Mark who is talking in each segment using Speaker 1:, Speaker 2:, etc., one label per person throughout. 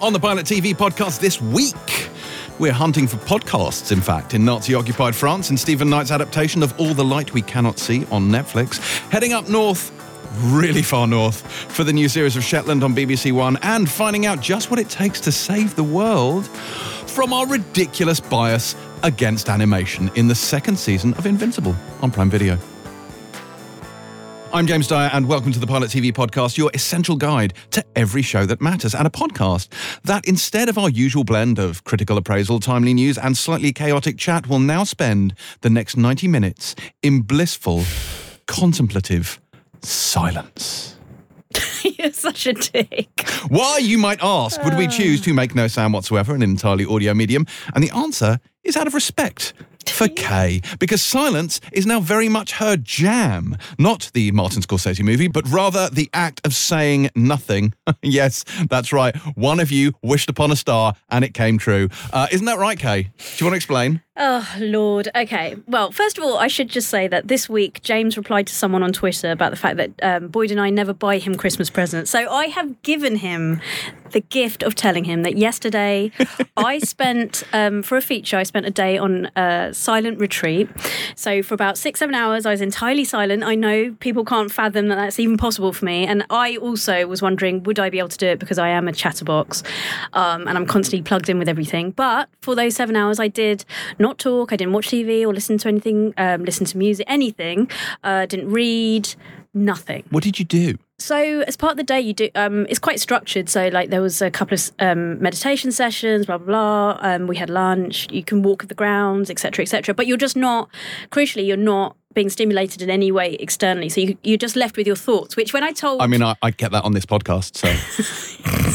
Speaker 1: on the Pilot TV podcast this week. We're hunting for podcasts, in fact, in Nazi occupied France and Stephen Knight's adaptation of All the Light We Cannot See on Netflix. Heading up north, really far north, for the new series of Shetland on BBC One and finding out just what it takes to save the world from our ridiculous bias against animation in the second season of Invincible on Prime Video. I'm James Dyer, and welcome to the Pilot TV Podcast, your essential guide to every show that matters, and a podcast that, instead of our usual blend of critical appraisal, timely news, and slightly chaotic chat, will now spend the next 90 minutes in blissful, contemplative silence.
Speaker 2: You're such a dick.
Speaker 1: Why, you might ask, would
Speaker 2: Ah.
Speaker 1: we choose to make no sound whatsoever, an entirely audio medium? And the answer is out of respect for Kay, because silence is now very much her jam. Not the Martin Scorsese movie, but rather the act of saying nothing. yes, that's right. One of you wished upon a star and it came true. Uh, isn't that right, Kay? Do you want to explain?
Speaker 2: Oh, Lord. Okay. Well, first of all, I should just say that this week, James replied to someone on Twitter about the fact that um, Boyd and I never buy him Christmas presents. So I have given him the gift of telling him that yesterday I spent, um, for a feature, I spent a day on a silent retreat. So for about six, seven hours, I was entirely silent. I know people can't fathom that that's even possible for me. And I also was wondering, would I be able to do it because I am a chatterbox um, and I'm constantly plugged in with everything. But for those seven hours, I did not talk. I didn't watch TV or listen to anything, um, listen to music, anything. Uh, didn't read, nothing.
Speaker 1: What did you do?
Speaker 2: So as part of the day, you do. Um, it's quite structured. So like there was a couple of um, meditation sessions, blah blah blah. Um, we had lunch. You can walk the grounds, etc. etc. But you're just not. Crucially, you're not being stimulated in any way externally. So you, you're just left with your thoughts. Which when I told,
Speaker 1: I mean, I, I get that on this podcast,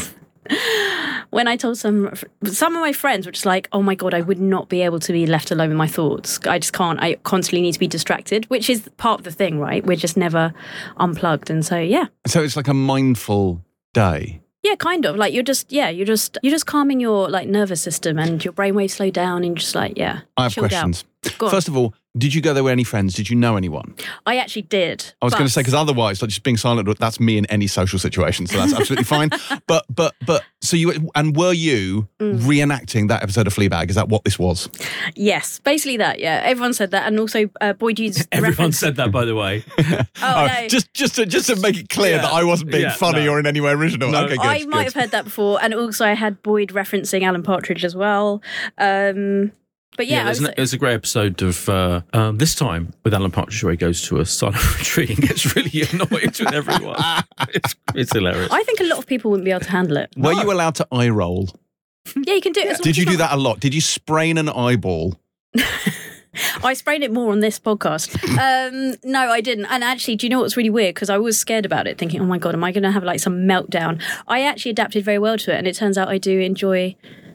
Speaker 1: so.
Speaker 2: when I told some some of my friends were just like, "Oh my god, I would not be able to be left alone with my thoughts. I just can't. I constantly need to be distracted, which is part of the thing, right? We're just never unplugged, and so yeah,
Speaker 1: so it's like a mindful day.
Speaker 2: yeah, kind of like you're just yeah, you're just you're just calming your like nervous system and your brainwaves slow down, and you're just like yeah,
Speaker 1: I have
Speaker 2: chilled
Speaker 1: questions.
Speaker 2: Out. Go on.
Speaker 1: First of all, did you go there with any friends? Did you know anyone?
Speaker 2: I actually did.
Speaker 1: I was going
Speaker 2: but-
Speaker 1: to say because otherwise, like just being silent, that's me in any social situation, so that's absolutely fine. But but but so you and were you
Speaker 2: Mm.
Speaker 1: reenacting that episode of Fleabag? Is that what this was?
Speaker 2: yes, basically that. Yeah, everyone said that, and also uh, Boyd used
Speaker 3: Everyone
Speaker 2: reference.
Speaker 3: said that, by the way.
Speaker 2: oh, no.
Speaker 1: Uh, Just just to, just to make it clear
Speaker 3: Yeah.
Speaker 1: that I wasn't being
Speaker 3: Yeah,
Speaker 1: funny
Speaker 3: no.
Speaker 1: or in any way original.
Speaker 3: No.
Speaker 1: Okay, good.
Speaker 2: I might
Speaker 1: good.
Speaker 2: have heard that before, and also I had Boyd referencing Alan Partridge as well. Um, but yeah, I
Speaker 3: there's,
Speaker 2: was,
Speaker 3: an- there's a great episode of uh, um, this time with Alan Partridge where he goes to a silent retreat and gets really annoyed with everyone. It's, it's hilarious.
Speaker 2: I think a lot of people wouldn't be able to handle it.
Speaker 1: Were you allowed to eye roll?
Speaker 2: Yeah, you can do it. as long
Speaker 1: Did
Speaker 2: as
Speaker 1: you do
Speaker 2: you're
Speaker 1: that a lot? Did you sprain an eyeball?
Speaker 2: not- I sprained it more on this podcast. Um, no, I didn't. And actually, do you know what's really weird? Because I was scared about it, thinking, "Oh my god, am I going to have like some meltdown?" I actually adapted very well to it, and it turns out I do enjoy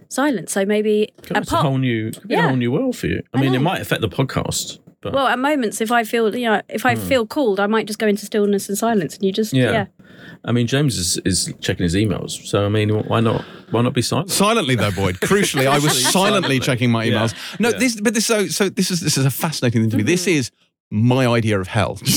Speaker 2: silence. So maybe
Speaker 3: It's a whole new, could be a
Speaker 2: Yeah.
Speaker 3: whole new world for you. I,
Speaker 2: I
Speaker 3: mean, it
Speaker 2: know.
Speaker 3: might affect the podcast, but
Speaker 2: Well, at moments, if I feel you know, if
Speaker 1: Hmm.
Speaker 2: I feel cold, I might just go into stillness and silence, and you just
Speaker 3: Yeah.
Speaker 2: yeah.
Speaker 3: I mean, James is, is checking his emails, so I mean, why not? Why not be silent?
Speaker 1: Silently though, Boyd. Crucially, I was silently checking my
Speaker 3: Yeah.
Speaker 1: emails. No,
Speaker 3: Yeah.
Speaker 1: this but this so so this is this is a fascinating thing to me. This is my idea of hell.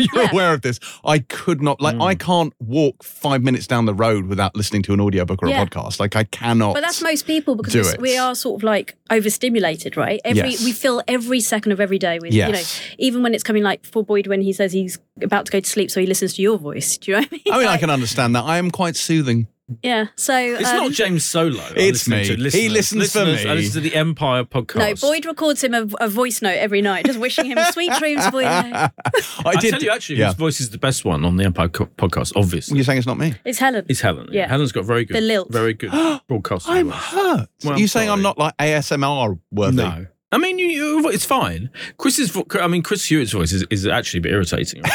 Speaker 1: You're
Speaker 2: Mm-hmm. Yeah.
Speaker 1: aware of this. I could not like
Speaker 3: Mm.
Speaker 1: I can't walk five minutes down the road without listening to an audiobook or
Speaker 2: Yeah.
Speaker 1: a podcast. Like I cannot.
Speaker 2: But that's most people
Speaker 1: do
Speaker 2: because
Speaker 1: it.
Speaker 2: we are sort of like overstimulated, right? Every
Speaker 1: Yes.
Speaker 2: we fill every second of every day with you
Speaker 1: Yes.
Speaker 2: know, even when it's coming like for Boyd when he says he's about to go to sleep, so he listens to your voice. Do you know what I mean?
Speaker 1: I mean, I
Speaker 2: Like,
Speaker 1: can understand that. I am quite soothing.
Speaker 2: yeah. So
Speaker 3: It's
Speaker 2: um,
Speaker 3: not James solo. I'm
Speaker 1: It's
Speaker 3: listening To
Speaker 1: me. He listens for
Speaker 3: Listeners, I
Speaker 1: me.
Speaker 3: listen to the Empire
Speaker 2: no,
Speaker 3: podcast.
Speaker 2: Boyd records him a, a voice note every night, just wishing him sweet dreams, Boyd.
Speaker 1: I,
Speaker 3: I
Speaker 1: did.
Speaker 3: tell you actually,
Speaker 1: yeah.
Speaker 3: his voice is the best one on the Empire co- podcast. Obviously,
Speaker 1: You're saying it's not me.
Speaker 2: It's Helen.
Speaker 3: it's Helen.
Speaker 2: Yeah.
Speaker 3: Helen's got very good,
Speaker 2: The lilt.
Speaker 3: very good broadcasting.
Speaker 1: I'm
Speaker 3: voice.
Speaker 1: hurt.
Speaker 3: Well, I'm
Speaker 1: You're saying I'm
Speaker 3: sorry.
Speaker 1: not like ASMR worthy.
Speaker 3: No. I mean, you, you, it's fine. Chris's, vo- I mean, Chris Hewitt's voice is, is actually a bit irritating.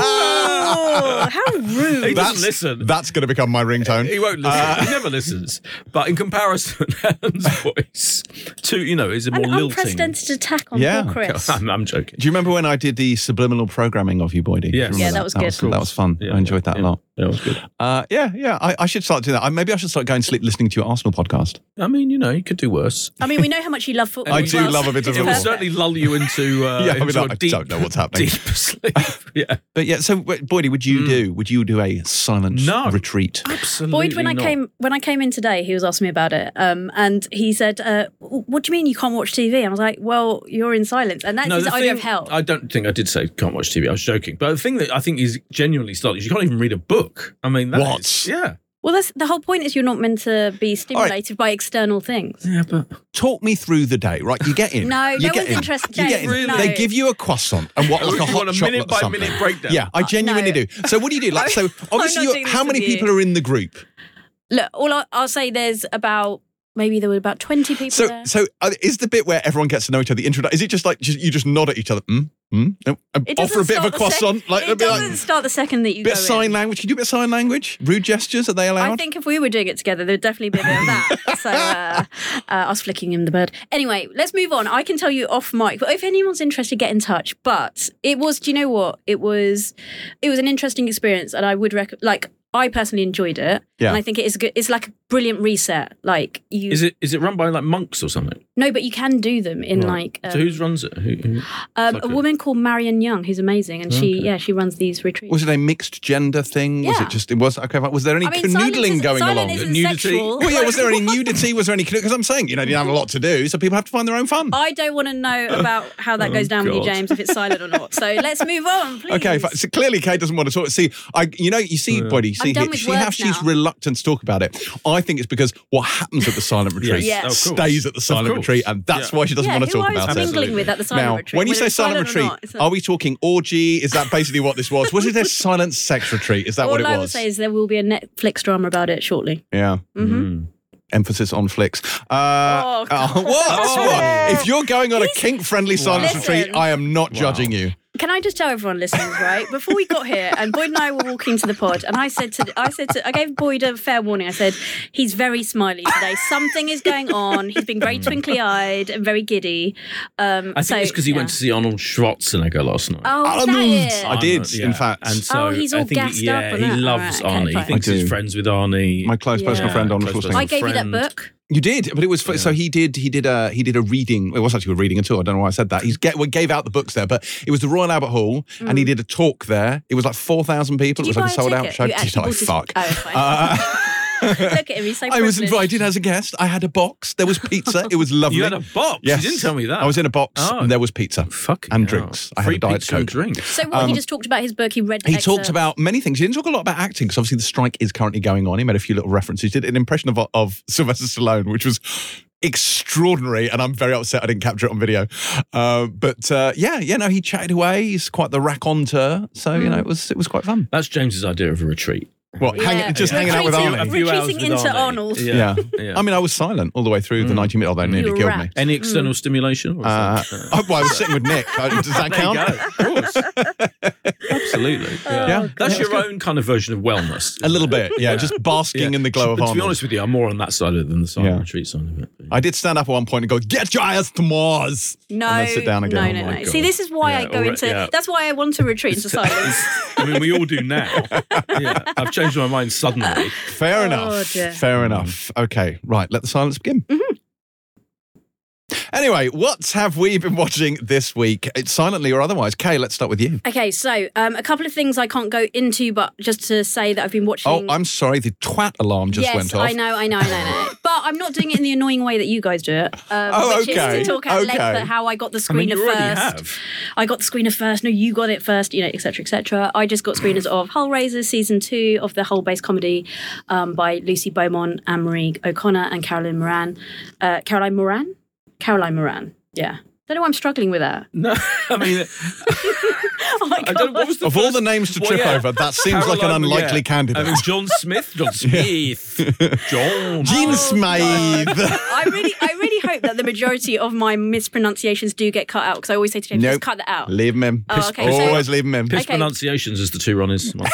Speaker 2: oh, how rude!
Speaker 3: he
Speaker 1: That's Uh,
Speaker 3: doesn't listen.
Speaker 1: That's going to become my ringtone.
Speaker 3: he won't listen. he never listens. But in comparison, Helen's voice to you know is a more
Speaker 2: An
Speaker 3: lilting.
Speaker 2: unprecedented attack on
Speaker 1: Yeah.
Speaker 2: poor Chris.
Speaker 3: I'm, I'm joking.
Speaker 1: Do you remember when I did the subliminal programming of you, Boydie?
Speaker 3: Yes.
Speaker 1: Do you remember
Speaker 3: Yeah,
Speaker 2: that was good.
Speaker 1: That was, that was fun.
Speaker 3: Yeah,
Speaker 1: I enjoyed that
Speaker 3: yeah,
Speaker 1: a lot.
Speaker 3: yeah, That was good.
Speaker 1: Uh, yeah, yeah. I, I should start doing that. I, maybe I should start going to sleep listening to your Arsenal podcast.
Speaker 3: I mean, you know, you could do worse.
Speaker 2: I mean, we know how much you love football.
Speaker 1: I
Speaker 2: as
Speaker 1: do
Speaker 2: well,
Speaker 1: love a
Speaker 2: so
Speaker 1: bit of
Speaker 2: it's
Speaker 3: It will
Speaker 1: football.
Speaker 2: perfect.
Speaker 3: certainly lull you into, uh,
Speaker 1: yeah, I,
Speaker 3: into
Speaker 1: mean,
Speaker 3: a
Speaker 1: I
Speaker 3: deep,
Speaker 1: don't know what's happening.
Speaker 3: deep sleep. yeah,
Speaker 1: But yeah, so w- Boydie, would you do? Would you do a silent
Speaker 3: No.
Speaker 1: retreat?
Speaker 3: absolutely.
Speaker 2: Boyd, when I
Speaker 3: not.
Speaker 2: came when I came in today, he was asking me about it, um, and he said, uh, "What do you mean you can't watch TV?" I was like, "Well, you're in silence," and that's his
Speaker 3: the
Speaker 2: idea
Speaker 3: thing-
Speaker 2: of hell.
Speaker 3: I don't think I did say can't watch TV. I was joking. But the thing that I think is genuinely startling is you can't even read a book. I mean,
Speaker 1: What?
Speaker 3: that's yeah,
Speaker 2: well, that's the whole point is you're not meant to be stimulated by external things.
Speaker 3: yeah, but
Speaker 1: Talk me through the day, right? You get in.
Speaker 2: No,
Speaker 1: you
Speaker 2: no
Speaker 1: get
Speaker 2: one's
Speaker 1: in.
Speaker 2: interested,
Speaker 1: You get
Speaker 2: James,
Speaker 1: in.
Speaker 2: really.
Speaker 1: They
Speaker 2: No.
Speaker 1: give you a croissant and what, like a
Speaker 3: Oh, You
Speaker 1: hot
Speaker 3: want a
Speaker 1: chocolate
Speaker 3: minute
Speaker 1: or
Speaker 3: by
Speaker 1: something.
Speaker 3: minute breakdown?
Speaker 1: Yeah, I genuinely
Speaker 2: no.
Speaker 1: do. So what do you do? Like, so obviously,
Speaker 2: not
Speaker 1: you're,
Speaker 2: doing this
Speaker 1: how
Speaker 2: with
Speaker 1: many
Speaker 2: you.
Speaker 1: people are in the group?
Speaker 2: Look, all I, I'll say there's about maybe there were about twenty people
Speaker 1: So,
Speaker 2: there.
Speaker 1: so uh, is the bit where everyone gets to know each other the intro? Is it just like just, you just nod at each other, mm, mm, no, and
Speaker 2: It
Speaker 1: offer a
Speaker 2: doesn't
Speaker 1: bit of a
Speaker 2: start the sec-
Speaker 1: croissant, like a
Speaker 2: it
Speaker 1: bit,
Speaker 2: doesn't
Speaker 1: like,
Speaker 2: start the second that you
Speaker 1: bit of
Speaker 2: go
Speaker 1: sign
Speaker 2: in.
Speaker 1: language? Can you do a bit of sign language? Rude gestures are they allowed?
Speaker 2: I think if we were doing it together, there'd definitely be a bit of that. so uh, uh, I was flicking him the bird. Anyway, let's move on. I can tell you off mic, but if anyone's interested, get in touch. But it was, do you know what? It was, it was an interesting experience, and I would rec- like. I personally enjoyed it,
Speaker 1: Yeah.
Speaker 2: and I think it is a good. It's like a brilliant reset. Like you,
Speaker 3: is it is it run by like monks or something?
Speaker 2: no, but you can do them in like.
Speaker 3: so
Speaker 2: Um,
Speaker 3: who runs it? Who, who-
Speaker 2: um,
Speaker 3: like
Speaker 2: a
Speaker 3: a-
Speaker 2: woman called Marion Young, who's amazing, and she, yeah, she runs these retreats.
Speaker 1: Was it a mixed gender thing? Was
Speaker 2: Yeah.
Speaker 1: it just it was okay? Was there any
Speaker 2: I mean, silence
Speaker 1: canoodling
Speaker 2: is,
Speaker 1: going
Speaker 2: silence
Speaker 1: along?
Speaker 2: Isn't
Speaker 3: Nudity?
Speaker 2: sexual.
Speaker 1: Well, yeah. Was there any
Speaker 2: What?
Speaker 1: nudity? Was there any canoodling? Because I'm saying, you know, you have a lot to do, so people have to find their own fun.
Speaker 2: I don't want to know about how
Speaker 1: Oh,
Speaker 2: that goes down with you,
Speaker 3: God.
Speaker 2: James, if it's silent or not. So let's move on, please.
Speaker 1: Okay, fi- so clearly Kay doesn't want to talk. See, I, you know, you see, buddy, you see,
Speaker 2: done
Speaker 1: here,
Speaker 2: with
Speaker 1: see how
Speaker 2: words
Speaker 1: she's
Speaker 2: now.
Speaker 1: reluctant to talk about it. I think it's because what happens at the silent retreat
Speaker 2: Yes. Of
Speaker 3: course.
Speaker 1: stays at the
Speaker 3: Oh, Of
Speaker 1: silent
Speaker 3: course.
Speaker 1: retreat, and that's
Speaker 3: Yeah.
Speaker 1: why she doesn't
Speaker 2: yeah,
Speaker 1: want to
Speaker 2: who
Speaker 1: talk
Speaker 2: I was
Speaker 1: about
Speaker 2: mingling
Speaker 3: it.
Speaker 1: it.
Speaker 3: Absolutely.
Speaker 2: with at the silent
Speaker 1: Now,
Speaker 2: retreat.
Speaker 1: when you
Speaker 2: whether
Speaker 1: say
Speaker 2: it's
Speaker 1: silent
Speaker 2: or
Speaker 1: retreat,
Speaker 2: not, it's not-
Speaker 1: are we talking orgy? Is that basically what this was? Was it a silent sex retreat? Is that
Speaker 2: all
Speaker 1: what it
Speaker 2: I will
Speaker 1: was?
Speaker 2: say is there will be a Netflix drama about it shortly.
Speaker 1: yeah.
Speaker 2: hmm
Speaker 1: emphasis on flicks. Uh,
Speaker 2: Oh, God.
Speaker 1: what? what? If you're going on a kink friendly silence
Speaker 2: Listen.
Speaker 1: retreat, I am not judging you.
Speaker 2: Can I just tell everyone listening, right? Before we got here, and Boyd and I were walking to the pod, and I said to, I said to, I gave Boyd a fair warning. I said, he's very smiley today. Something is going on. He's been very twinkly eyed and very giddy. Um,
Speaker 3: I think
Speaker 2: so,
Speaker 3: it's because he
Speaker 2: yeah.
Speaker 3: went to see Arnold Schwarzenegger last night.
Speaker 2: Oh, is that it?
Speaker 1: I did,
Speaker 3: Arnold,
Speaker 1: in fact.
Speaker 3: And so
Speaker 2: Oh, he's all
Speaker 3: I think
Speaker 2: gassed
Speaker 3: he, yeah,
Speaker 2: up and
Speaker 3: he
Speaker 2: that.
Speaker 3: loves
Speaker 2: All right, okay,
Speaker 3: Arnie.
Speaker 2: fine.
Speaker 3: He thinks
Speaker 1: I do.
Speaker 3: he's friends with Arnie.
Speaker 1: My close
Speaker 2: Yeah.
Speaker 1: personal friend on
Speaker 3: Close
Speaker 1: Schwarzenegger.
Speaker 3: personal
Speaker 2: I gave you
Speaker 3: friend.
Speaker 2: that book.
Speaker 1: You did, but it was so he did. He did a he did a reading. It wasn't actually a reading at all. I don't know why I said that. He's get, well, gave out the books there, but it was the Royal Albert Hall, and he did a talk there. It was like four thousand people.
Speaker 2: Mm.
Speaker 1: it was
Speaker 2: Did you
Speaker 1: like a
Speaker 2: buy
Speaker 1: sold out
Speaker 2: ticket?
Speaker 1: show.
Speaker 2: You
Speaker 1: Did
Speaker 2: actually
Speaker 1: I
Speaker 2: bought a-
Speaker 1: fuck? Uh,
Speaker 2: Oh, fine. Look at him. He's so
Speaker 1: I was
Speaker 2: privileged.
Speaker 1: invited as a guest. I had a box. There was pizza. It was lovely.
Speaker 3: You had a box.
Speaker 1: Yes.
Speaker 3: You didn't tell me that.
Speaker 1: I was in a box.
Speaker 3: Oh.
Speaker 1: and There was pizza.
Speaker 3: fucking
Speaker 1: and
Speaker 3: hell.
Speaker 1: drinks. I had
Speaker 3: Free
Speaker 1: a Diet
Speaker 3: pizza and
Speaker 1: Coke.
Speaker 3: drinks.
Speaker 2: So what? he just talked about his book. He read.
Speaker 1: um, He
Speaker 2: excerpts.
Speaker 1: talked about many things. He didn't talk a lot about acting because obviously the strike is currently going on. He made a few little references. He did an impression of, of Sylvester Stallone, which was extraordinary, and I'm very upset I didn't capture it on video. Uh, but uh, yeah, yeah, no, he chatted away. He's quite the raconteur, so you
Speaker 3: Hmm.
Speaker 1: know it was it was quite fun.
Speaker 3: That's James's idea of a retreat.
Speaker 1: Well, hang, just hanging out with
Speaker 2: Retreating-
Speaker 1: Arnie.
Speaker 3: A few hours
Speaker 2: Retreating
Speaker 3: with
Speaker 2: into
Speaker 3: Arnie.
Speaker 2: Arnold.
Speaker 1: Yeah.
Speaker 3: Yeah. Um,
Speaker 1: I mean, I was silent all the way through the 90 minutes. Although it nearly
Speaker 2: You
Speaker 1: killed me.
Speaker 2: rat.
Speaker 3: Any external stimulation? Or is
Speaker 1: Uh,
Speaker 3: that-
Speaker 1: oh, well, I was sitting with Nick. Uh, Does that
Speaker 3: There you
Speaker 1: count?
Speaker 3: go. Oh, Of course. Absolutely. Yeah.
Speaker 2: Uh,
Speaker 1: Yeah. God.
Speaker 3: That's
Speaker 1: Yeah,
Speaker 3: your own kind of version of wellness.
Speaker 1: A little bit, yeah. Just basking in the glow of
Speaker 3: But
Speaker 1: Arnold.
Speaker 3: to be honest with you, I'm more on that side of it than the side of
Speaker 1: Yeah.
Speaker 3: the retreat side of it. But-
Speaker 1: I did stand up at one point and go, "Get your ass to Mars."
Speaker 2: No,
Speaker 1: and then sit down and go,
Speaker 2: no,
Speaker 1: "Oh
Speaker 2: no,
Speaker 1: my
Speaker 2: no.
Speaker 1: God."
Speaker 2: See, this is why I
Speaker 3: Yeah,
Speaker 2: go
Speaker 3: alright,
Speaker 2: into.
Speaker 3: yeah.
Speaker 2: That's why I want to retreat into silence.
Speaker 3: I mean, we all do now. Yeah. I've changed my mind suddenly.
Speaker 1: Fair
Speaker 2: Oh,
Speaker 1: enough.
Speaker 2: dear. Mm-hmm.
Speaker 1: Fair enough. Okay, right. Let the silence begin. Anyway, what have we been watching this week, It's silently or otherwise? Kay, let's start with you.
Speaker 2: okay, so um, a couple of things I can't go into, but just to say that I've been watching.
Speaker 1: Oh, I'm sorry. The twat alarm just
Speaker 2: yes,
Speaker 1: went off.
Speaker 2: I know, I know, I know, I know. but I'm not doing it in the annoying way that you guys do it, um,
Speaker 1: Oh,
Speaker 2: which
Speaker 1: okay,
Speaker 2: is to talk at length
Speaker 1: okay.
Speaker 2: about how I got the
Speaker 3: I mean,
Speaker 2: screener
Speaker 3: you already
Speaker 2: first.
Speaker 3: have.
Speaker 2: I got the screener first. No, you got it first. You know, etc., etc. I just got screeners of Hellraiser season two of the whole based comedy um, by Lucy Beaumont, Anne Marie O'Connor, and Caroline Moran. Uh, Caroline Moran. Caroline Moran. Yeah. Don't know why I'm struggling with that.
Speaker 3: No, I mean,
Speaker 2: Oh my
Speaker 3: I
Speaker 2: god.
Speaker 3: don't, what was the
Speaker 1: Of
Speaker 3: first-
Speaker 1: all the names to
Speaker 3: Well,
Speaker 1: trip
Speaker 3: yeah.
Speaker 1: over, that seems like an
Speaker 3: Caroline,
Speaker 1: unlikely
Speaker 3: yeah.
Speaker 1: candidate.
Speaker 3: I mean, John Smith, John Smith, John.
Speaker 1: Jean
Speaker 2: Oh,
Speaker 1: Smythe.
Speaker 2: I really, I really hope that the majority of my mispronunciations do get cut out because I always say to James,
Speaker 1: Nope.
Speaker 2: just cut that out.
Speaker 1: leave him in.
Speaker 2: Oh, okay, so-
Speaker 1: Always leave him in.
Speaker 3: His
Speaker 2: Okay.
Speaker 3: pronunciations as the two runners.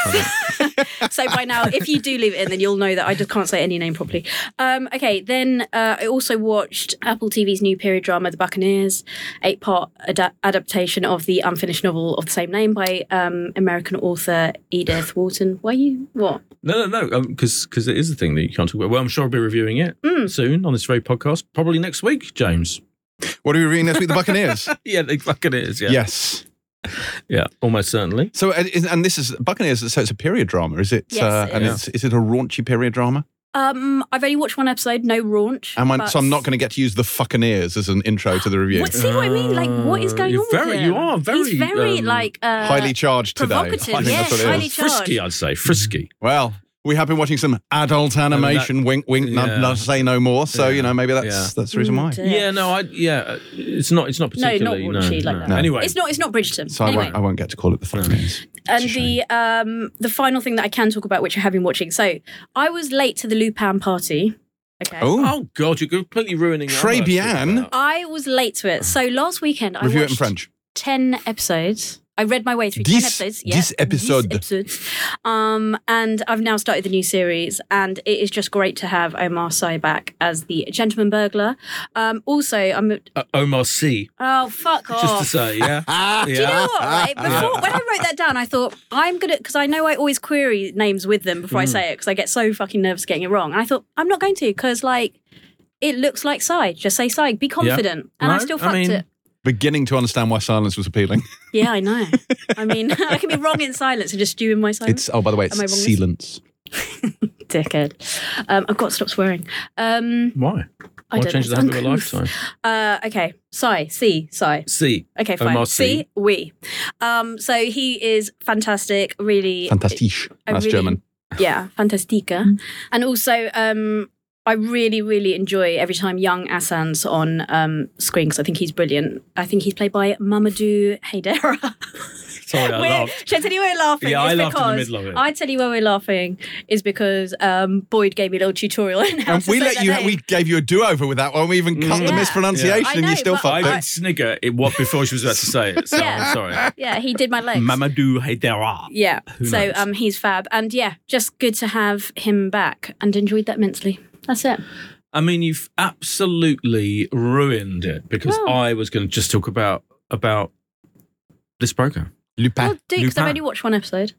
Speaker 2: So by now, if you do leave it in, then you'll know that I just can't say any name properly. Um, okay, then uh, I also watched Apple TV's new period drama, The Buccaneers, eight part ada- adaptation of the unfinished novel of the same name by um, American author Edith Wharton. Why you what?
Speaker 3: No, no, no, because because it is the thing that you can't talk about. Well, I'm sure I'll be reviewing it
Speaker 2: Mm.
Speaker 3: soon on this very podcast, probably next week, James.
Speaker 1: What are we reading next week? The Buccaneers.
Speaker 3: Yeah, they fucking is. Yeah.
Speaker 1: Yes.
Speaker 3: Yeah, almost certainly.
Speaker 1: So, and and this is Buccaneers. So it's a period drama, is it? uh,
Speaker 2: Yes, it
Speaker 1: and
Speaker 2: is.
Speaker 1: it's, is it a raunchy period drama?
Speaker 2: Um, I've only watched one episode, no raunch.
Speaker 1: Am I,
Speaker 2: but-
Speaker 1: so I'm not going to get to use the Buccaneers as an intro to the review.
Speaker 2: What, see what I mean? Like, what is
Speaker 3: Uh,
Speaker 2: going
Speaker 3: you're
Speaker 2: on? with
Speaker 3: very-
Speaker 2: him?
Speaker 3: you are very,
Speaker 2: He's very
Speaker 3: um,
Speaker 2: like uh,
Speaker 1: highly charged today. I
Speaker 2: provocative,
Speaker 1: think that's
Speaker 2: yes,
Speaker 1: what it is.
Speaker 2: highly charged.
Speaker 3: Frisky, I'd say frisky.
Speaker 1: Well, we have been watching some adult animation. wink, wink. Not,
Speaker 3: Yeah.
Speaker 1: not say no more. So
Speaker 3: Yeah.
Speaker 1: you know, maybe that's
Speaker 3: Yeah.
Speaker 1: that's the reason
Speaker 2: Mm,
Speaker 1: why.
Speaker 2: dear.
Speaker 3: Yeah. no, I yeah, uh, it's not it's not
Speaker 2: No, not
Speaker 3: particularly
Speaker 2: raunchy like that.
Speaker 3: Anyway,
Speaker 2: It's not. It's not Bridgerton.
Speaker 1: So I
Speaker 2: anyway,
Speaker 1: won't. I won't get to call it the Buccaneers.
Speaker 2: and
Speaker 1: a
Speaker 2: the um the final thing that I can talk about, which I have been watching. So I was late to the Lupin party. Okay.
Speaker 1: Oh,
Speaker 3: oh god, you're completely ruining. what I
Speaker 1: Très
Speaker 3: was thinking
Speaker 1: bien.
Speaker 3: about.
Speaker 2: I was late to it. So last weekend, I
Speaker 1: review it
Speaker 2: watched
Speaker 1: in French.
Speaker 2: ten episodes. I read my way through ten
Speaker 1: Dix-
Speaker 2: episodes.
Speaker 1: dix épisodes.
Speaker 2: Dix episodes. Um, and I've now started the new series, and it is just great to have Omar Sy back as the gentleman burglar. Um, also, I'm
Speaker 3: Uh, Omar C.
Speaker 2: oh fuck off.
Speaker 3: Just to say, yeah,
Speaker 1: Ah,
Speaker 3: yeah.
Speaker 2: Do you know what? Right? Before when I wrote that down, I thought I'm gonna because I know I always query names with them
Speaker 3: Mm.
Speaker 2: before I say it because I get so fucking nervous getting it wrong. And I thought I'm not going to because like it looks like Side. Just say Side. Be confident. And I
Speaker 3: No,
Speaker 2: still
Speaker 3: I
Speaker 2: fucked
Speaker 3: mean-
Speaker 2: it.
Speaker 1: beginning to understand why silence was appealing.
Speaker 2: Yeah, I know. I mean, I can be wrong in silence and just do in my silence.
Speaker 1: It's oh, by the way, it's
Speaker 2: Am I wrong?
Speaker 1: sealants.
Speaker 2: Dickhead. Um, I've got to stop swearing. Um,
Speaker 3: Why?
Speaker 2: I
Speaker 3: Why
Speaker 2: don't
Speaker 3: change
Speaker 2: know.
Speaker 3: the habit of a
Speaker 2: I'm conf-
Speaker 3: lifetime?
Speaker 2: Uh, okay. Sigh. See. Sigh.
Speaker 3: C.
Speaker 2: Okay, fine.
Speaker 3: Omar C.
Speaker 2: See, we. Um, so he is fantastic. Really,
Speaker 1: Fantastisch.
Speaker 2: I
Speaker 1: That's
Speaker 2: really-
Speaker 1: German.
Speaker 2: Yeah, fantastica.
Speaker 3: Mm-hmm.
Speaker 2: And also, um, I really, really enjoy every time young Assan's on um, screen because I think he's brilliant. I think he's played by Mamadou Haidera.
Speaker 3: Sorry, Oh, I
Speaker 2: We're-
Speaker 3: laughed.
Speaker 2: Should I tell you why we're laughing?
Speaker 3: Yeah,
Speaker 2: It's
Speaker 3: I laughed in the
Speaker 2: because-
Speaker 3: middle of it.
Speaker 2: I tell you why we're laughing is because um, Boyd gave me a little tutorial on
Speaker 3: Um,
Speaker 2: how
Speaker 1: And
Speaker 2: to
Speaker 1: we
Speaker 2: say
Speaker 1: let
Speaker 2: that
Speaker 1: you.
Speaker 2: name.
Speaker 1: We gave you a do-over with that one. We even cut
Speaker 2: Mm.
Speaker 1: the
Speaker 2: Yeah.
Speaker 1: mispronunciation,
Speaker 2: I
Speaker 1: and you
Speaker 2: know,
Speaker 1: still
Speaker 2: but
Speaker 1: fucked
Speaker 3: I
Speaker 1: it.
Speaker 3: did snigger it what before she was about to say it. So
Speaker 2: Yeah.
Speaker 3: I'm sorry.
Speaker 2: yeah, he did my legs.
Speaker 3: Mamadou Haidara.
Speaker 2: yeah,
Speaker 3: Who
Speaker 2: so
Speaker 3: knows?
Speaker 2: um, he's fab, and yeah, just good to have him back, and enjoyed that immensely. That's it.
Speaker 3: I mean, you've absolutely ruined it because
Speaker 2: Well.
Speaker 3: I was going to just talk about about this program.
Speaker 1: Lupin.
Speaker 2: Well, do because I've
Speaker 3: Lupin.
Speaker 2: only watched one episode.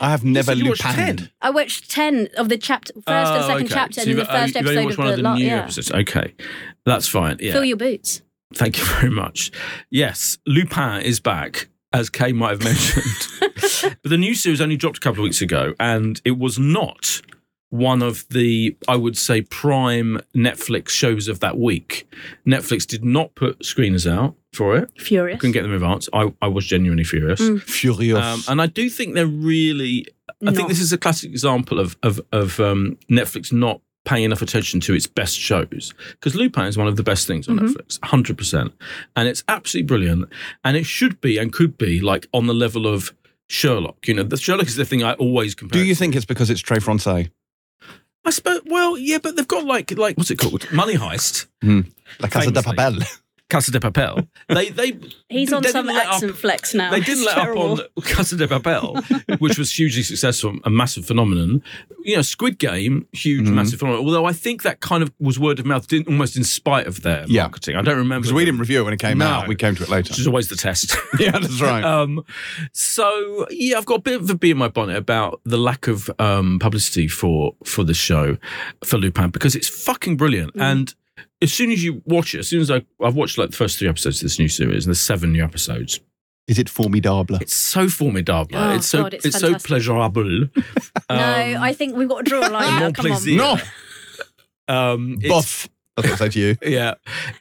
Speaker 1: I have never
Speaker 3: you watched
Speaker 1: Lupined.
Speaker 3: 10?
Speaker 2: I watched ten of the chapter, first and
Speaker 3: Oh,
Speaker 2: second
Speaker 3: okay.
Speaker 2: chapter,
Speaker 3: So
Speaker 2: and then
Speaker 3: you've-
Speaker 2: the
Speaker 3: oh,
Speaker 2: first
Speaker 3: you've only
Speaker 2: episode
Speaker 3: watched
Speaker 2: of
Speaker 3: one
Speaker 2: the,
Speaker 3: of the
Speaker 2: lot.
Speaker 3: new
Speaker 2: yeah.
Speaker 3: episodes. Okay, that's fine. Yeah,
Speaker 2: Fill your boots.
Speaker 3: thank you very much. Yes, Lupin is back, as Kay might have mentioned. but the new series only dropped a couple of weeks ago, and it was not one of the, I would say, prime Netflix shows of that week. Netflix did not put screeners out for it.
Speaker 2: Furious.
Speaker 3: Couldn't get them in advance. I, I was genuinely furious.
Speaker 1: Furious.
Speaker 3: Um, and I do think they're really. I think
Speaker 2: No.
Speaker 3: this is a classic example of of, of um, Netflix not paying enough attention to its best shows because Lupin is one of the best things
Speaker 2: Mm-hmm.
Speaker 3: on Netflix, hundred percent, and it's absolutely brilliant. And it should be and could be like on the level of Sherlock. You know, the Sherlock is the thing I always compare.
Speaker 1: Do you
Speaker 3: it to.
Speaker 1: think it's because it's Trey Francais?
Speaker 3: I suppose. Well, yeah, but they've got like like what's it called? Money Heist,
Speaker 1: La Casa de
Speaker 3: Famously.
Speaker 1: Papel.
Speaker 3: Casa de Papel. they they
Speaker 2: He's
Speaker 3: they
Speaker 2: on
Speaker 3: didn't
Speaker 2: some
Speaker 3: let up-
Speaker 2: accent flex now.
Speaker 3: They
Speaker 2: It's
Speaker 3: didn't let
Speaker 2: terrible.
Speaker 3: up on Casa de Papel, which was hugely successful, a massive phenomenon. You know, Squid Game, huge,
Speaker 1: Mm-hmm.
Speaker 3: massive phenomenon. Although I think that kind of was word of mouth, didn't, almost in spite of their
Speaker 1: Yeah.
Speaker 3: marketing. I don't remember.
Speaker 1: Because we didn't review it when it came
Speaker 3: No.
Speaker 1: out. We came to it later.
Speaker 3: Which is always the test.
Speaker 1: yeah, that's right.
Speaker 3: Um, so yeah, I've got a bit of a bee in my bonnet about the lack of um, publicity for for the show for Lupin because it's fucking brilliant. And as soon as you watch it, as soon as I, I've watched like the first three episodes of this new series, and there's seven new episodes,
Speaker 1: is it formidable?
Speaker 3: it's so formidable.
Speaker 2: Oh,
Speaker 3: it's so
Speaker 2: God, it's
Speaker 3: it's, so
Speaker 2: fantastic.
Speaker 3: pleasurable.
Speaker 2: No, I think we've got to draw a line
Speaker 3: and
Speaker 2: now.
Speaker 3: more
Speaker 2: Come on.
Speaker 3: plaisir.
Speaker 1: No,
Speaker 3: um, it's-
Speaker 1: boff. That's what I say to you.
Speaker 3: yeah,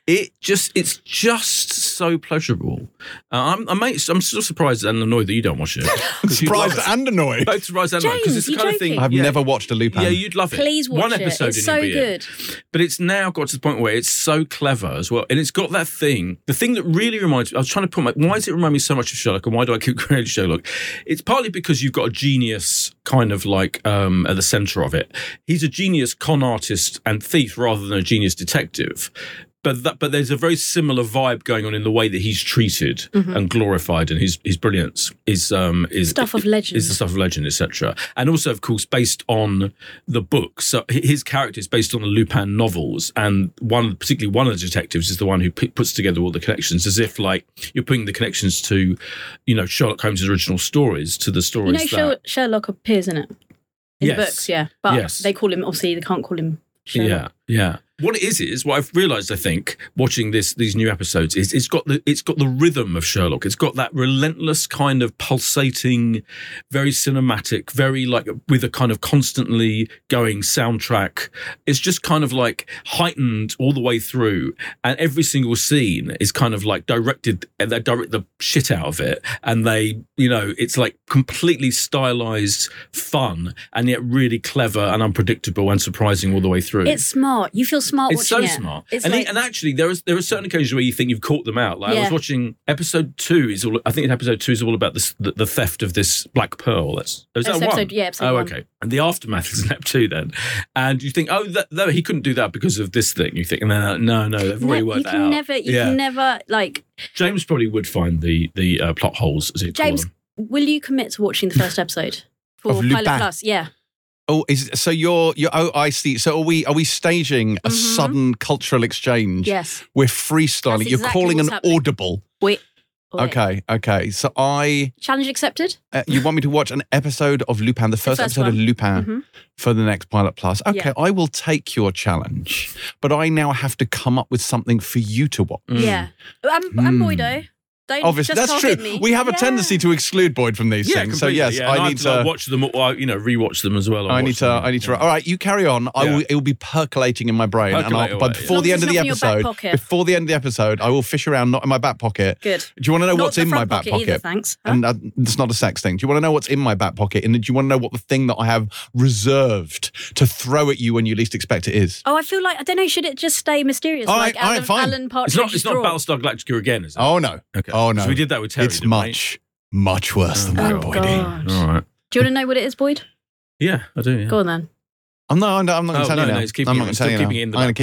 Speaker 3: it just it's just so pleasurable. Uh, I'm I'm, I'm still surprised and annoyed that you don't watch it. 'Cause you'd love
Speaker 1: Surprised
Speaker 3: it.
Speaker 1: and annoyed.
Speaker 3: both surprised and annoyed because
Speaker 2: James,
Speaker 3: it's the
Speaker 2: you're
Speaker 3: kind of thing
Speaker 2: joking.
Speaker 1: I've
Speaker 3: yeah,
Speaker 1: never watched a Lupin.
Speaker 3: Yeah, you'd love it.
Speaker 2: Please watch
Speaker 3: One
Speaker 2: it.
Speaker 3: episode
Speaker 2: It's
Speaker 3: and
Speaker 2: so
Speaker 3: you'd be in.
Speaker 2: good.
Speaker 3: But it's now got to the point where it's so clever as well. And it's got that thing, the thing that really reminds me, I was trying to put my, why does it remind me so much of Sherlock and why do I keep going to Sherlock? It's partly because you've got a genius kind of like um, at the center of it. He's a genius con artist and thief rather than a genius detective. But, that, but there's a very similar vibe going on in the way that he's treated and glorified, and his his brilliance is um is
Speaker 2: Stuff of legend.
Speaker 3: is the stuff of legend, etc. And also, of course, based on the book. So h- his character is based on the Lupin novels, and one, particularly one of the detectives, is the one who p- puts together all the connections, as if like you're putting the connections to, you know, Sherlock Holmes' original stories to the
Speaker 2: You
Speaker 3: stories
Speaker 2: know,
Speaker 3: that.
Speaker 2: Sher- Sherlock appears in it in
Speaker 3: Yes.
Speaker 2: the books, yeah. But
Speaker 3: Yes.
Speaker 2: they call him obviously they can't call him Sherlock.
Speaker 3: Yeah, yeah. What it is is what I've realised. I think watching this these new episodes is it's got the it's got the rhythm of Sherlock. It's got that relentless kind of pulsating, very cinematic, very like with a kind of constantly going soundtrack. It's just kind of like heightened all the way through, and every single scene is kind of like directed. and They direct the shit out of it, and they you know it's like completely stylized fun and yet really clever and unpredictable and surprising all the way through.
Speaker 2: It's smart. You feel smart
Speaker 3: It's so
Speaker 2: watching it.
Speaker 3: smart.
Speaker 2: It's
Speaker 3: and,
Speaker 2: like,
Speaker 3: it- and actually, there is there are certain occasions where you think you've caught them out. Like I
Speaker 2: Yeah.
Speaker 3: was watching episode two is all. I think episode two is all about this, the the theft of this black pearl. That's is that
Speaker 2: That's episode-
Speaker 3: one?
Speaker 2: yeah, episode
Speaker 3: oh,
Speaker 2: one.
Speaker 3: okay. And the aftermath is in ep two then, and you think, oh, that, no, he couldn't do that because of this thing. You think, no, no, no, they've already
Speaker 2: ne-
Speaker 3: worked
Speaker 2: you
Speaker 3: that
Speaker 2: can
Speaker 3: out.
Speaker 2: never, you
Speaker 3: yeah,
Speaker 2: can never like
Speaker 3: James probably would find the the uh, plot holes as it
Speaker 2: James. Will you commit to watching the first episode for
Speaker 1: Of
Speaker 2: Pilot
Speaker 1: Lupin.
Speaker 2: Plus? Yeah,
Speaker 1: Oh, is so you're you're oh I see. So are we are we staging a
Speaker 2: Mhm.
Speaker 1: sudden cultural exchange?
Speaker 2: yes.
Speaker 1: We're freestyling.
Speaker 2: That's
Speaker 1: you're
Speaker 2: exactly
Speaker 1: calling an
Speaker 2: what's happening.
Speaker 1: audible.
Speaker 2: Wait. wait.
Speaker 1: Okay, okay. So I
Speaker 2: Challenge accepted.
Speaker 1: uh, you want me to watch an episode of Lupin, the first,
Speaker 2: first
Speaker 1: episode of
Speaker 2: one.
Speaker 1: Lupin
Speaker 3: Mm-hmm.
Speaker 2: Mhm.
Speaker 1: for the next Pilot Plus. Okay,
Speaker 2: Yeah.
Speaker 1: I will take your challenge, but I now have to come up with something for you to watch.
Speaker 3: Mm.
Speaker 2: Yeah, I'm, I'm
Speaker 1: Hmm.
Speaker 2: Boydo. Don't
Speaker 1: Obviously,
Speaker 2: just
Speaker 1: that's
Speaker 2: can't
Speaker 1: true.
Speaker 2: hit Me.
Speaker 1: We have a
Speaker 2: Yeah.
Speaker 1: tendency to exclude Boyd from these things. So
Speaker 3: completely,
Speaker 1: yes,
Speaker 3: yeah. And
Speaker 1: I
Speaker 3: have
Speaker 1: need
Speaker 3: like,
Speaker 1: to.
Speaker 3: watch them. Or, you know, rewatch them as well. or
Speaker 1: I need
Speaker 3: watch
Speaker 1: to.
Speaker 3: them.
Speaker 1: I need to.
Speaker 3: Yeah.
Speaker 1: All right, you carry on. I
Speaker 3: Yeah.
Speaker 1: will. It will be percolating in my brain, and
Speaker 3: Percolate
Speaker 1: I'll, but
Speaker 3: away, yeah.
Speaker 1: before
Speaker 2: As
Speaker 1: the
Speaker 2: long
Speaker 1: end
Speaker 2: as
Speaker 1: of the
Speaker 2: it's not in your back
Speaker 1: episode,
Speaker 2: pocket.
Speaker 1: before the end of the episode, I will fish around, not in my back pocket.
Speaker 2: Good.
Speaker 1: Do you want to know
Speaker 2: Not
Speaker 1: what's
Speaker 2: the
Speaker 1: in my
Speaker 2: front
Speaker 1: back pocket? Um,
Speaker 2: Either, thanks. Huh?
Speaker 1: And that, it's not a sex thing. Do you want to know what's in my back pocket? And do you want to know what the thing that I have reserved to throw at you when you least expect it is?
Speaker 2: Oh, I feel like I don't know. Should it just stay mysterious?
Speaker 1: All
Speaker 2: like
Speaker 1: right, all right,
Speaker 2: Alan,
Speaker 1: fine.
Speaker 2: Alan Partridge.
Speaker 3: It's not. It's not
Speaker 2: drawer?
Speaker 3: Battlestar Galactica again, is it?
Speaker 1: Oh no!
Speaker 3: okay.
Speaker 1: Oh no!
Speaker 3: So we did that with Terry.
Speaker 1: it's
Speaker 3: didn't we?
Speaker 1: much, much worse than that,
Speaker 2: Oh,
Speaker 1: Boydie.
Speaker 2: God.
Speaker 3: All right.
Speaker 2: Do you want to know what it is, Boyd?
Speaker 3: Yeah, I do. Yeah.
Speaker 2: Go on then.
Speaker 1: I'm not. I'm not, I'm not going
Speaker 3: Oh,
Speaker 1: to tell
Speaker 3: no,
Speaker 1: you
Speaker 3: no,
Speaker 1: now.
Speaker 3: it's keeping
Speaker 1: I'm
Speaker 3: it-
Speaker 1: not going
Speaker 3: it's
Speaker 1: to tell
Speaker 3: still
Speaker 1: you now.
Speaker 3: keeping it in the
Speaker 1: I'm going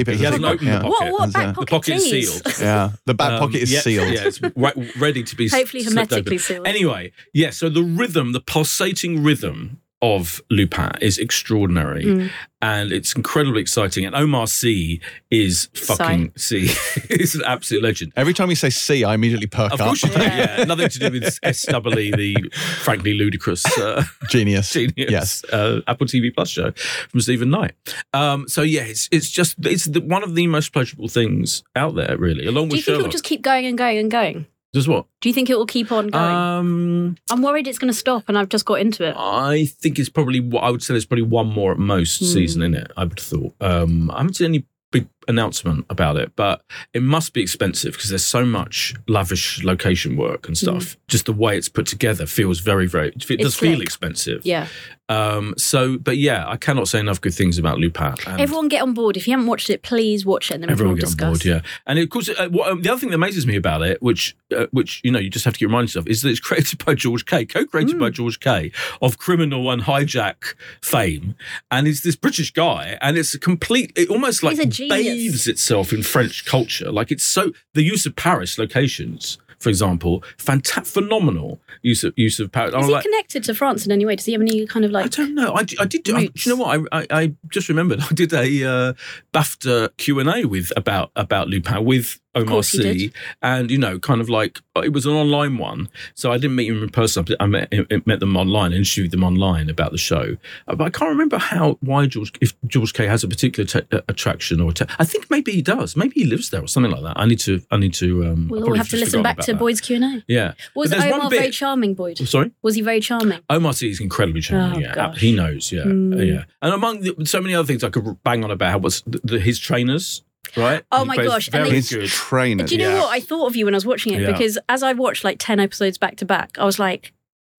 Speaker 1: to
Speaker 3: back
Speaker 1: keep it.
Speaker 3: pocket.
Speaker 1: as
Speaker 3: He
Speaker 1: a secret, yeah. That's it.
Speaker 2: What? What back pocket?
Speaker 3: hasn't opened the box. The pocket
Speaker 2: please?
Speaker 3: is sealed.
Speaker 1: Yeah, the back
Speaker 3: Um,
Speaker 1: pocket is
Speaker 3: yeah,
Speaker 1: sealed.
Speaker 3: Yeah, it's right, ready to be s-
Speaker 2: Hopefully
Speaker 3: slipped
Speaker 2: hermetically
Speaker 3: open.
Speaker 2: sealed.
Speaker 3: Anyway, yeah. So the rhythm, the pulsating rhythm of Lupin is extraordinary,
Speaker 2: Mm.
Speaker 3: and it's incredibly exciting. And Omar Sy is fucking C. He's an absolute legend.
Speaker 1: Every time you say "see," I immediately perk
Speaker 3: Of
Speaker 1: up.
Speaker 3: course, you do.
Speaker 2: Yeah.
Speaker 3: Yeah, nothing to do with SWE, the frankly ludicrous. Uh,
Speaker 1: Genius.
Speaker 3: genius
Speaker 1: Yes.
Speaker 3: uh, Apple TV Plus show from Stephen Knight. Um, so yeah, it's it's just it's the, one of the most pleasurable things out there, really. Along
Speaker 2: Do
Speaker 3: with
Speaker 2: you think
Speaker 3: Sherlock,
Speaker 2: it'll just keep going and going and going?
Speaker 3: Does what?
Speaker 2: Do you think it will keep on going?
Speaker 3: Um,
Speaker 2: I'm worried it's going to stop, and I've just got into it.
Speaker 3: I think it's probably what I would say. There's probably one more at most
Speaker 2: Hmm.
Speaker 3: season in it. I would have thought. Um, I haven't seen any big announcement about it, but it must be expensive because there's so much lavish location work
Speaker 2: Hmm.
Speaker 3: and stuff. Just the way it's put together feels very, very. It does feel
Speaker 2: slick.
Speaker 3: expensive.
Speaker 2: Yeah.
Speaker 3: Um. So, but yeah, I cannot say enough good things about Lupin. and-
Speaker 2: Everyone get on board. If you haven't watched it, please watch it, and then we can all
Speaker 3: Everyone get on
Speaker 2: discuss.
Speaker 3: board, yeah. And of course, uh, what, um, the other thing that amazes me about it, which uh, which you know you just have to get reminded of, is that it's created by George Kay, co-created by George Kay of criminal and hijack fame, and he's this British guy, and it's a complete. It almost like
Speaker 2: a genius.
Speaker 3: bathes itself in French culture. Like it's so the use of Paris locations. For example, fanta- phenomenal use of use of Paris.
Speaker 2: Is
Speaker 3: I'm
Speaker 2: he
Speaker 3: like,
Speaker 2: connected to France in any way? Does he have any kind of
Speaker 3: I
Speaker 2: like?
Speaker 3: don't know. I, d- I did do. I, do
Speaker 2: Roots.
Speaker 3: you know what? I, I, I just remembered. I did a uh, BAFTA Q and A with about about Lupin with Omar
Speaker 2: course you
Speaker 3: Sy,
Speaker 2: did.
Speaker 3: and you know, kind of like oh, it was an online one, so I didn't meet him in person. I met I met them online, interviewed them online about the show, Uh, but I can't remember how why George if George K has a particular t- uh, attraction or ta- I think maybe he does. Maybe he lives there or something like that. I need to I need to. Um, I
Speaker 2: We'll all
Speaker 3: probably
Speaker 2: have to
Speaker 3: just
Speaker 2: listen
Speaker 3: forgotten
Speaker 2: back
Speaker 3: about
Speaker 2: to
Speaker 3: that.
Speaker 2: Boyd's Q and A.
Speaker 3: Yeah,
Speaker 2: Was
Speaker 3: But there's one
Speaker 2: Omar
Speaker 3: bit-
Speaker 2: very charming, Boyd?
Speaker 3: sorry.
Speaker 2: Was he very charming?
Speaker 3: Omar Sy is incredibly charming.
Speaker 2: Oh,
Speaker 3: yeah,
Speaker 2: gosh.
Speaker 3: he knows. Yeah,
Speaker 2: Mm.
Speaker 3: yeah. And among the, so many other things I could bang on about was the, the, his trainers, right?
Speaker 2: Oh
Speaker 3: He
Speaker 2: my
Speaker 3: plays
Speaker 2: gosh, and
Speaker 3: very
Speaker 2: they-
Speaker 1: His
Speaker 3: good.
Speaker 1: trainer.
Speaker 2: Do you know
Speaker 3: Yeah.
Speaker 2: what? I thought of you when I was watching it
Speaker 3: Yeah.
Speaker 2: because as I watched like 10 episodes back to back, I was like,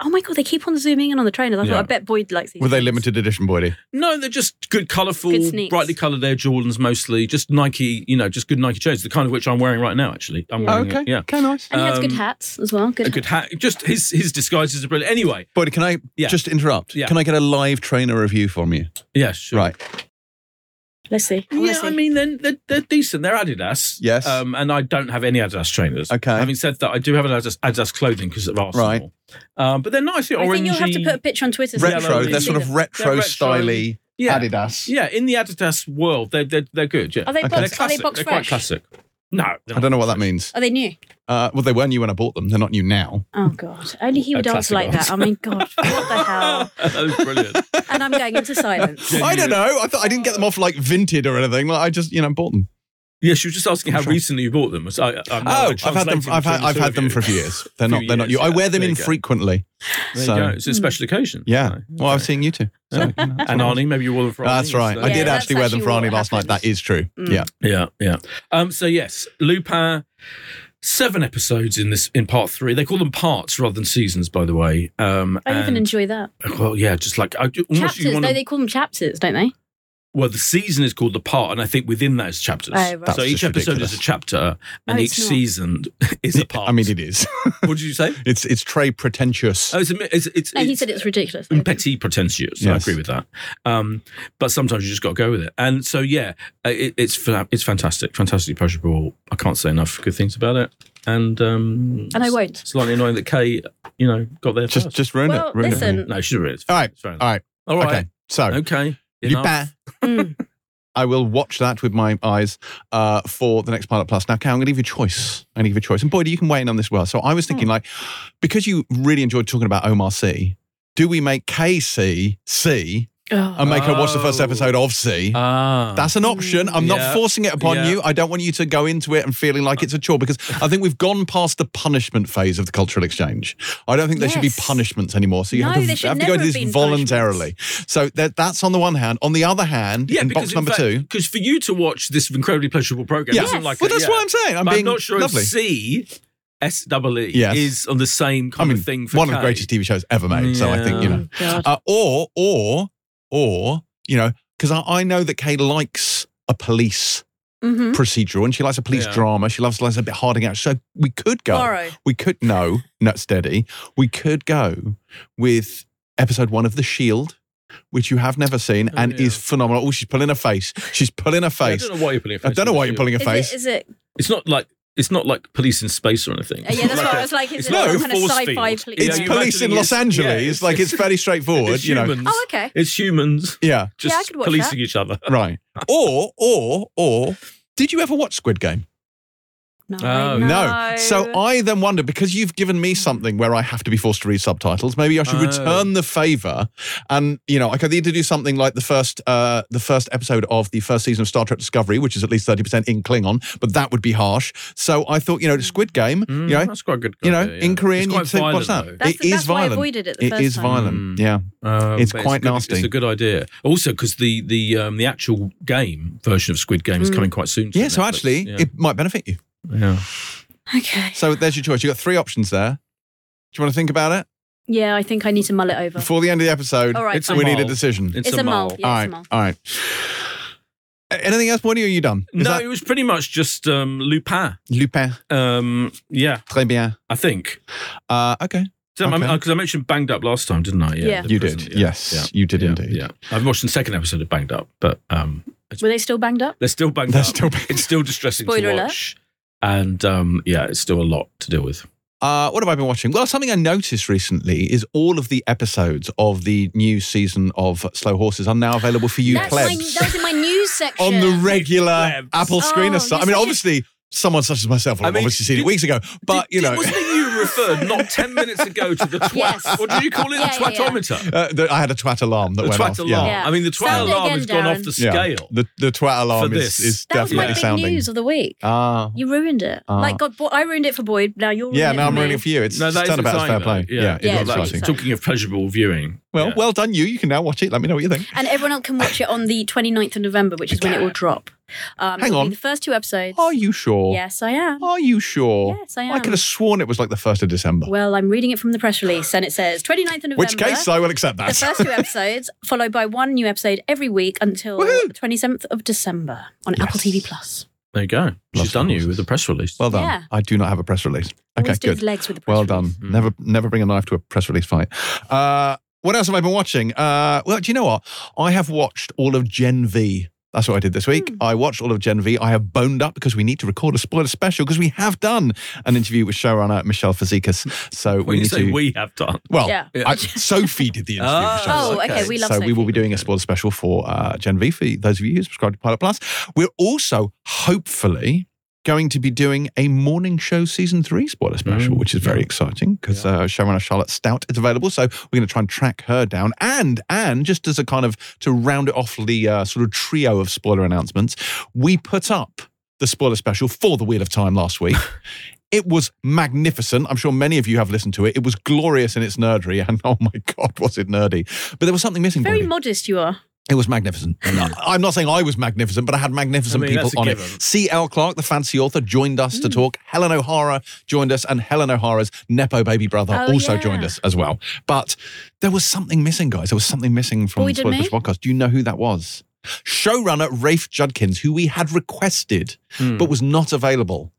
Speaker 2: oh my God, they keep on zooming in on the trainers. I
Speaker 3: Yeah.
Speaker 2: thought, I bet Boyd likes these.
Speaker 1: Were they
Speaker 2: things.
Speaker 1: limited edition, Boydie?
Speaker 3: No, they're just good, colourful,
Speaker 2: Good sneaks.
Speaker 3: brightly coloured Air Jordans mostly. Just Nike, you know, just good Nike trainers, the kind of which I'm wearing right now. Actually, I'm wearing. it, yeah.
Speaker 1: Okay, nice.
Speaker 2: And he has good
Speaker 3: Um,
Speaker 2: hats as well. Good,
Speaker 3: A good hat. Just his his disguises are brilliant. Anyway,
Speaker 1: Boydie, can I
Speaker 3: Yeah.
Speaker 1: just interrupt?
Speaker 3: Yeah.
Speaker 1: Can I get a live trainer review from you?
Speaker 3: yeah, sure.
Speaker 1: Right.
Speaker 2: hat. Let's see. I wanna
Speaker 3: Yeah,
Speaker 2: see.
Speaker 3: I mean, then they're, they're decent. They're Adidas.
Speaker 1: Yes.
Speaker 3: Um, and I don't have any Adidas trainers.
Speaker 1: Okay.
Speaker 3: Having said that, I do have an Adidas, Adidas clothing because of Arsenal.
Speaker 1: Right.
Speaker 3: Um, but they're nice.
Speaker 2: I
Speaker 3: Orangey.
Speaker 2: think you'll have to put a picture on Twitter. so
Speaker 3: Yellow,
Speaker 1: retro.
Speaker 2: people
Speaker 1: They're
Speaker 2: can
Speaker 1: sort
Speaker 2: see
Speaker 1: of
Speaker 2: them.
Speaker 1: retro
Speaker 3: retro.
Speaker 1: styly
Speaker 3: yeah.
Speaker 1: Adidas.
Speaker 3: Yeah, in the Adidas world, they're they're, they're good. Yeah,
Speaker 2: Are they
Speaker 1: Okay.
Speaker 2: box,
Speaker 3: they're
Speaker 2: are they
Speaker 3: classic.
Speaker 2: box
Speaker 3: they're quite
Speaker 2: fresh?
Speaker 3: classic. No,
Speaker 1: I don't know what that means.
Speaker 2: Are they new?
Speaker 1: Uh, well, they were new when I bought them. They're not new now.
Speaker 2: Oh God! Only he would
Speaker 3: A
Speaker 2: answer like
Speaker 3: classic
Speaker 2: that. I mean, God, what the hell?
Speaker 3: that was brilliant.
Speaker 2: And I'm going into silence.
Speaker 1: I don't know. I thought I didn't get them off like vinted or anything. Like I just, you know, bought them.
Speaker 3: Yeah, she was just asking how
Speaker 1: Sure.
Speaker 3: recently you bought them. So I, I'm now
Speaker 1: Oh, I've had them.
Speaker 3: translating
Speaker 1: I've had,
Speaker 3: between the
Speaker 1: I've
Speaker 3: two
Speaker 1: had
Speaker 3: of
Speaker 1: them
Speaker 3: you.
Speaker 1: for a few years. They're not.
Speaker 3: Few
Speaker 1: They're not
Speaker 3: years,
Speaker 1: new. I
Speaker 3: yeah.
Speaker 1: wear them
Speaker 3: There you go.
Speaker 1: infrequently.
Speaker 3: There
Speaker 1: So-
Speaker 3: you go. It's a special occasion.
Speaker 1: Yeah.
Speaker 3: Okay.
Speaker 1: Well, I was seeing you two. So, you know, that's
Speaker 3: and
Speaker 1: what I was-
Speaker 3: Arnie, maybe you wore them for.
Speaker 1: That's
Speaker 3: Arnie,
Speaker 1: right.
Speaker 3: so-
Speaker 1: I did
Speaker 2: Yeah,
Speaker 1: actually
Speaker 2: that's
Speaker 1: wear them for
Speaker 2: actually
Speaker 1: Arnie
Speaker 2: what
Speaker 1: last night. That
Speaker 2: happened.
Speaker 1: is true.
Speaker 2: Mm.
Speaker 1: Yeah.
Speaker 3: Yeah, yeah. Um, so yes, Lupin. Seven episodes in this in part three. They call them parts rather than seasons, by the way. Um,
Speaker 2: I even
Speaker 3: and-
Speaker 2: enjoy that.
Speaker 3: well, yeah, just like I, almost
Speaker 2: Chapters,
Speaker 3: you
Speaker 2: though
Speaker 3: want to.
Speaker 2: they call them chapters, don't they?
Speaker 3: well, the season is called the part, and I think within that is chapters.
Speaker 2: Oh, right. That's
Speaker 3: So each
Speaker 1: just
Speaker 3: episode
Speaker 1: ridiculous.
Speaker 3: is a chapter, and
Speaker 2: No,
Speaker 3: each
Speaker 2: it's not.
Speaker 3: season is a part.
Speaker 1: I mean, it is.
Speaker 3: what did you say?
Speaker 1: It's it's Trey pretentious.
Speaker 3: Oh, it's, a mi- it's, it's,
Speaker 2: No, he
Speaker 3: it's-
Speaker 2: said it's ridiculous.
Speaker 3: and petty pretentious. I
Speaker 1: Yes.
Speaker 3: agree with that. Um, but sometimes you just got to go with it. And so yeah, uh, it, it's fa- it's fantastic, fantastically pleasurable. I can't say enough good things about it. And um,
Speaker 2: And I won't.
Speaker 3: It's slightly annoying that Kay, you know, got there
Speaker 1: Just
Speaker 3: first.
Speaker 1: just ruin
Speaker 2: Well,
Speaker 1: it. Ruin
Speaker 2: listen.
Speaker 1: it.
Speaker 3: no, she's really.
Speaker 1: All right.
Speaker 3: It's fair enough.
Speaker 1: All right.
Speaker 3: All right.
Speaker 1: Okay. So
Speaker 3: Okay. Enough.
Speaker 1: Lupin.
Speaker 2: Mm.
Speaker 1: I will watch that with my eyes uh, for the next Pilot Plus. Now, Cal, I'm going to give you a choice. I'm going to give you a choice. And Boyd, you can weigh in on this as well. So I was thinking,
Speaker 2: Hmm.
Speaker 1: like, because you really enjoyed talking about Omar C, do we make KC C
Speaker 2: Oh.
Speaker 1: and make her watch the first
Speaker 3: Oh.
Speaker 1: episode of
Speaker 2: Uh-huh.
Speaker 1: C?
Speaker 3: Ah.
Speaker 1: That's an option. I'm
Speaker 3: Yeah.
Speaker 1: not forcing it upon
Speaker 3: Yeah.
Speaker 1: you. I don't want you to go into it and feeling like it's a chore because I think we've gone past the punishment phase of the cultural exchange. I don't think there should be
Speaker 2: Yes.
Speaker 1: punishments anymore. So you
Speaker 2: No,
Speaker 1: have
Speaker 2: there
Speaker 1: to,
Speaker 2: should
Speaker 1: have to go
Speaker 2: never
Speaker 1: to
Speaker 2: have
Speaker 1: this
Speaker 2: been
Speaker 1: voluntarily. So that, that's on the one hand. On the other hand,
Speaker 3: yeah,
Speaker 1: in
Speaker 3: because
Speaker 1: box number two.
Speaker 3: because for you to watch this incredibly pleasurable program,
Speaker 1: Yeah.
Speaker 3: isn't
Speaker 2: Yes.
Speaker 3: like
Speaker 1: Well,
Speaker 3: a-
Speaker 1: that's
Speaker 3: yeah.
Speaker 1: what I'm saying. I'm
Speaker 3: But
Speaker 1: being
Speaker 3: not sure
Speaker 1: lovely.
Speaker 3: if C S double E
Speaker 1: Yes.
Speaker 3: is on the same
Speaker 1: I
Speaker 3: kind
Speaker 1: mean,
Speaker 3: of thing for
Speaker 1: one of the
Speaker 3: Kay.
Speaker 1: greatest TV shows ever made. So I think you know,
Speaker 2: Oh, God.
Speaker 1: uh, or or or you know, because I, I know that Kay likes a police
Speaker 2: Mhm.
Speaker 1: procedural and she likes a police
Speaker 3: Yeah.
Speaker 1: drama. She loves loves a bit harding out. So we could go.
Speaker 2: Borrow.
Speaker 1: We could no, not steady. We could go with episode one of The Shield. Which you have never seen
Speaker 3: Oh,
Speaker 1: and
Speaker 3: yeah.
Speaker 1: is phenomenal. Oh, she's pulling a face. She's pulling a face.
Speaker 3: I don't know why you're pulling. a
Speaker 1: I don't know
Speaker 3: face,
Speaker 1: why
Speaker 3: do
Speaker 1: you're
Speaker 3: you?
Speaker 1: pulling a
Speaker 2: Is
Speaker 1: face.
Speaker 2: it? Is it?
Speaker 3: It's not like it's not like police in space or anything.
Speaker 2: Uh, yeah, that's
Speaker 3: Like
Speaker 2: what
Speaker 3: a-
Speaker 2: I was like. Is
Speaker 3: it's
Speaker 2: it
Speaker 1: not
Speaker 2: like
Speaker 1: a
Speaker 2: kind of
Speaker 3: force
Speaker 2: sci-fi?
Speaker 3: field.
Speaker 2: poli-
Speaker 1: it's
Speaker 3: Yeah, you
Speaker 1: police
Speaker 3: imagine
Speaker 1: in
Speaker 3: it
Speaker 1: Los
Speaker 3: is- yeah,
Speaker 1: Angeles.
Speaker 3: it's-
Speaker 1: like it's fairly straightforward,
Speaker 3: it's
Speaker 1: you know.
Speaker 3: humans.
Speaker 2: Oh, okay.
Speaker 3: It's humans
Speaker 1: Yeah.
Speaker 3: just
Speaker 2: I could watch
Speaker 3: policing each other.
Speaker 1: Right. Or, or, or, did you ever watch Squid Game?
Speaker 2: No,
Speaker 3: Oh.
Speaker 2: no.
Speaker 1: So I then wonder because you've given me something where I have to be forced to read subtitles. Maybe I should
Speaker 3: Oh.
Speaker 1: return the favor, and you know I could either do something like the first, uh, the first episode of the first season of Star Trek Discovery, which is at least thirty percent in Klingon, but that would be harsh. So I thought, you know, Squid Game,
Speaker 3: Mm,
Speaker 1: you know,
Speaker 3: that's quite a good.
Speaker 1: you know,
Speaker 3: idea, yeah.
Speaker 1: in Korean,
Speaker 3: It's
Speaker 1: you
Speaker 3: quite
Speaker 1: think,
Speaker 3: violent,
Speaker 1: what's that?
Speaker 3: though.
Speaker 2: That's,
Speaker 1: it is
Speaker 2: that's why I
Speaker 1: violent.
Speaker 2: avoided it the
Speaker 1: It
Speaker 2: first
Speaker 1: is
Speaker 2: time.
Speaker 1: violent.
Speaker 3: Mm.
Speaker 1: Yeah.
Speaker 3: Um,
Speaker 1: It's
Speaker 3: but
Speaker 1: quite
Speaker 3: a good-
Speaker 1: nasty.
Speaker 3: It's a good idea. Also, because the the um, the actual game version of Squid Game is
Speaker 2: Mm.
Speaker 3: coming quite soon. to
Speaker 1: Yeah. So
Speaker 3: Netflix.
Speaker 1: actually,
Speaker 3: yeah.
Speaker 1: it might benefit you.
Speaker 3: yeah.
Speaker 2: Okay.
Speaker 1: So there's your choice. You have got three options there. Do you want to think about it
Speaker 2: Yeah, I think I need to mull it over.
Speaker 1: before the end of the episode?
Speaker 2: All right.
Speaker 3: It's a
Speaker 2: fine.
Speaker 1: we need a
Speaker 3: mole.
Speaker 1: decision.
Speaker 3: it's,
Speaker 2: It's a mole. Yeah,
Speaker 1: all
Speaker 2: it's
Speaker 1: right,
Speaker 2: a mole.
Speaker 1: all right. A- Anything else, Bonnie? Or are you done? Is
Speaker 3: No,
Speaker 1: that
Speaker 3: it was pretty much just um, Lupin.
Speaker 1: Lupin,
Speaker 3: Um, yeah,
Speaker 1: très bien.
Speaker 3: I think.
Speaker 1: Uh, okay,
Speaker 3: Because I,
Speaker 1: Okay.
Speaker 3: mean, 'cause I mentioned Banged Up last time, didn't I?
Speaker 2: Yeah.
Speaker 3: the
Speaker 1: you
Speaker 3: prison,
Speaker 1: did.
Speaker 3: yeah.
Speaker 1: Yes,
Speaker 3: Yeah.
Speaker 1: you did
Speaker 3: Yeah,
Speaker 1: indeed.
Speaker 3: Yeah, I've watched the second episode of Banged Up, but um,
Speaker 2: Were they still banged up?
Speaker 3: they're still banged
Speaker 1: They're
Speaker 3: up.
Speaker 1: still banged
Speaker 3: it's still distressing
Speaker 2: Spoiler
Speaker 3: to
Speaker 2: alert.
Speaker 3: watch, and um, yeah, it's still a lot to deal with.
Speaker 1: Uh, what have I been watching? Well, something I noticed recently is all of the episodes of the new season of Slow Horses are now available for you
Speaker 2: That's my,
Speaker 1: plebs
Speaker 2: that was in my news section.
Speaker 1: on the regular
Speaker 3: Plebs.
Speaker 1: Apple screener
Speaker 2: Oh,
Speaker 1: site. I
Speaker 2: you're
Speaker 1: mean,
Speaker 2: such a-
Speaker 1: obviously, someone such as myself will
Speaker 3: I
Speaker 1: have
Speaker 3: mean,
Speaker 1: obviously seen it
Speaker 3: did-
Speaker 1: weeks ago, but
Speaker 3: Did-
Speaker 1: you
Speaker 3: did-
Speaker 1: know.
Speaker 3: wasn't it you referred not ten minutes ago to the twat?
Speaker 2: Yes.
Speaker 3: What do you call it?
Speaker 2: Yeah,
Speaker 3: the
Speaker 2: yeah, yeah.
Speaker 3: twatometer.
Speaker 1: Uh, the- I had a twat alarm that
Speaker 3: The
Speaker 1: went
Speaker 3: twat
Speaker 1: off.
Speaker 3: alarm.
Speaker 1: Yeah.
Speaker 2: Yeah.
Speaker 3: I mean, the twat
Speaker 2: Sound it
Speaker 3: alarm
Speaker 2: again,
Speaker 3: has gone
Speaker 2: Darren.
Speaker 3: off the
Speaker 1: Yeah.
Speaker 3: scale.
Speaker 1: The, the twat alarm
Speaker 3: For
Speaker 1: is,
Speaker 3: this.
Speaker 1: is
Speaker 2: that was
Speaker 1: definitely
Speaker 2: my big
Speaker 1: sounding.
Speaker 2: news of the week.
Speaker 1: Ah.
Speaker 2: you ruined it.
Speaker 1: Ah.
Speaker 2: like, God, Bo- I ruined it for Boyd. Now you're
Speaker 1: Yeah,
Speaker 2: ruining
Speaker 1: now
Speaker 2: it
Speaker 1: I'm
Speaker 2: for me.
Speaker 1: ruining it for you. It's
Speaker 3: No,
Speaker 1: no,
Speaker 3: that is
Speaker 1: done about as fair
Speaker 3: exciting,
Speaker 1: play. Yeah,
Speaker 3: though.
Speaker 2: Yeah,
Speaker 1: it is
Speaker 2: it's
Speaker 3: that-
Speaker 2: really
Speaker 1: exciting.
Speaker 2: exciting.
Speaker 3: Talking of pleasurable viewing.
Speaker 1: Well,
Speaker 3: yeah.
Speaker 1: well done you. You can now watch it. Let me know what you think.
Speaker 2: And everyone else can watch it on the 29th of November, which is when it will drop. Um,
Speaker 1: Hang
Speaker 2: it'll be
Speaker 1: on.
Speaker 2: The first two episodes.
Speaker 1: Are you sure?
Speaker 2: Yes, I am.
Speaker 1: Are you sure?
Speaker 2: Yes, I
Speaker 1: I
Speaker 2: am.
Speaker 1: could have sworn it was like the 1st of December.
Speaker 2: Well, I'm reading it from the press release, and it says 29th of November.
Speaker 1: Which case, I will accept
Speaker 2: the
Speaker 1: that.
Speaker 2: first two episodes, followed by one new episode every week until
Speaker 1: Woohoo!
Speaker 2: the 27th of December on Apple
Speaker 1: Yes.
Speaker 2: TV Plus.
Speaker 3: There you go.
Speaker 1: Love
Speaker 3: She's done you
Speaker 1: horses.
Speaker 3: with a press release.
Speaker 1: well done.
Speaker 2: Yeah.
Speaker 1: I do not have a press release. Okay,
Speaker 2: Always do
Speaker 1: good.
Speaker 2: the legs with the press
Speaker 1: Well
Speaker 2: release.
Speaker 1: done.
Speaker 3: Mm.
Speaker 1: Never never bring a knife to a press release fight. Uh, what else have I been watching? Uh, well, do you know what? I have watched all of Gen V. That's what I did this week.
Speaker 3: Hmm.
Speaker 1: I watched all of Gen V. I have boned up because we need to record a spoiler special because we have done an interview with showrunner Michelle Fazekas. So
Speaker 3: when
Speaker 1: we
Speaker 3: you
Speaker 1: need
Speaker 3: say
Speaker 1: to.
Speaker 3: we have done.
Speaker 1: Well,
Speaker 2: Yeah.
Speaker 1: I, Sophie did the interview.
Speaker 3: Oh,
Speaker 1: for Showtime.
Speaker 2: Oh, okay. okay. We love
Speaker 1: So we will
Speaker 2: Sophie.
Speaker 1: be doing a spoiler special for uh, Gen V for those of you who subscribe to Pilot Plus. We're also hopefully going to be doing a morning show season three spoiler special, which is very exciting because uh, showrunner Charlotte Stout is available. So we're going to try and track her down. And and just as a kind of to round it off the uh, sort of trio of spoiler announcements, we put up the spoiler special for the Wheel of Time last week. It was magnificent. I'm sure many of you have listened to it. It was glorious in its nerdery, and oh my god, was it nerdy! But there was something missing.
Speaker 2: Very
Speaker 1: Boydie.
Speaker 2: modest you are.
Speaker 1: It was magnificent. And I- I'm not saying I was magnificent, but I had magnificent
Speaker 3: I mean,
Speaker 1: people
Speaker 3: that's a
Speaker 1: on it.
Speaker 3: given.
Speaker 1: C.L. Clark, the fancy author, joined us to talk. Helen O'Hara joined us, and Helen O'Hara's Nepo baby brother
Speaker 2: Oh,
Speaker 1: also
Speaker 2: yeah.
Speaker 1: joined us as well. But there was something missing, guys. There was something missing from
Speaker 2: Boyd
Speaker 1: the
Speaker 2: and
Speaker 1: Spoilers
Speaker 2: me?
Speaker 1: podcast. Do you know who that was? Showrunner Rafe Judkins, who we had requested
Speaker 3: Hmm.
Speaker 1: but was not available,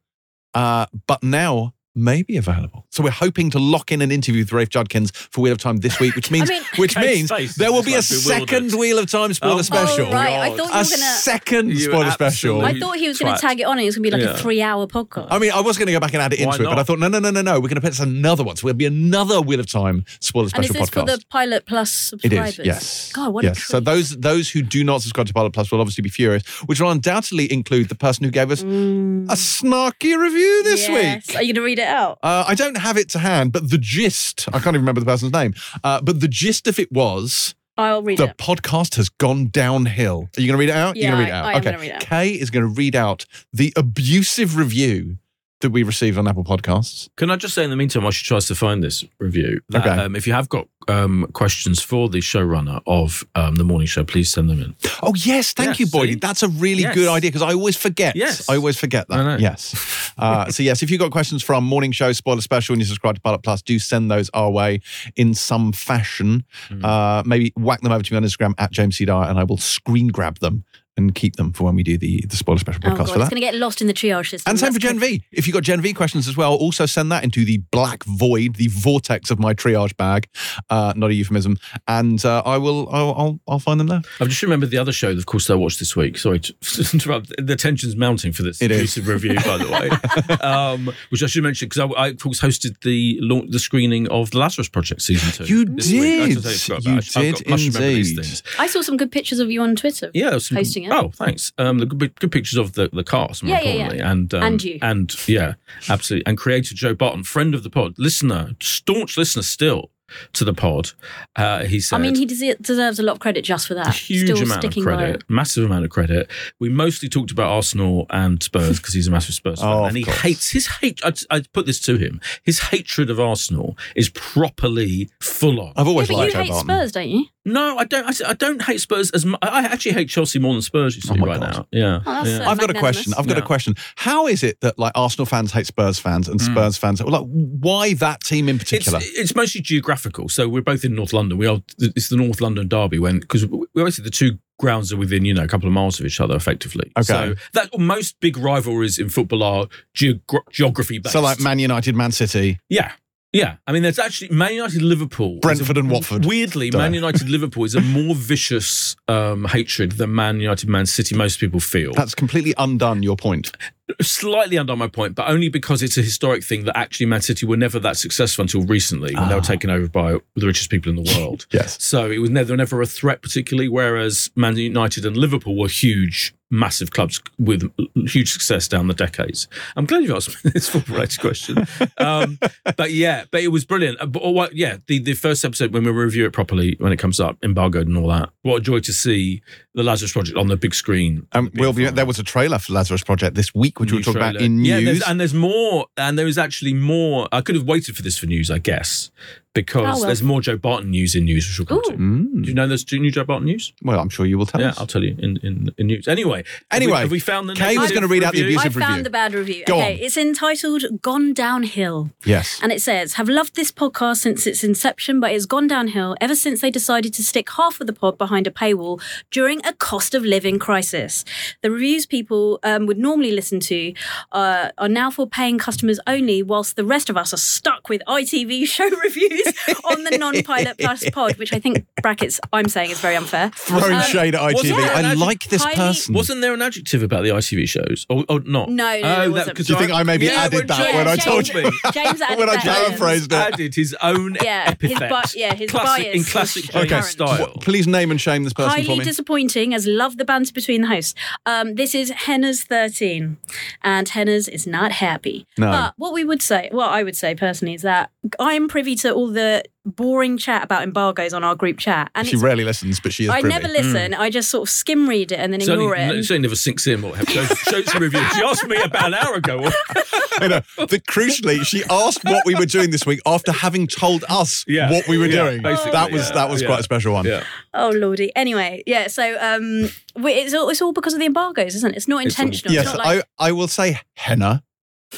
Speaker 1: uh, but now may be available. So we're hoping to lock in an interview with Rafe Judkins for Wheel of Time this week, which means
Speaker 2: mean-
Speaker 1: which
Speaker 3: Kate's
Speaker 1: means
Speaker 3: face is
Speaker 1: there will
Speaker 3: just
Speaker 1: be a
Speaker 3: like bewildered.
Speaker 1: second Wheel of Time spoiler
Speaker 3: Oh,
Speaker 1: special.
Speaker 2: Oh, right. I
Speaker 3: God.
Speaker 1: A
Speaker 2: thought you were going to.
Speaker 1: second
Speaker 3: You
Speaker 1: spoiler special.
Speaker 2: I
Speaker 1: I,
Speaker 3: absolute-
Speaker 2: thought he was going
Speaker 3: twat.
Speaker 2: to tag it on. It was going to be like
Speaker 3: Yeah.
Speaker 2: a three-hour podcast.
Speaker 1: mean, I was going to go back and add it
Speaker 3: Why
Speaker 1: into it, but
Speaker 3: not?
Speaker 1: I thought, no, no, no, no, no. We're going to put another one. So it'll be another Wheel of Time spoiler
Speaker 2: and is
Speaker 1: special
Speaker 2: this
Speaker 1: podcast.
Speaker 2: for the Pilot Plus
Speaker 1: It
Speaker 2: subscribers?
Speaker 1: is, yes.
Speaker 2: God, what a
Speaker 1: yes. So
Speaker 2: treat.
Speaker 1: those those who do not subscribe to Pilot Plus will obviously be furious, which will undoubtedly include the person who gave us a snarky review this
Speaker 2: Mm. Yes.
Speaker 1: week.
Speaker 2: Are you going to read it out?
Speaker 1: Uh, I don't have it to hand, but the gist, I can't even remember the person's name, uh, but the gist of it was
Speaker 2: I'll read
Speaker 1: the
Speaker 2: it.
Speaker 1: podcast has gone downhill. Are you going to read it out? You're going to read
Speaker 2: Yeah,
Speaker 1: it out.
Speaker 2: I- I am
Speaker 1: okay.
Speaker 2: gonna read it out.
Speaker 1: Kay is going to read out the abusive review that we received on Apple Podcasts.
Speaker 3: Can I just say in the meantime, while she tries to find this review, that,
Speaker 1: Okay.
Speaker 3: um, if you have got um, questions for the showrunner of um, the morning show, please send them in.
Speaker 1: Oh, yes. Thank
Speaker 3: Yes,
Speaker 1: you, Boydie.
Speaker 3: see?
Speaker 1: That's a really
Speaker 3: Yes.
Speaker 1: good idea because I always forget.
Speaker 3: Yes.
Speaker 1: I always forget that.
Speaker 3: I know.
Speaker 1: Yes. Uh, so, yes, if you've got questions from Morning Show, Spoiler Special, and you subscribe to Pilot Plus, do send those our way in some fashion.
Speaker 3: Hmm.
Speaker 1: Uh, maybe whack them over to me on Instagram at James C. Dyer and I will screen grab them and keep them for when we do the, the Spoiler Special
Speaker 2: Oh
Speaker 1: podcast
Speaker 2: God,
Speaker 1: for
Speaker 2: it's
Speaker 1: that.
Speaker 2: going to get lost in the triage system.
Speaker 1: And same
Speaker 2: That's
Speaker 1: for Gen
Speaker 2: good.
Speaker 1: V. If you've got Gen V questions as well, also send that into the black void, the vortex of my triage bag. Uh, not a euphemism. And uh, I will, I'll, I'll, I'll find them there.
Speaker 3: I've just remembered the other show, of course, that I watched this week. Sorry to interrupt. The tension's mounting for this
Speaker 1: It is.
Speaker 3: exclusive review, by the way, um, which I should mention because I, I, of course, hosted the launch, the screening of The Lazarus Project season two.
Speaker 1: You
Speaker 3: this week. I
Speaker 1: did.
Speaker 3: totally forgot
Speaker 1: You
Speaker 3: about it. I've got-
Speaker 1: did
Speaker 3: must remember these
Speaker 1: indeed.
Speaker 3: things.
Speaker 2: I saw some good pictures of you on Twitter.
Speaker 3: Yeah, there was some,
Speaker 2: Hosting it.
Speaker 3: Oh, thanks. Um, the good, good pictures of the, the cast, more
Speaker 2: Yeah, yeah, yeah.
Speaker 3: importantly, and um,
Speaker 2: And you.
Speaker 3: and yeah, absolutely. And creator Joe Barton, friend of the pod, listener, staunch listener still to the pod. Uh, he said,
Speaker 2: I mean, he des- deserves a lot of credit just for that.
Speaker 3: a huge
Speaker 2: Still
Speaker 3: amount of
Speaker 2: sticking
Speaker 3: credit, massive amount of credit. We mostly talked about Arsenal and Spurs because he's a massive Spurs fan,
Speaker 1: Oh, of
Speaker 3: and he
Speaker 1: course.
Speaker 3: hates his hate. I, I put this to him: his hatred of Arsenal is properly full on.
Speaker 1: I've
Speaker 2: By it.
Speaker 1: always
Speaker 2: Yeah, but
Speaker 1: liked
Speaker 2: you
Speaker 1: Joe
Speaker 2: hate
Speaker 1: Barton.
Speaker 2: Spurs, don't you?
Speaker 3: no, I don't. I, I don't hate Spurs as much. I actually hate Chelsea more than Spurs. You see
Speaker 1: Oh my
Speaker 3: right
Speaker 1: God.
Speaker 3: now. Yeah.
Speaker 2: Oh, that's
Speaker 3: yeah.
Speaker 2: sad.
Speaker 1: I've got a
Speaker 2: magnanimous.
Speaker 1: question. I've got a
Speaker 3: Yeah.
Speaker 1: question. How is it that like Arsenal fans hate Spurs fans and Spurs fans like why that team in particular?
Speaker 3: Hmm. It's, it's mostly geographical. So we're both in North London. We are. It's the North London derby when because we obviously the two grounds are within you know a couple of miles of each other effectively.
Speaker 1: Okay.
Speaker 3: So that most big rivalries in football are geogra- geography based.
Speaker 1: So like Man United, Man City,
Speaker 3: yeah. Yeah, I mean, there's actually Man United Liverpool. is a-
Speaker 1: Brentford and Watford.
Speaker 3: Weirdly,
Speaker 1: Duh.
Speaker 3: Man United Liverpool is a more vicious um, hatred than Man United Man City, most people feel.
Speaker 1: That's completely undone your point.
Speaker 3: slightly under my point, but only because it's a historic thing that actually Man City were never that successful until recently when they were
Speaker 1: Ah.
Speaker 3: taken over by the richest people in the world.
Speaker 1: Yes.
Speaker 3: So it was never never a threat particularly, whereas Man United and Liverpool were huge, massive clubs with huge success down the decades. I'm glad you asked me this football-related question. Um, but yeah, but it was brilliant. Uh, But oh, what, yeah, the, the first episode when we review it properly when it comes up, embargoed and all that. What a joy to see the Lazarus Project on the big screen.
Speaker 1: Um, will be, there was a trailer for Lazarus Project this week, which we'll
Speaker 3: New
Speaker 1: talk about
Speaker 3: trailer.
Speaker 1: in
Speaker 3: Yeah,
Speaker 1: news.
Speaker 3: there's, and there's more, and there is actually more. I could have waited for this for news, I guess, because
Speaker 2: Oh, well.
Speaker 3: there's more Joe Barton news in news, which we'll come to. Do
Speaker 1: Mm.
Speaker 3: you know there's new Joe Barton news?
Speaker 1: Well, I'm sure you will tell
Speaker 3: yeah,
Speaker 1: us.
Speaker 3: I'll tell you in, in, in news. Anyway, have we-
Speaker 1: Anyway,
Speaker 3: have we, found the
Speaker 1: Kay
Speaker 3: next
Speaker 1: was gonna read out the
Speaker 3: review?
Speaker 1: abuse
Speaker 2: I
Speaker 1: abusive review.
Speaker 2: found the bad review.
Speaker 1: Go
Speaker 2: okay,
Speaker 1: on.
Speaker 2: it's entitled "Gone Downhill."
Speaker 1: yes.
Speaker 2: And it says, Have loved this podcast since its inception, but it's gone downhill ever since they decided to stick half of the pod behind a paywall during a cost of living crisis. The reviews people um, would normally listen to uh, are now for paying customers only, whilst the rest of us are stuck with ITV show reviews on the non pilot plus pod, which I think brackets I'm saying is very unfair.
Speaker 1: Throwing shade at
Speaker 3: was
Speaker 1: ITV.
Speaker 3: that an
Speaker 1: I
Speaker 3: ad-
Speaker 1: like this
Speaker 2: um, highly-
Speaker 1: person.
Speaker 3: Wasn't there an adjective about the ITV shows, or, or not?
Speaker 2: No, no, no,
Speaker 3: oh,
Speaker 2: it
Speaker 3: that,
Speaker 2: wasn't.
Speaker 3: 'cause
Speaker 1: Do you think I maybe added
Speaker 3: when
Speaker 1: that
Speaker 3: James-
Speaker 1: when I
Speaker 3: James
Speaker 1: told
Speaker 2: James,
Speaker 1: you?
Speaker 2: James added
Speaker 1: When I
Speaker 2: that
Speaker 1: paraphrased it.
Speaker 3: Added his own
Speaker 2: Yeah, his
Speaker 3: epithet.
Speaker 2: bi- yeah, his
Speaker 3: classic,
Speaker 2: bias
Speaker 3: in
Speaker 2: was
Speaker 3: classic James
Speaker 2: Okay.
Speaker 3: style.
Speaker 1: Please name and shame this person for
Speaker 2: Highly
Speaker 1: me.
Speaker 2: noting, as love the banter between the hosts, um, this is Henna's 13, and Henna's is not happy.
Speaker 1: No.
Speaker 2: But what we would say, what I would say personally, is that I'm privy to all the boring chat about embargoes on our group chat. And
Speaker 1: She
Speaker 2: it's,
Speaker 1: rarely listens, but she is
Speaker 2: I
Speaker 1: privy. Mm.
Speaker 2: never listen. I just sort of skim read it and then
Speaker 3: Certainly,
Speaker 2: ignore it.
Speaker 3: certainly never sinks in what happened. Show some review. She asked me about an hour ago.
Speaker 1: I know. The, crucially, she asked what we were doing this week after having told us
Speaker 3: Yeah.
Speaker 1: what we were
Speaker 3: Yeah,
Speaker 1: doing.
Speaker 3: basically,
Speaker 1: That was
Speaker 3: yeah,
Speaker 1: that was
Speaker 3: yeah.
Speaker 1: quite a special one.
Speaker 3: yeah.
Speaker 2: Oh lordy. Anyway, yeah. So um, we, it's all it's all because of the embargoes, isn't it? It's not
Speaker 3: It's all-
Speaker 2: intentional.
Speaker 1: Yes,
Speaker 2: it's not like,
Speaker 1: I, I will say henna,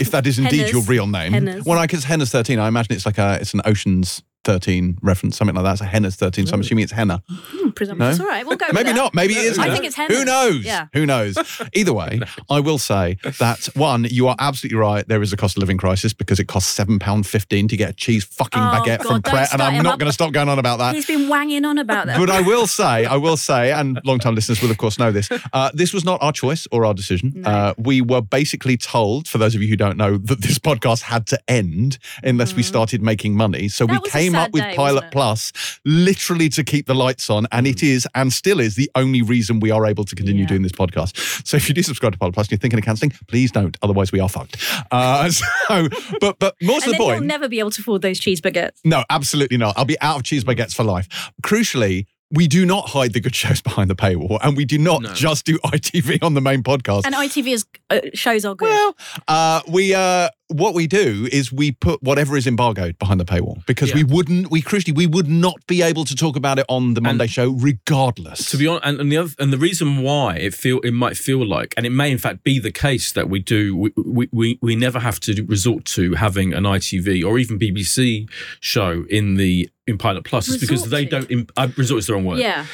Speaker 1: if that is indeed
Speaker 2: Henna's.
Speaker 1: your real name.
Speaker 2: Henna's.
Speaker 1: When I because henna's thirteen, I imagine it's like a it's an oceans thirteen reference, something like that. It's a henna's thirteen, so I'm assuming it's henna.
Speaker 2: hmm, presumptuous. All right, we'll go. with
Speaker 1: Maybe
Speaker 2: that.
Speaker 1: not. Maybe it is.
Speaker 2: I
Speaker 1: henna.
Speaker 2: think it's henna's.
Speaker 1: Who knows?
Speaker 2: Yeah.
Speaker 1: Who knows? Either way, I will say that one, you are absolutely right. There is a cost of living crisis because it costs seven pound fifteen to get a cheese fucking
Speaker 2: Oh,
Speaker 1: baguette
Speaker 2: God,
Speaker 1: from
Speaker 2: don't
Speaker 1: Pret, and
Speaker 2: start
Speaker 1: I'm
Speaker 2: him
Speaker 1: not
Speaker 2: up.
Speaker 1: going to stop going on about that.
Speaker 2: He's been wanging on about that.
Speaker 1: But I will say, I will say, and long-time listeners will of course know this. Uh, this was not our choice or our decision.
Speaker 2: No.
Speaker 1: Uh, we were basically told, for those of you who don't know, that this podcast had to end unless we started making money. So we
Speaker 2: Mm. That was a
Speaker 1: came
Speaker 2: sad
Speaker 1: up with
Speaker 2: day,
Speaker 1: Pilot
Speaker 2: wasn't it? Mm.
Speaker 1: Plus, literally to keep the lights on, and it is and still is the only reason we are able to continue
Speaker 2: Yeah.
Speaker 1: doing this podcast. So if you do subscribe to Pilot Plus and you're thinking of cancelling, please don't. Otherwise, we are fucked. Uh, so, but but more to
Speaker 2: and
Speaker 1: the
Speaker 2: then
Speaker 1: point,
Speaker 2: you'll never be able to afford those cheese baguettes.
Speaker 1: no, absolutely not. I'll be out of cheese baguettes for life. Crucially, we do not hide the good shows behind the paywall, and we do not
Speaker 3: No.
Speaker 1: just do ITV on the main podcast.
Speaker 2: And ITV is, uh, shows are good.
Speaker 1: well, uh, we uh, what we do is we put whatever is embargoed behind the paywall because we
Speaker 3: Yeah.
Speaker 1: wouldn't, we crucially, we would not be able to talk about it on the Monday show, regardless.
Speaker 3: To be honest, and, and the other, and the reason why it feel it might feel like, and it may in fact be the case that we do we we, we, we never have to resort to having an ITV or even BBC show in the in Pilot Plus is because
Speaker 2: Resort
Speaker 3: they
Speaker 2: to.
Speaker 3: don't im- uh, resort is the wrong word.
Speaker 2: yeah.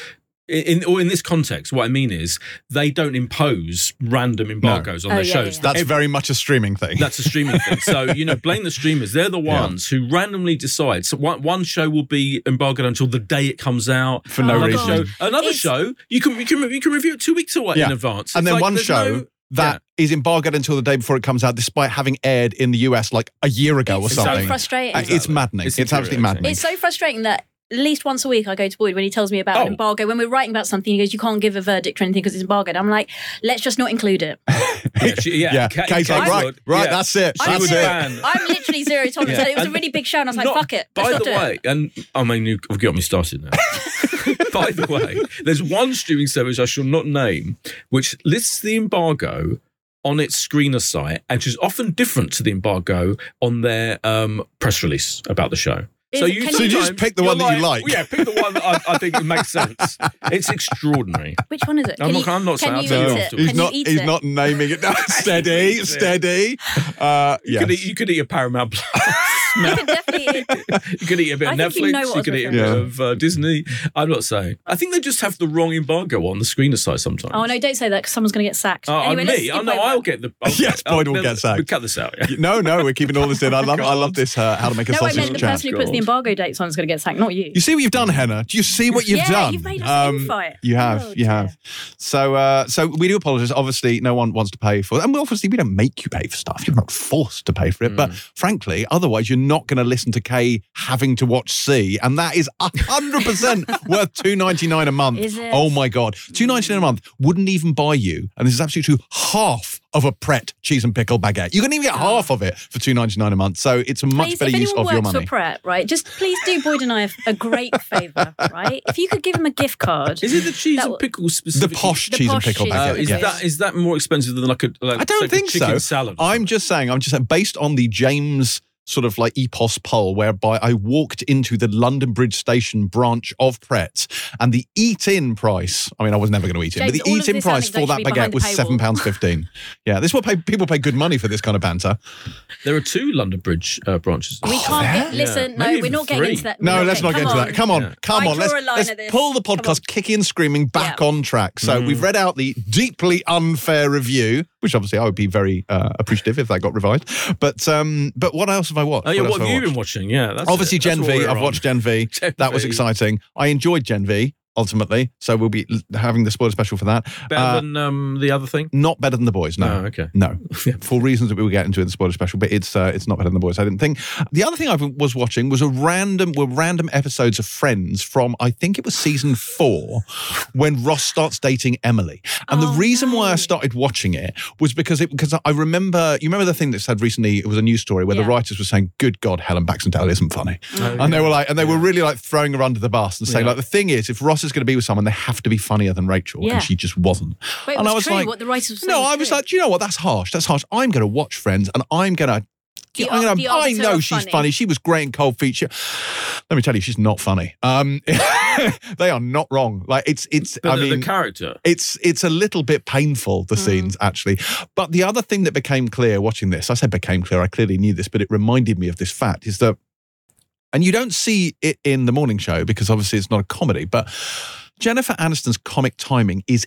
Speaker 3: In or in this context, what I mean is they don't impose random embargoes on
Speaker 2: Oh,
Speaker 3: their
Speaker 2: yeah,
Speaker 3: shows.
Speaker 2: yeah, yeah.
Speaker 1: that's very much a streaming thing.
Speaker 3: That's a streaming thing. So, you know, blame the streamers. They're the
Speaker 1: Yeah.
Speaker 3: ones who randomly decide. So, one, one show will be embargoed until the day it comes out
Speaker 1: For no
Speaker 2: Oh,
Speaker 3: another
Speaker 1: reason.
Speaker 2: God.
Speaker 3: show, another
Speaker 2: It's-
Speaker 3: show, you can you can you can review it two weeks away
Speaker 1: Yeah.
Speaker 3: in advance,
Speaker 1: and
Speaker 3: It's
Speaker 1: then
Speaker 3: like
Speaker 1: one
Speaker 3: there's
Speaker 1: show
Speaker 3: no-
Speaker 1: that is embargoed until the day before it comes out, despite having aired in the US like a year ago or
Speaker 2: It's
Speaker 3: so
Speaker 1: something.
Speaker 2: so frustrating.
Speaker 1: Uh, It's
Speaker 3: Exactly.
Speaker 1: maddening. It's,
Speaker 3: It's
Speaker 1: absolutely
Speaker 3: infuriating.
Speaker 1: maddening.
Speaker 2: It's so frustrating that at least once a week I go to Boyd when he tells me about
Speaker 3: Oh.
Speaker 2: an embargo. When we're writing about something, he goes, "You can't give a verdict or anything because it's embargoed." I'm like, "Let's just not include it."
Speaker 3: yeah, yeah, she- yeah,
Speaker 1: yeah,
Speaker 3: Kate-
Speaker 1: Kate's like,
Speaker 3: Kate
Speaker 1: right,
Speaker 3: would-
Speaker 1: right,
Speaker 3: yeah.
Speaker 1: that's it.
Speaker 3: She
Speaker 2: I'm
Speaker 1: that's
Speaker 3: would
Speaker 1: it.
Speaker 3: ban.
Speaker 2: I'm literally zero tolerance.
Speaker 3: Yeah.
Speaker 2: And it was a
Speaker 3: And
Speaker 2: really big show, and I was like,
Speaker 3: Not-
Speaker 2: "Fuck it, let's
Speaker 3: By
Speaker 2: not
Speaker 3: the
Speaker 2: do it."
Speaker 3: way, and I mean, you, I've got me started now. by the way, there's one streaming service I shall not name which lists the embargo on its screener site, and which is often different to the embargo on their um, press release about the show.
Speaker 2: Is it- can
Speaker 1: So you just
Speaker 3: sometimes
Speaker 1: pick the
Speaker 3: you're
Speaker 1: one that you like.
Speaker 3: Yeah, pick the one that I, I think makes sense. It's extraordinary.
Speaker 2: Which one is it?
Speaker 3: I'm
Speaker 2: Can
Speaker 3: not-
Speaker 2: you-
Speaker 3: I'm
Speaker 2: Can
Speaker 3: not saying
Speaker 2: you
Speaker 3: I'll
Speaker 2: eat
Speaker 3: tell you
Speaker 2: it?
Speaker 3: afterwards.
Speaker 1: He's
Speaker 2: Can
Speaker 1: not.
Speaker 2: you eat
Speaker 1: he's
Speaker 2: it?
Speaker 1: not naming it. No, steady,
Speaker 3: He's-
Speaker 1: steady. Uh,
Speaker 3: You,
Speaker 1: yes.
Speaker 3: could eat, you could eat a Paramount Plus.
Speaker 2: You could definitely eat it.
Speaker 3: You could eat a bit of
Speaker 2: I think
Speaker 3: Netflix.
Speaker 2: you
Speaker 3: You,
Speaker 2: know what I was
Speaker 3: could eat a
Speaker 1: referring
Speaker 3: bit
Speaker 1: to.
Speaker 3: of uh, Disney. I'm not saying. I think they just have the wrong embargo on the screener site sometimes.
Speaker 2: Oh no, don't say that because someone's going to get sacked.
Speaker 3: Oh,
Speaker 2: anyway,
Speaker 3: and
Speaker 2: let's
Speaker 3: me.
Speaker 2: skip
Speaker 3: Oh, no,
Speaker 2: over.
Speaker 3: I'll get the. I'll
Speaker 1: Yes,
Speaker 3: I'll-
Speaker 1: Boyd will
Speaker 3: then-
Speaker 1: get sacked.
Speaker 3: We cut this out. Yeah.
Speaker 1: no, no, we're keeping all this in. I love. I
Speaker 3: God.
Speaker 1: love this. Uh, how to make a
Speaker 2: No, I
Speaker 1: sausage
Speaker 2: meant the
Speaker 1: chat.
Speaker 2: person who puts the
Speaker 3: God.
Speaker 2: embargo dates on is going to get sacked, not you.
Speaker 1: You see what you've done, Hannah. Do you see what you've
Speaker 2: Yeah,
Speaker 1: done? Um,
Speaker 2: you've made us
Speaker 3: Um,
Speaker 2: pay for it.
Speaker 1: You have.
Speaker 2: Oh,
Speaker 1: you
Speaker 2: dear.
Speaker 1: have. So, uh, so we do apologise. Obviously, no one wants to pay for it, and we obviously we don't make you pay for stuff. You're not forced to pay for it, but frankly, otherwise you're not going to listen to Kay having to watch C, and that is hundred percent worth two ninety nine a month.
Speaker 2: Is it?
Speaker 1: Oh my god, two ninety nine a month wouldn't even buy you, and this is absolutely true. Half of a Pret cheese and pickle baguette. You can even get half of it for two ninety nine a month. So it's a much
Speaker 2: please,
Speaker 1: better
Speaker 2: Oh. if
Speaker 1: use
Speaker 2: anyone
Speaker 1: of your
Speaker 2: works
Speaker 1: money.
Speaker 2: for Pret, right? Just please do Boyd and I a, a great favour, right? If you could give him a gift card,
Speaker 3: Is it the cheese
Speaker 2: That
Speaker 3: and
Speaker 2: will-
Speaker 3: pickles
Speaker 1: the
Speaker 3: specifically?
Speaker 1: posh
Speaker 2: The
Speaker 1: cheese
Speaker 2: posh
Speaker 1: and pickle
Speaker 2: cheese
Speaker 1: baguette.
Speaker 3: Uh,
Speaker 2: and
Speaker 3: is
Speaker 2: yes.
Speaker 3: that is that more expensive than like a like,
Speaker 1: I don't
Speaker 3: like
Speaker 1: think
Speaker 3: a chicken
Speaker 1: so.
Speaker 3: salad?
Speaker 1: I'm just saying, I'm just saying, based on the James sort of like epos poll, whereby I walked into the London Bridge Station branch of Pret, and the eat-in price. I mean, I was never going to eat in, but
Speaker 2: James,
Speaker 1: the
Speaker 2: all of
Speaker 1: eat-in
Speaker 2: this
Speaker 1: price
Speaker 2: sounds like
Speaker 1: for that
Speaker 2: it should be
Speaker 1: baguette
Speaker 2: behind
Speaker 1: was
Speaker 2: the paywall.
Speaker 1: seven pounds fifteen. yeah, this is what pay, people pay good money for this kind of banter.
Speaker 3: there are two London Bridge uh, branches.
Speaker 1: Oh,
Speaker 2: we can't
Speaker 1: there?
Speaker 2: get, listen.
Speaker 3: Yeah.
Speaker 2: No,
Speaker 3: Maybe
Speaker 2: we're not
Speaker 3: even
Speaker 2: getting
Speaker 3: three.
Speaker 2: into that.
Speaker 1: No, let's not get into that. Come on,
Speaker 3: Yeah.
Speaker 1: come
Speaker 2: I
Speaker 1: on.
Speaker 2: draw
Speaker 1: Let's,
Speaker 2: a line
Speaker 1: let's
Speaker 2: at this.
Speaker 1: pull the
Speaker 2: Come
Speaker 1: podcast kicking and screaming back
Speaker 2: Yeah.
Speaker 1: on track. So
Speaker 3: Mm.
Speaker 1: we've read out the deeply unfair review, which obviously I would be very uh, appreciative if that got revised. But um, but what else have I watched?
Speaker 3: Oh yeah,
Speaker 1: else
Speaker 3: what have
Speaker 1: I
Speaker 3: you
Speaker 1: watched?
Speaker 3: been watching? Yeah, that's
Speaker 1: Obviously,
Speaker 3: it. That's
Speaker 1: Gen
Speaker 3: what
Speaker 1: V.
Speaker 3: we're
Speaker 1: I've
Speaker 3: on.
Speaker 1: watched Gen V.
Speaker 3: Gen
Speaker 1: That was
Speaker 3: V.
Speaker 1: exciting. I enjoyed Gen V. ultimately. So we'll be l- having the spoiler special for that.
Speaker 3: Better
Speaker 1: Uh,
Speaker 3: than um, the other thing?
Speaker 1: not better than the boys, no.
Speaker 3: Oh, okay.
Speaker 1: No, for reasons that we will get into in the spoiler special, but it's uh, it's not better than the boys. I didn't think. The other thing I was watching was a random were random episodes of Friends from I think it was season four, when Ross starts dating Emily. And
Speaker 2: Oh,
Speaker 1: the reason why I
Speaker 2: no.
Speaker 1: started watching it was because it because I remember you remember the thing that said recently it was a news story where the
Speaker 2: Yeah.
Speaker 1: writers were saying, "Good God, Helen Baxendale isn't funny," and they were like and they were really like throwing her under the bus and saying
Speaker 3: Yeah.
Speaker 1: like the thing is if Ross is going to be with someone, they have to be funnier than Rachel,
Speaker 2: Yeah.
Speaker 1: and she just wasn't.
Speaker 2: But it
Speaker 1: and
Speaker 2: was
Speaker 1: I was
Speaker 2: true,
Speaker 1: like,
Speaker 2: what the writers were saying.
Speaker 1: no, I was
Speaker 2: true.
Speaker 1: like, do you know what? That's harsh. That's harsh. I'm going to watch Friends, and I'm going to.
Speaker 2: The
Speaker 1: I'm
Speaker 2: ar-
Speaker 1: gonna,
Speaker 2: the
Speaker 1: I
Speaker 2: arbiter
Speaker 1: know
Speaker 2: of
Speaker 1: she's
Speaker 2: funny.
Speaker 1: funny. She was great in Cold Feet. She- let me tell you, she's not funny. Um, they are not wrong. Like it's it's.
Speaker 3: But
Speaker 1: I
Speaker 3: the,
Speaker 1: mean,
Speaker 3: the character.
Speaker 1: it's it's a little bit painful
Speaker 2: Mm.
Speaker 1: the scenes actually but the other thing that became clear watching this i said became clear i clearly knew this but it reminded me of this fact is that and you don't see it in the morning show because obviously it's not a comedy but jennifer aniston's comic timing is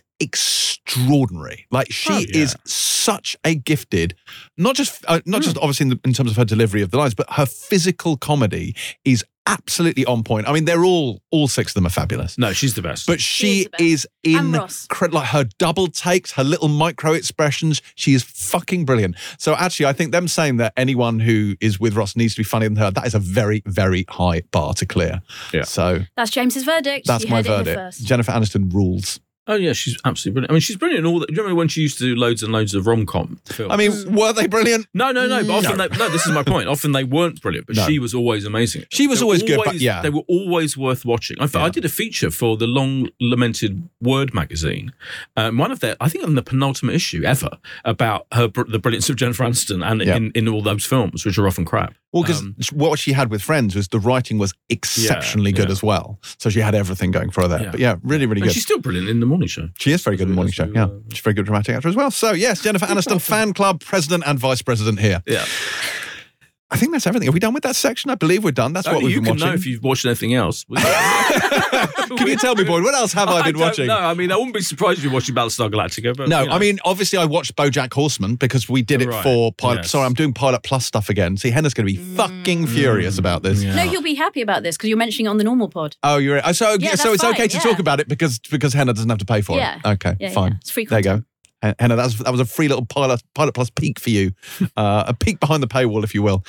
Speaker 1: extraordinary like she
Speaker 3: Oh, yeah.
Speaker 1: is such a gifted not just uh, not
Speaker 2: Mm.
Speaker 1: just obviously in, the, in terms of her delivery of the lines but her physical comedy is absolutely on point i mean they're all all six of them are fabulous
Speaker 3: No, she's the best.
Speaker 1: but
Speaker 2: She
Speaker 1: she
Speaker 2: is the best.
Speaker 1: is, in
Speaker 2: And Ross.
Speaker 1: cre- like her double takes, her little micro expressions. She is fucking brilliant. So actually, I think them saying that anyone who is with Ross needs to be funnier than her, that is a very, very high bar to clear.
Speaker 3: Yeah.
Speaker 1: So
Speaker 2: That's James's verdict.
Speaker 1: that's
Speaker 2: you
Speaker 1: my
Speaker 2: heard it here
Speaker 1: verdict.
Speaker 2: first.
Speaker 1: Jennifer Aniston rules.
Speaker 3: oh yeah, she's absolutely brilliant. I mean, she's brilliant in all that. Do you remember when she used to do loads and loads of rom com films?
Speaker 1: I
Speaker 2: Mm.
Speaker 1: mean, were they brilliant?
Speaker 3: no, no, no. But often, They, no. This is my point. Often they weren't brilliant, but
Speaker 1: Mm. No.
Speaker 3: she was always amazing.
Speaker 1: She was
Speaker 3: They were
Speaker 1: always good, but yeah.
Speaker 3: they were always worth watching. I, I did a feature for the long lamented Word magazine, um, one of their, I think, on the penultimate issue ever about her br- the brilliance of Jennifer Aniston and
Speaker 1: Yeah.
Speaker 3: in, in all those films, which are often crap.
Speaker 1: Well, because
Speaker 3: Um,
Speaker 1: what she had with Friends was the writing was exceptionally good
Speaker 3: yeah.
Speaker 1: as well. So she had everything going for her there.
Speaker 3: Yeah.
Speaker 1: But yeah, really, really
Speaker 3: and
Speaker 1: good.
Speaker 3: she's still brilliant in the morning show.
Speaker 1: She is very good in the morning show.
Speaker 3: That's
Speaker 1: Yeah,
Speaker 3: who, uh,
Speaker 1: she's a very good dramatic actor as well. So yes, Jennifer Aniston, fan club president and vice president here.
Speaker 3: Yeah,
Speaker 1: I think that's everything. Are we done with that section? I believe we're done. That's what
Speaker 3: Only
Speaker 1: we've
Speaker 3: you
Speaker 1: been
Speaker 3: can
Speaker 1: watching.
Speaker 3: know if you've watched anything else. can
Speaker 1: can you tell me, Boyd, what else have I been watching?
Speaker 3: No, I mean, I wouldn't be surprised if you're watching Battlestar Galactica. But,
Speaker 1: No,
Speaker 3: you know.
Speaker 1: I mean, obviously, I watched BoJack Horseman because we did it
Speaker 3: Right.
Speaker 1: for Pilot.
Speaker 3: Yes.
Speaker 1: Sorry, I'm doing Pilot Plus stuff again. See, Henna's going to be
Speaker 2: Mm.
Speaker 1: fucking furious about this.
Speaker 3: Yeah.
Speaker 2: No, you'll be happy about this because you're mentioning it on the normal pod.
Speaker 1: Oh, you're right. so
Speaker 2: Yeah,
Speaker 1: so
Speaker 2: that's
Speaker 1: it's okay
Speaker 2: fine,
Speaker 1: to
Speaker 2: yeah.
Speaker 1: talk about it because because Henna doesn't have to pay for
Speaker 2: Yeah.
Speaker 1: it. Okay,
Speaker 2: Yeah,
Speaker 1: fine.
Speaker 2: yeah. It's free
Speaker 1: There you
Speaker 2: content.
Speaker 1: go. Hen- Henna, that was, that was a free little pilot, pilot plus peek for you, uh, a peek behind the paywall, if you will.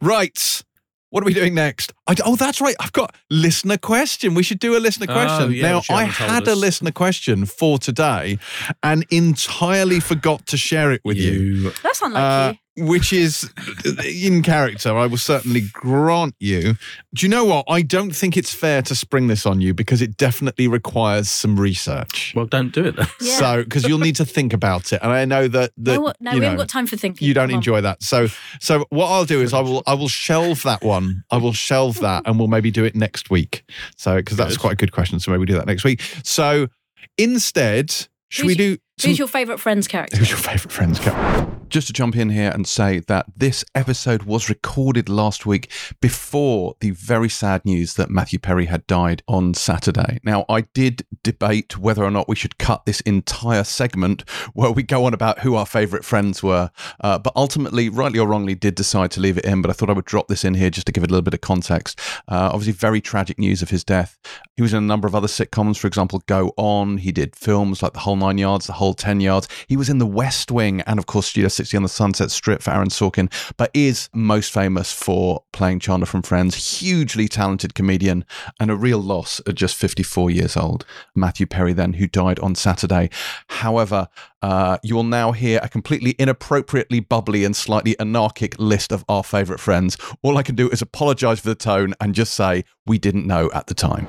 Speaker 1: Right. What are we doing next? I d oh, that's right. I've got listener question. We should do a listener
Speaker 3: Oh,
Speaker 1: question.
Speaker 3: yeah,
Speaker 1: now,
Speaker 3: which you
Speaker 1: I
Speaker 3: haven't told
Speaker 1: had a
Speaker 3: us.
Speaker 1: listener question for today and entirely forgot to share it with you.
Speaker 3: you.
Speaker 2: That's
Speaker 1: Uh,
Speaker 2: unlikely.
Speaker 1: which is in character, I will certainly grant you. Do you know what? I don't think it's fair to spring this on you because it definitely requires some research.
Speaker 3: Well, don't do it then.
Speaker 2: Yeah.
Speaker 1: So, because you'll need to think about it, and I know that that
Speaker 2: no, what, no
Speaker 1: you
Speaker 2: we
Speaker 1: know,
Speaker 2: haven't got time for thinking.
Speaker 1: you don't
Speaker 2: Come on.
Speaker 1: enjoy that. So, so what I'll do is I will I will shelve that one. I will shelve that, and we'll maybe do it next week. So, because that's
Speaker 3: Good.
Speaker 1: quite a good question. So maybe we do that next week. So instead, should we
Speaker 2: Who's-
Speaker 1: do? some-
Speaker 2: Who's your favourite Friends character?
Speaker 1: Who's your favourite Friends character?
Speaker 4: Just to jump in here and say that this episode was recorded last week before the very sad news that Matthew Perry had died on Saturday. Now, I did debate whether or not we should cut this entire segment where we go on about who our favourite friends were, uh, but ultimately, rightly or wrongly, did decide to leave it in. But I thought I would drop this in here just to give it a little bit of context. Uh, obviously, very tragic news of his death. He was in a number of other sitcoms, for example, Go On. He did films like The Whole Nine Yards, The Whole Ten Yards. He was in The West Wing and, of course, Studio 60 on the Sunset Strip for Aaron Sorkin, but is most famous for playing Chandler from Friends. Hugely talented comedian and a real loss at just 54 years old. Matthew Perry, then, who died on Saturday. However, uh, you will now hear a completely inappropriately bubbly and slightly anarchic list of our favourite friends. All I can do is apologise for the tone and just say we didn't know at the time.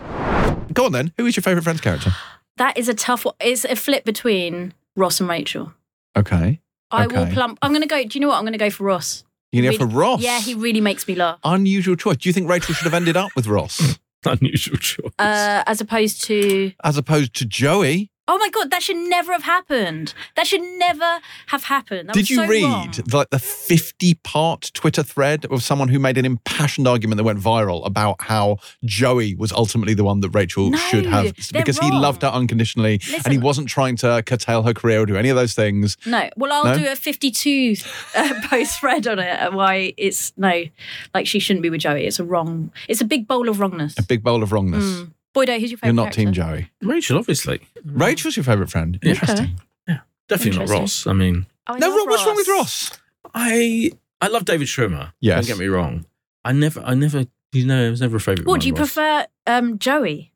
Speaker 1: Go on then. Who is your favourite Friends character?
Speaker 2: That is a tough one. It's a flip between Ross and Rachel.
Speaker 1: Okay.
Speaker 2: I will
Speaker 1: Okay.
Speaker 2: plump. I'm going to go. Do you know what? I'm going to go for Ross.
Speaker 1: You know,
Speaker 2: Really-
Speaker 1: for Ross.
Speaker 2: Yeah, he really makes me laugh.
Speaker 1: unusual choice. Do you think Rachel should have ended up with Ross
Speaker 3: Unusual choice.
Speaker 2: Uh, as opposed to,
Speaker 1: as opposed to Joey?
Speaker 2: oh my God, that should never have happened. That should never have happened. That
Speaker 1: Did
Speaker 2: was
Speaker 1: you
Speaker 2: so
Speaker 1: read
Speaker 2: wrong.
Speaker 1: like the fifty-part Twitter thread of someone who made an impassioned argument that went viral about how Joey was ultimately the one that Rachel
Speaker 2: No,
Speaker 1: should have
Speaker 2: they're
Speaker 1: because he
Speaker 2: wrong.
Speaker 1: loved her unconditionally and he
Speaker 2: Listen.
Speaker 1: wasn't trying to curtail her career or do any of those things.
Speaker 2: No. Well, I'll
Speaker 1: No?
Speaker 2: do a 52 uh, post thread on it. and Why it's no, like she shouldn't be with Joey. It's a wrong. It's a big bowl of wrongness.
Speaker 1: Big bowl of wrongness.
Speaker 2: Mm. Boydo, who's your
Speaker 1: You're
Speaker 2: favourite?
Speaker 1: not Team
Speaker 2: character? Mm.
Speaker 1: Joey.
Speaker 3: Rachel, obviously.
Speaker 1: Rachel's your favourite friend.
Speaker 3: Yeah.
Speaker 1: Interesting.
Speaker 3: Definitely not
Speaker 2: Interesting.
Speaker 3: Ross. I mean,
Speaker 2: Oh, I
Speaker 1: No,
Speaker 2: love
Speaker 1: Ro- what's wrong with Ross?
Speaker 3: I I love David Schwimmer.
Speaker 1: Yes.
Speaker 3: Don't get me wrong. I never, I never, you know, it was never a favourite.
Speaker 2: What
Speaker 3: one,
Speaker 2: do you
Speaker 3: Ross.
Speaker 2: prefer, um, Joey?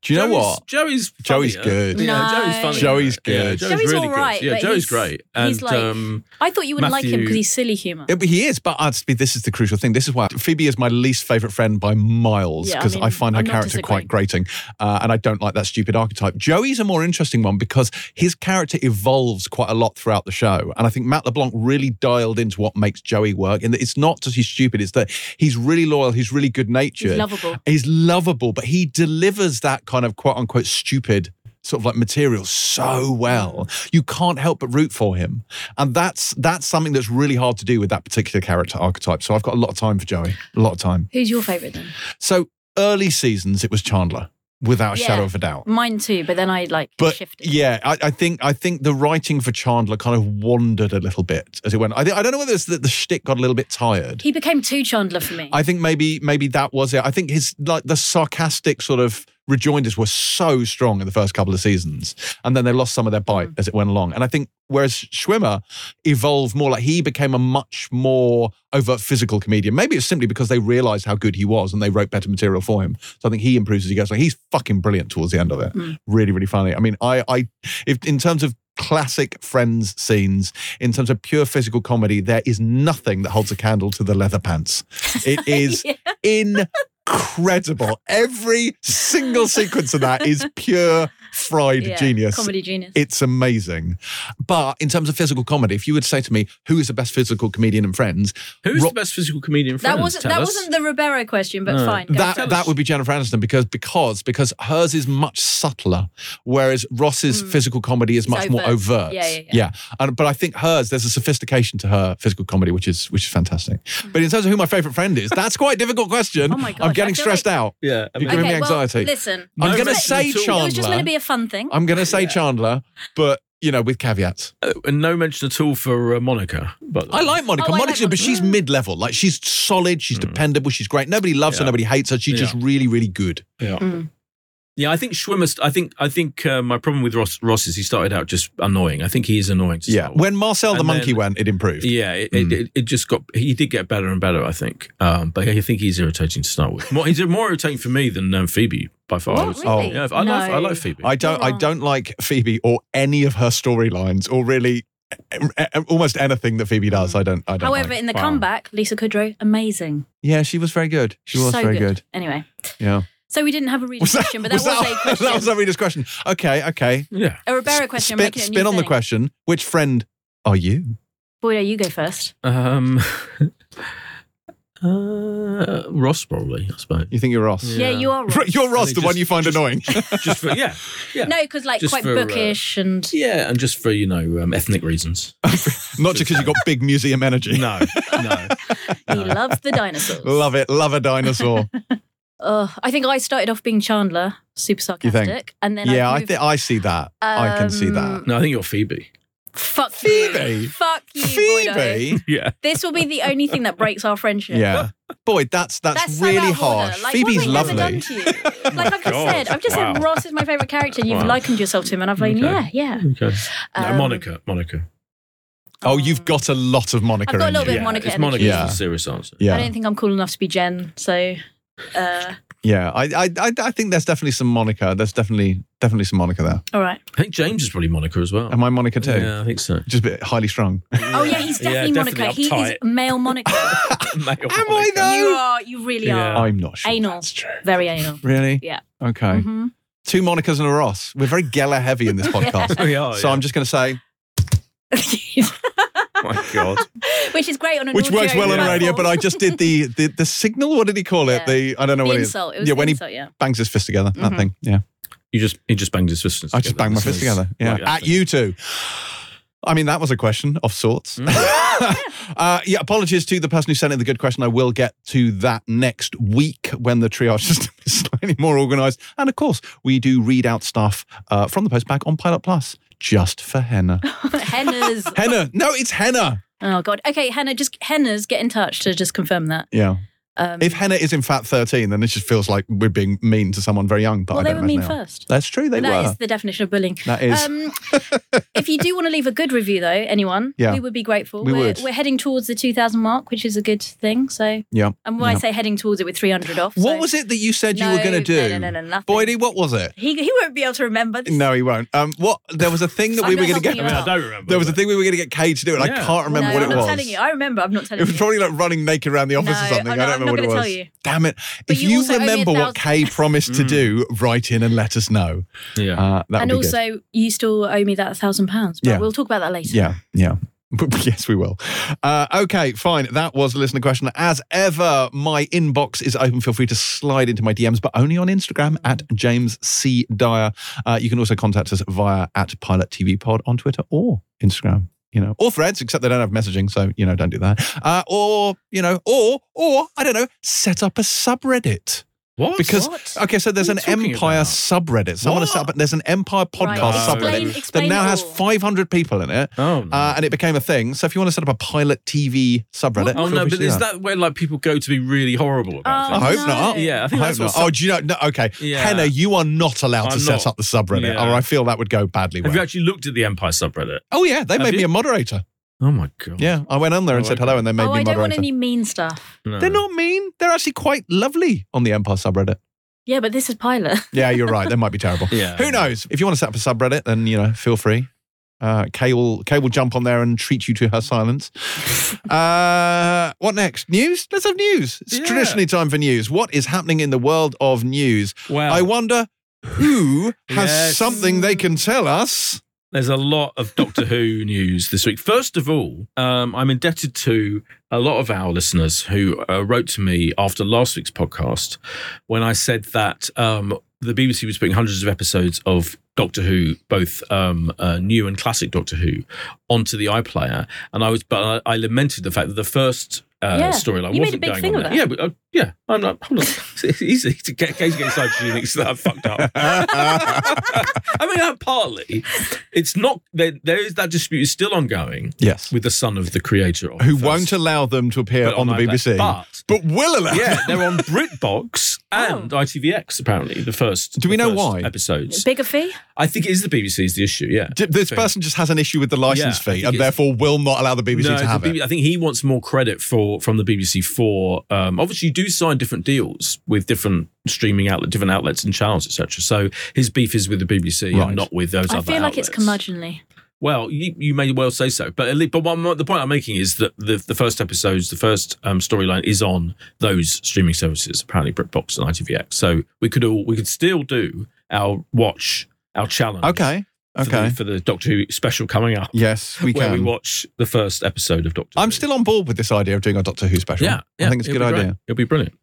Speaker 1: Do you know
Speaker 3: Joey's-
Speaker 1: what?
Speaker 3: Joey's
Speaker 1: Joey's
Speaker 3: funnier.
Speaker 1: good.
Speaker 3: Yeah,
Speaker 2: No.
Speaker 3: Joey's funny.
Speaker 1: Joey's good.
Speaker 3: Yeah,
Speaker 2: Joey's
Speaker 3: Joey's really
Speaker 2: all right,
Speaker 3: good. Yeah,
Speaker 2: but
Speaker 3: Joey's
Speaker 2: he's-
Speaker 3: great. And
Speaker 2: he's like-
Speaker 3: um,
Speaker 2: I thought you wouldn't like him
Speaker 3: Matthew-
Speaker 2: because he's silly humour.
Speaker 1: Yeah, but he is, but I'd be, this is the crucial thing. This is why Phoebe is my least favourite friend by miles
Speaker 2: Yeah, I
Speaker 1: because I,
Speaker 2: mean,
Speaker 1: find her
Speaker 2: I'm not
Speaker 1: character quite grating uh, and I don't like that stupid archetype. Joey's a more interesting one because his character evolves quite a lot throughout the show. And I think Matt LeBlanc really dialed into what makes Joey work in that it's not that he's stupid, it's that he's really loyal, he's really good natured.
Speaker 2: He's lovable.
Speaker 1: He's lovable, but he delivers that kind of quote unquote stupid sort of like material so well. You can't help but root for him. And that's that's something that's really hard to do with that particular character archetype. So I've got a lot of time for Joey. A lot of time.
Speaker 2: Who's your favourite then?
Speaker 1: So early seasons it was Chandler, without a
Speaker 2: Yeah.
Speaker 1: shadow of a doubt.
Speaker 2: Mine too, but then I like
Speaker 1: But
Speaker 2: shifted.
Speaker 1: yeah, I, I think I think the writing for Chandler kind of wandered a little bit as it went. I think I don't know whether it's that the shtick got a little bit tired.
Speaker 2: He became too Chandler for me.
Speaker 1: I think maybe maybe that was it. I think his like the sarcastic sort of rejoinders were so strong in the first couple of seasons, and then they lost some of their bite as it went along. And I think whereas Schwimmer evolved more, like he became a much more overt physical comedian. Maybe it's simply because they realised how good he was and they wrote better material for him. So I think he improves as he goes. Like he's fucking brilliant towards the end of it.
Speaker 2: Mm.
Speaker 1: Really, really funny. I mean, I I if in terms of classic friends scenes in terms of pure physical comedy there is nothing that holds a candle to the leather pants it is
Speaker 2: Yeah.
Speaker 1: incredible. Every single sequence of that is pure fried
Speaker 2: Yeah,
Speaker 1: genius.
Speaker 2: Comedy genius.
Speaker 1: It's amazing. But in terms of physical comedy, if you would say to me, who is the best physical comedian in Friends?
Speaker 3: who's
Speaker 1: Ro-
Speaker 3: the best physical comedian?
Speaker 2: that
Speaker 3: Friends?
Speaker 2: wasn't
Speaker 3: Tell
Speaker 2: that
Speaker 3: us.
Speaker 2: wasn't the Ribeiro question, but
Speaker 3: No.
Speaker 2: fine. go
Speaker 1: That
Speaker 2: for it.
Speaker 3: tell
Speaker 1: that
Speaker 3: us.
Speaker 1: would be Jennifer Aniston because because because hers is much subtler, whereas Ross's physical comedy is
Speaker 2: Hmm. It's
Speaker 1: much more
Speaker 2: overt.
Speaker 1: overt.
Speaker 2: Yeah, yeah, yeah.
Speaker 1: And, but I think hers there's a sophistication to her physical comedy which is which is fantastic. But in terms of who my favorite friend is, that's quite a difficult question.
Speaker 2: Hmm. Oh my
Speaker 1: I'm
Speaker 2: gosh, I
Speaker 1: getting
Speaker 2: feel
Speaker 1: stressed
Speaker 2: like-
Speaker 1: out.
Speaker 3: Yeah, I mean,
Speaker 1: giving me
Speaker 2: well,
Speaker 1: anxiety.
Speaker 2: listen,
Speaker 3: No,
Speaker 1: I'm going to
Speaker 3: it's not
Speaker 1: say
Speaker 3: at all.
Speaker 1: Chandler.
Speaker 2: it was just meant to be a fun thing.
Speaker 1: I'm going to say Chandler, but you know, with caveats.
Speaker 2: Oh,
Speaker 3: uh, and no mention at all for uh, Monica. But
Speaker 1: I like Monica.
Speaker 2: Oh, I like
Speaker 1: Monica, but
Speaker 2: Monica.
Speaker 1: she's mid-level. Like she's solid. She's dependable. She's great. Nobody loves her.
Speaker 3: Hmm. Yeah.
Speaker 1: Nobody hates her. She's
Speaker 3: Yeah.
Speaker 1: just really, really good.
Speaker 3: Yeah.
Speaker 2: Mm.
Speaker 3: Yeah, I think Schwimmer. I think I think uh, my problem with Ross, Ross is he started out just annoying. I think he is annoying. To start with.
Speaker 1: When Marcel the
Speaker 3: And
Speaker 1: monkey
Speaker 3: then-
Speaker 1: went, it improved.
Speaker 3: Yeah, it,
Speaker 1: Mm.
Speaker 3: it, it, it just got. He did get better and better, I think. Um, but I think he's irritating to start with. More, he's more irritating for me than um, Phoebe by far.
Speaker 2: What,
Speaker 3: I would say.
Speaker 2: really?
Speaker 3: yeah, I like I
Speaker 2: No.
Speaker 3: like Phoebe.
Speaker 1: I don't. I
Speaker 2: wrong.
Speaker 1: don't like Phoebe or any of her storylines, or really em- em- almost anything that Phoebe does. I don't. I don't.
Speaker 2: However,
Speaker 1: like.
Speaker 2: in the
Speaker 3: Wow.
Speaker 2: comeback, Lisa Kudrow, amazing.
Speaker 1: yeah, she was very good. She was
Speaker 2: so
Speaker 1: very good.
Speaker 2: Anyway,
Speaker 1: Yeah.
Speaker 2: so we didn't have a reading
Speaker 1: Was that,
Speaker 2: question, but that was, a question.
Speaker 1: that was a reader's question. Okay, okay.
Speaker 3: yeah.
Speaker 2: a Ribeiro question. I'm
Speaker 1: Spin,
Speaker 2: making it a
Speaker 1: spin
Speaker 2: new
Speaker 1: on the
Speaker 2: thing.
Speaker 1: question. Which friend are you?
Speaker 2: Boy, you go first.
Speaker 3: Um, uh, Ross probably, I suppose.
Speaker 1: You think you're Ross?
Speaker 2: Yeah,
Speaker 3: Yeah.
Speaker 2: you are. Right.
Speaker 1: You're Ross, the
Speaker 3: And they
Speaker 1: one
Speaker 3: just-
Speaker 1: you find
Speaker 3: just-
Speaker 1: annoying.
Speaker 3: Just for yeah, yeah,
Speaker 2: No, because like
Speaker 3: Just
Speaker 2: quite
Speaker 3: for, uh,
Speaker 2: bookish and
Speaker 3: yeah, and just for you know um, ethnic reasons.
Speaker 1: Not just because you've got big museum energy.
Speaker 3: No, no.
Speaker 2: he loves the dinosaurs.
Speaker 1: Love it. Love a dinosaur.
Speaker 2: Ugh, I think I started off being Chandler, super
Speaker 1: You think?
Speaker 2: sarcastic, and then
Speaker 1: yeah,
Speaker 2: I,
Speaker 1: I
Speaker 2: moved-
Speaker 1: think I see that. I can see that.
Speaker 2: Um,
Speaker 3: No, I think you're Phoebe.
Speaker 2: Fuck
Speaker 1: Phoebe?
Speaker 2: you, fuck you, Boydo.
Speaker 1: Phoebe.
Speaker 3: Yeah.
Speaker 2: This will be the only thing that breaks our friendship.
Speaker 1: Yeah. Boy, that's that's,
Speaker 2: That's so out
Speaker 1: really
Speaker 2: of order.
Speaker 1: harsh.
Speaker 2: Like,
Speaker 1: Phoebe's
Speaker 2: what have
Speaker 1: lovely.
Speaker 2: I ever Done to you? Like I've just
Speaker 3: God.
Speaker 2: said, I've just
Speaker 3: Wow.
Speaker 2: said Ross is my favorite character. and You've
Speaker 3: Wow.
Speaker 2: likened yourself to him, and I've like,
Speaker 3: Okay.
Speaker 2: yeah, yeah.
Speaker 3: Okay. No,
Speaker 2: Um,
Speaker 3: Monica. Monica.
Speaker 1: Oh, you've got a lot of Monica
Speaker 2: I've got a
Speaker 1: in
Speaker 2: little
Speaker 1: you.
Speaker 2: bit. Monica
Speaker 3: It's
Speaker 2: energy.
Speaker 3: Monica.
Speaker 1: Yeah.
Speaker 3: Is the serious answer.
Speaker 2: I
Speaker 1: Yeah,
Speaker 2: don't think I'm cool enough to be Jen, so uh,
Speaker 1: yeah. I, I, I, I think there's definitely some Monica. There's definitely, definitely some Monica there.
Speaker 2: all right.
Speaker 3: I think James is probably Monica as well.
Speaker 1: Am I Monica too?
Speaker 3: Yeah, I think so.
Speaker 1: Just a bit highly strung.
Speaker 2: Oh yeah, he's definitely Monica. he is male Monica.
Speaker 3: Am
Speaker 1: I though?
Speaker 2: you are. You really
Speaker 3: Yeah.
Speaker 2: are.
Speaker 1: I'm not sure.
Speaker 2: Anal. Very anal.
Speaker 1: Really?
Speaker 2: Yeah.
Speaker 1: Okay.
Speaker 2: Mhm.
Speaker 1: Two Monicas and a Ross. We're very Geller heavy in this podcast.
Speaker 3: We are.
Speaker 1: so I'm just going to say,
Speaker 3: my God.
Speaker 2: Which is great on an
Speaker 1: which works
Speaker 2: audio
Speaker 1: well on the radio, but
Speaker 2: platform.
Speaker 1: I just did the the, the signal. What did he call it?
Speaker 2: Yeah.
Speaker 1: The I don't know
Speaker 2: the
Speaker 1: what
Speaker 2: insult.
Speaker 1: it
Speaker 2: It
Speaker 1: is.
Speaker 2: was
Speaker 1: yeah,
Speaker 2: the
Speaker 1: when
Speaker 2: insult, yeah.
Speaker 1: he bangs his fist together, that
Speaker 2: Mhm.
Speaker 1: thing. Yeah,
Speaker 3: You just he just banged his fists.
Speaker 1: I just banged my fist together. Yeah, at you two. I mean, that was a question of sorts. uh, yeah, apologies to the person who sent in the good question. I will get to that next week when the triage system is slightly more organised. And of course, we do read out stuff uh, from the postback on Pilot Plus just for Henna.
Speaker 2: Henna's.
Speaker 1: henna. No, it's Henna.
Speaker 2: Oh God. Okay, Henna. Just Henna's. Get in touch to just confirm that.
Speaker 1: Yeah.
Speaker 2: Um,
Speaker 1: If Henna is in fact 13, then it just feels like we're being mean to someone very young. But
Speaker 2: well,
Speaker 1: I
Speaker 2: they
Speaker 1: don't know
Speaker 2: were
Speaker 1: if
Speaker 2: mean
Speaker 1: they are.
Speaker 2: first.
Speaker 1: That's true. They
Speaker 2: That is
Speaker 1: were.
Speaker 2: the definition of bullying.
Speaker 1: that is.
Speaker 2: Um, if you do want to leave a good review, though, anyone,
Speaker 1: Yeah.
Speaker 2: we would be grateful.
Speaker 1: We
Speaker 2: are
Speaker 1: would.
Speaker 2: we're heading towards the 2,000 mark, which is a good thing. So,
Speaker 1: yeah.
Speaker 2: and when
Speaker 1: Yeah.
Speaker 2: I say heading towards it with 300 off,
Speaker 1: What was it that you said you were
Speaker 2: No,
Speaker 1: going to
Speaker 2: no,
Speaker 1: do?
Speaker 2: no, no, no, nothing.
Speaker 1: Boydie, what was it?
Speaker 2: He, he won't be able to remember. This
Speaker 1: No, he won't. Um, what? There was a thing that
Speaker 2: I'm
Speaker 1: we were going
Speaker 2: not
Speaker 1: to
Speaker 2: helping
Speaker 1: get.
Speaker 2: you
Speaker 3: I mean, I
Speaker 2: out.
Speaker 3: don't remember.
Speaker 1: There was a
Speaker 3: but-
Speaker 1: thing we were going to get Cage to do, and I
Speaker 3: Yeah.
Speaker 1: can't remember
Speaker 2: no,
Speaker 1: what
Speaker 2: I'm
Speaker 1: it
Speaker 2: not
Speaker 1: was.
Speaker 2: telling you. I remember. I'm not telling
Speaker 1: It was
Speaker 2: you.
Speaker 1: probably like running naked around the office
Speaker 2: No,
Speaker 1: or something.
Speaker 2: I'm not-
Speaker 1: I don't
Speaker 2: I'm not
Speaker 1: remember
Speaker 2: gonna
Speaker 1: what it was.
Speaker 2: tell you.
Speaker 1: Damn it!
Speaker 2: But
Speaker 1: if
Speaker 2: you
Speaker 1: you,
Speaker 2: also owe me a
Speaker 1: remember what Kay
Speaker 2: thousand.
Speaker 1: promised to do, write in and let us know.
Speaker 3: Mm. Yeah.
Speaker 1: Uh, that
Speaker 2: and
Speaker 1: would be good.
Speaker 2: also, you still owe me that thousand pounds. But
Speaker 1: Yeah.
Speaker 2: we'll talk about that later.
Speaker 1: Yeah, yeah. yes, we will. Uh, okay, fine. That was a listener question. As ever, my inbox is open. Feel free to slide into my DMs, but only on Instagram at James C. Dyer. Uh, you can also contact us via at Pilot TV Pod on Twitter or Instagram. You know, or threads, except they don't have messaging, so you know, don't do that. Uh, or you know, or or I don't know, set up a subreddit
Speaker 3: What?
Speaker 1: because
Speaker 2: What?
Speaker 1: okay, so there's an
Speaker 3: What are you talking
Speaker 1: Empire
Speaker 3: about?
Speaker 1: subreddit. Someone has
Speaker 3: What?
Speaker 1: set up, there's an Empire
Speaker 2: Right.
Speaker 1: podcast
Speaker 3: Explain-
Speaker 1: subreddit that
Speaker 2: explain
Speaker 1: now has
Speaker 2: all.
Speaker 1: 500 people in it.
Speaker 3: Oh. no.
Speaker 1: Uh, and it became a thing. So if you want to set up a pilot TV subreddit,
Speaker 3: oh
Speaker 1: feel
Speaker 3: no,
Speaker 1: free to
Speaker 3: but
Speaker 1: do
Speaker 3: is
Speaker 1: that.
Speaker 3: that where like people go to be really horrible
Speaker 1: Um,
Speaker 3: about
Speaker 1: I
Speaker 2: Oh,
Speaker 3: things?
Speaker 1: hope not.
Speaker 2: no.
Speaker 3: Yeah, I
Speaker 1: I
Speaker 3: think
Speaker 1: hope
Speaker 3: that's
Speaker 1: not.
Speaker 3: what.
Speaker 1: Oh, do you know? No, okay,
Speaker 3: Yeah.
Speaker 1: Hannah, you are not allowed to
Speaker 3: I'm
Speaker 1: set
Speaker 3: not.
Speaker 1: up the subreddit,
Speaker 3: Yeah.
Speaker 1: or I feel that would go badly.
Speaker 3: have you
Speaker 1: wrong.
Speaker 3: actually looked at the Empire subreddit?
Speaker 1: oh yeah, they
Speaker 3: Have
Speaker 1: made me
Speaker 3: you?
Speaker 1: a moderator.
Speaker 3: Oh my god.
Speaker 1: Yeah, I went on there and
Speaker 3: Oh,
Speaker 1: said
Speaker 3: okay.
Speaker 1: hello, and they made
Speaker 2: oh,
Speaker 1: me
Speaker 2: I don't want
Speaker 1: moderator.
Speaker 2: any mean stuff.
Speaker 3: No.
Speaker 1: They're not mean. They're actually quite lovely on the Empire subreddit.
Speaker 2: Yeah, but this is pilot.
Speaker 1: Yeah, you're right. They might be terrible.
Speaker 3: Yeah.
Speaker 1: Who knows? If you want to set up a subreddit, then you know, feel free. Uh, Kay will Kay will jump on there and treat you to her silence. uh, what next? News? Let's have news. It's
Speaker 3: Yeah.
Speaker 1: traditionally time for news. What is happening in the world of news?
Speaker 3: Well,
Speaker 1: I wonder who has
Speaker 3: Oh. Yes.
Speaker 1: something they can tell us.
Speaker 3: There's a lot of Doctor Who news this week. First of all, um, I'm indebted to a lot of our listeners who uh, wrote to me after last week's podcast when I said that um, the BBC was putting hundreds of episodes of Doctor Who, both um, uh, new and classic Doctor Who, onto the iPlayer, and I was, but I, I lamented the fact that the first. Uh,
Speaker 2: Yeah,
Speaker 3: storyline
Speaker 2: you made a
Speaker 3: wasn't
Speaker 2: big
Speaker 3: going
Speaker 2: thing
Speaker 3: on
Speaker 2: of
Speaker 3: there. Yeah, but, uh, yeah, I'm not. I'm not it's easy to get case against Hygienics that I fucked up. I mean, uh, partly, it's not. There, there is that dispute is still ongoing
Speaker 1: yes.
Speaker 3: with the son of the creator of
Speaker 1: Who
Speaker 3: the
Speaker 1: won't
Speaker 3: first-
Speaker 1: allow them to appear
Speaker 3: put
Speaker 1: on the
Speaker 3: iPlayer.
Speaker 1: BBC,
Speaker 3: But
Speaker 1: but will allow.
Speaker 3: yeah, they're on BritBox and
Speaker 2: Oh.
Speaker 3: ITVX apparently. The first.
Speaker 1: Do we
Speaker 3: the
Speaker 1: know
Speaker 3: first
Speaker 1: why?
Speaker 3: episodes?
Speaker 2: Bigger fee?
Speaker 3: I think it is the BBC's the issue. Yeah.
Speaker 1: D- This
Speaker 3: So-
Speaker 1: person just has an issue with the license
Speaker 3: Yeah, I
Speaker 1: fee
Speaker 3: think
Speaker 1: and
Speaker 3: it's-
Speaker 1: therefore will not allow the BBC
Speaker 3: No,
Speaker 1: to have
Speaker 3: the
Speaker 1: it.
Speaker 3: BBC I think he wants more credit for from the BBC for um, obviously you do sign different deals with different streaming outlet, different outlets and channels, etc. So his beef is with the BBC
Speaker 1: Right.
Speaker 3: and not with those
Speaker 2: I
Speaker 3: other.
Speaker 2: feel like it's
Speaker 3: outlets.
Speaker 2: curmudgeonly.
Speaker 3: Well, you, you may well say so, but at least, but what, I'm- the point I'm making is that the the first episodes, the first um, storyline is on those streaming services, apparently BritBox and ITVX. So we could all we could still do our watch, our challenge.
Speaker 1: Okay.
Speaker 3: for the-
Speaker 1: Okay.
Speaker 3: for the Doctor Who special coming up,
Speaker 1: Yes, we
Speaker 3: where
Speaker 1: can.
Speaker 3: we watch the first episode of Doctor.
Speaker 1: I'm
Speaker 3: Who.
Speaker 1: still on board with this idea of doing a Doctor Who special.
Speaker 3: Yeah, yeah,
Speaker 1: I think it's a
Speaker 3: it'll
Speaker 1: good
Speaker 3: be great.
Speaker 1: idea.
Speaker 3: It'll be brilliant.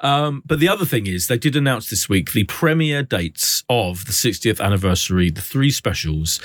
Speaker 3: Um, but the other thing is, they did announce this week the premiere dates of the 60th anniversary, the three specials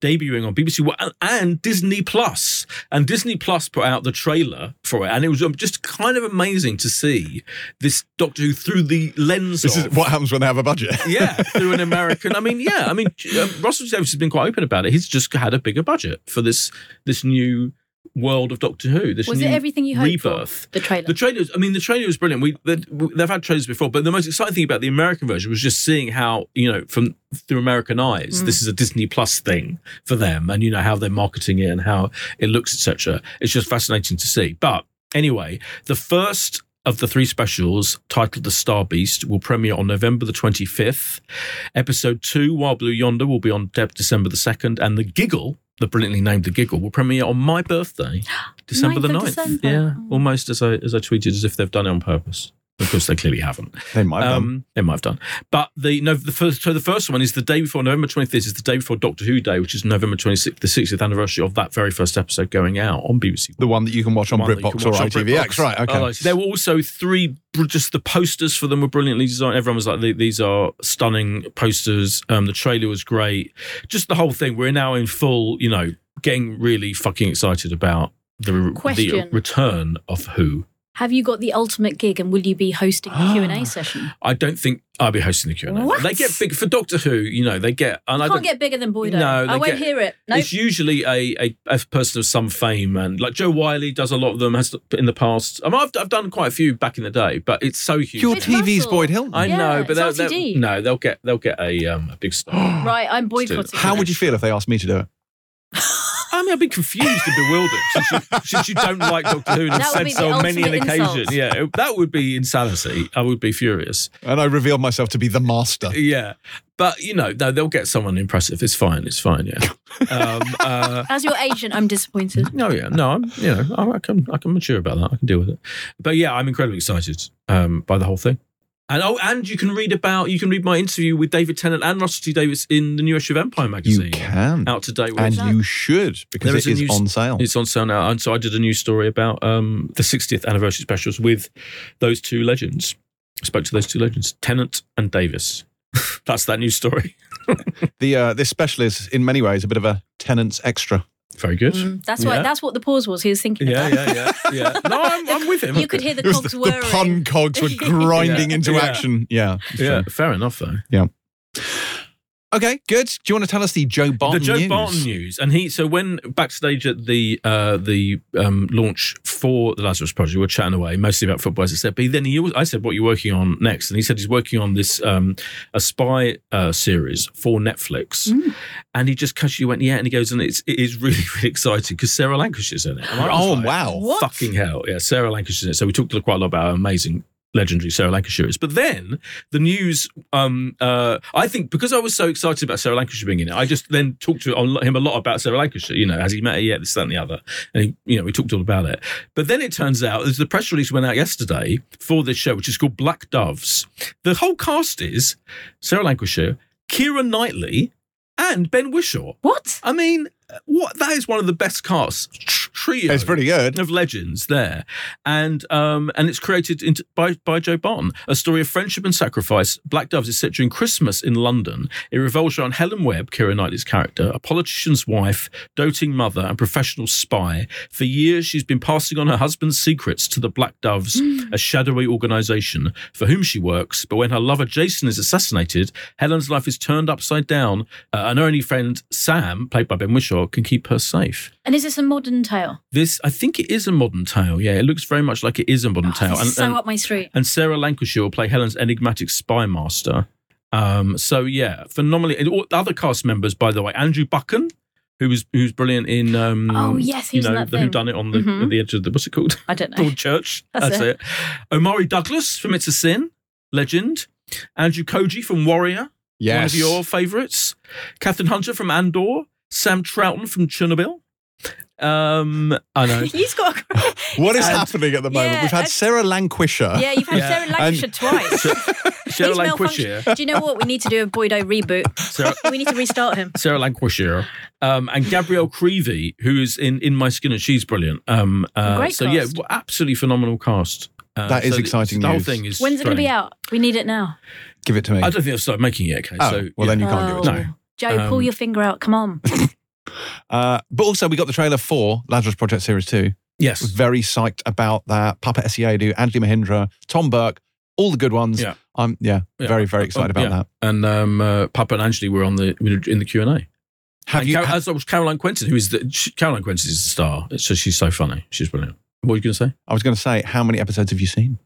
Speaker 3: debuting on BBC One and- and Disney Plus. And Disney Plus put out the trailer for it, and it was um, just kind of amazing to see this Doctor Who through the lens
Speaker 1: This is
Speaker 3: of
Speaker 1: what happens when they have a budget.
Speaker 3: yeah, through an American. I mean, yeah, I mean, um, Russell Davies has been quite open about it. He's just had a bigger budget for this this new world of Doctor Who. This
Speaker 2: Was
Speaker 3: new
Speaker 2: it everything you hoped
Speaker 3: rebirth.
Speaker 2: for? The trailer.
Speaker 3: the trailers, I mean, the trailer was brilliant. We the, they've had trailers before, but the most exciting thing about the American version was just seeing how you know from through American eyes, this is a Disney Plus thing for them, and you know how they're marketing it and how it looks, etc. It's just fascinating to see. But anyway, the first of the three specials, titled "The Star Beast," will premiere on November the twenty fifth. Episode two, Wild Blue Yonder, will be on De- December the second, and the Giggle. The brilliantly named The Giggle will premiere on my birthday, December the 9th.
Speaker 2: Ninth of December.
Speaker 3: Yeah,
Speaker 2: Oh.
Speaker 3: almost as I as I tweeted, as if they've done it on purpose. Of course, they clearly haven't.
Speaker 1: They might have done.
Speaker 3: Um, they might have done. But the no, the first so the first one is the day before November twenty fifth is the day before Doctor Who Day, which is November twenty sixth, the sixtieth anniversary of that very first episode going out on BBC
Speaker 1: The one that you can watch on
Speaker 3: one that you
Speaker 1: BritBox
Speaker 3: can
Speaker 1: or
Speaker 3: watch on
Speaker 1: ITVX.
Speaker 3: BritBox.
Speaker 1: Right, okay.
Speaker 3: Uh, like, there were also three, just the posters for them were brilliantly designed. Everyone was like, "The- these are stunning posters. Um, the trailer was great. Just the whole thing. We're now in full, you know, getting really fucking excited about the, the
Speaker 2: Question.
Speaker 3: return of who.
Speaker 2: have you got the ultimate gig and will you be hosting the Q&A session?
Speaker 3: I don't think I'll be hosting the Q and A.
Speaker 2: What?
Speaker 3: They get big for Doctor Who. You know, they get and I
Speaker 2: Can't
Speaker 3: don't
Speaker 2: get bigger than Boydo.
Speaker 3: No, they
Speaker 2: I won't
Speaker 3: get-
Speaker 2: hear it. No,
Speaker 3: It's usually a, a, a person of some fame, and like Joe Wiley does a lot of them has in the past. I mean, I've, I've done quite a few back in the day, but it's so huge.
Speaker 1: Your
Speaker 2: It's
Speaker 1: TV's
Speaker 2: Russell.
Speaker 1: Boyd Hilton.
Speaker 3: I
Speaker 2: Yeah,
Speaker 3: know, but
Speaker 2: it's RTD.
Speaker 3: they'll, they'll- no, they'll get they'll get a um, a big star.
Speaker 2: right, I'm
Speaker 3: Let's do it.
Speaker 2: boycotting.
Speaker 1: How
Speaker 2: it.
Speaker 1: would you feel if they asked me to do it?
Speaker 3: I mean, I've been confused and bewildered since you, since you don't like Doctor Who and
Speaker 2: That
Speaker 3: have
Speaker 2: would
Speaker 3: said
Speaker 2: be the
Speaker 3: so on many an
Speaker 2: ultimate
Speaker 3: occasion.
Speaker 2: insult.
Speaker 3: Yeah, it- that would be insanity. I would be furious.
Speaker 1: And I revealed myself to be the master.
Speaker 3: Yeah, but you know, no, they'll get someone impressive. It's fine. It's fine. Yeah. Um, uh,
Speaker 2: As your agent, I'm disappointed.
Speaker 3: No, yeah, no, I'm, you know, I, I can, I can mature about that. I can deal with it. But yeah, I'm incredibly excited um, by the whole thing. And oh, and you can read about, you can read my interview with David Tennant and Russell T Davis in the new issue of Empire magazine
Speaker 1: You can.
Speaker 3: out today.
Speaker 1: And
Speaker 3: With,
Speaker 2: that?
Speaker 1: you should, because
Speaker 3: There is a
Speaker 1: it is
Speaker 3: new-
Speaker 1: on sale.
Speaker 3: it's on sale now. And so I did a news story about um, the 60th anniversary specials with those two legends. I spoke to those two legends, Tennant and Davis. That's that news story.
Speaker 1: The uh, This special is, in many ways, a bit of a tenant's extra.
Speaker 3: Very good.
Speaker 2: Mm, that's why.
Speaker 3: Yeah.
Speaker 2: That's what the pause was. He was thinking.
Speaker 3: Yeah,
Speaker 2: about.
Speaker 3: yeah, yeah, yeah. No, I'm, I'm with him.
Speaker 2: You could hear the cogs
Speaker 1: the,
Speaker 2: whirring.
Speaker 1: the pun cogs were grinding
Speaker 3: Yeah.
Speaker 1: into
Speaker 3: Yeah.
Speaker 1: action. Yeah.
Speaker 3: Yeah, fair enough though.
Speaker 1: Okay, good. Do you want to tell us the Joe Barton
Speaker 3: the Joe
Speaker 1: news?
Speaker 3: Barton news, and he so when backstage at the uh, the um, launch for the Lazarus Project, we were chatting away mostly about football, as I said. But then he, was, I said, "What are you working on next?" And he said he's working on this um, a spy uh, series for Netflix,
Speaker 2: Mm.
Speaker 3: and he just casually went, "Yeah," and he goes, "And it's it is really really exciting because Sarah Lancashire's in it." And I was
Speaker 1: Oh,
Speaker 3: like,
Speaker 1: wow.
Speaker 2: What?
Speaker 3: Fucking hell. Yeah, Sarah Lancashire's in it. So we talked quite a lot about how amazing legendary Sarah Lancashire is. But then the news, um, uh, I think because I was so excited about Sarah Lancashire being in it, I just then talked to on- him a lot about Sarah Lancashire, you know, has he met her yet, this, that, and the other. And, he, you know, we talked all about it. But then it turns out, as the press release went out yesterday for this show, which is called Black Doves, the whole cast is Sarah Lancashire, Kira Knightley, and Ben Wishaw.
Speaker 2: What?
Speaker 3: I mean, what that is one of the best casts tr- trio
Speaker 1: It's pretty good.
Speaker 3: of legends there, and um, and it's created into, by by Joe Barton. A story of friendship and sacrifice. Black Doves is set during Christmas in London. It revolves around Helen Webb, Kira Knightley's character, a politician's wife, doting mother, and professional spy. For years, she's been passing on her husband's secrets to the Black Doves, a shadowy organisation for whom she works. But when her lover Jason is assassinated, Helen's life is turned upside down, uh, and her only friend Sam, played by Ben Wishaw, can keep her safe.
Speaker 2: And is this a modern tale?
Speaker 3: This, I think it is a modern tale. Yeah, it looks very much like it is a modern
Speaker 2: Oh,
Speaker 3: tale.
Speaker 2: this
Speaker 3: And,
Speaker 2: is so
Speaker 3: and,
Speaker 2: up my street.
Speaker 3: and Sarah Lancashire will play Helen's enigmatic spy master. Um, so yeah, phenomenally. And all the other cast members, by the way, Andrew Buchan, who was who's brilliant in um,
Speaker 2: Oh, yes, he
Speaker 3: you
Speaker 2: was in
Speaker 3: know
Speaker 2: that
Speaker 3: the
Speaker 2: thing.
Speaker 3: Who Done It on the
Speaker 2: Mhm.
Speaker 3: on the edge of the what's it called
Speaker 2: I don't know.
Speaker 3: Broadchurch.
Speaker 2: That's
Speaker 3: That's, it. Omari Douglas from It's a Sin, legend. Andrew Koji from Warrior, one of
Speaker 1: Yes.
Speaker 3: your favourites. Catherine Hunter from Andor. Sam Troughton from Chernobyl. Um, I know.
Speaker 2: He's got. A...
Speaker 1: What is
Speaker 3: And-
Speaker 1: happening at the moment?
Speaker 2: Yeah,
Speaker 1: We've had
Speaker 2: I-
Speaker 1: Sarah Lanquisher.
Speaker 2: yeah, you've had
Speaker 3: Yeah.
Speaker 2: Sarah Lancashire twice.
Speaker 3: Sarah
Speaker 2: He's
Speaker 3: Lancashire.
Speaker 2: malfunctioning. Do you know what? We need to do a Boydo reboot.
Speaker 3: Sarah,
Speaker 2: We need to restart him.
Speaker 3: Sarah Lancashire. Um, and Gabrielle Creevy, who is in In My Skin, and she's brilliant. Um, uh,
Speaker 2: Great
Speaker 3: so,
Speaker 2: cast.
Speaker 3: yeah, absolutely phenomenal cast. Uh,
Speaker 1: That is
Speaker 3: so the-
Speaker 1: exciting
Speaker 3: The whole
Speaker 1: news.
Speaker 3: thing is.
Speaker 2: When's it going to be
Speaker 3: strange.
Speaker 2: out? We need it now.
Speaker 1: Give it to me.
Speaker 3: I don't think I've started making it. Okay,
Speaker 1: Oh,
Speaker 3: so
Speaker 1: well,
Speaker 3: yeah.
Speaker 1: then you can't give it to me.
Speaker 3: No.
Speaker 2: Oh. Joe, pull
Speaker 3: Um,
Speaker 2: your finger out. Come on.
Speaker 1: Uh, but also, we got the trailer for Lazarus Project Series 2.
Speaker 3: yes,
Speaker 1: Very psyched about that. Papa Essiedu, Anthony Mahindra, Tom Burke, all the good ones.
Speaker 3: Yeah.
Speaker 1: I'm, yeah,
Speaker 3: Yeah.
Speaker 1: very, very excited about
Speaker 3: yeah.
Speaker 1: that.
Speaker 3: and um, uh, Papa and Angelie were on the in the Q and A.
Speaker 1: Have you,
Speaker 3: Car- as was Caroline Quentin, who is the she, Caroline Quentin is the star, so she's so funny. She's brilliant. What were you going to say?
Speaker 1: I was going to say, how many episodes have you seen?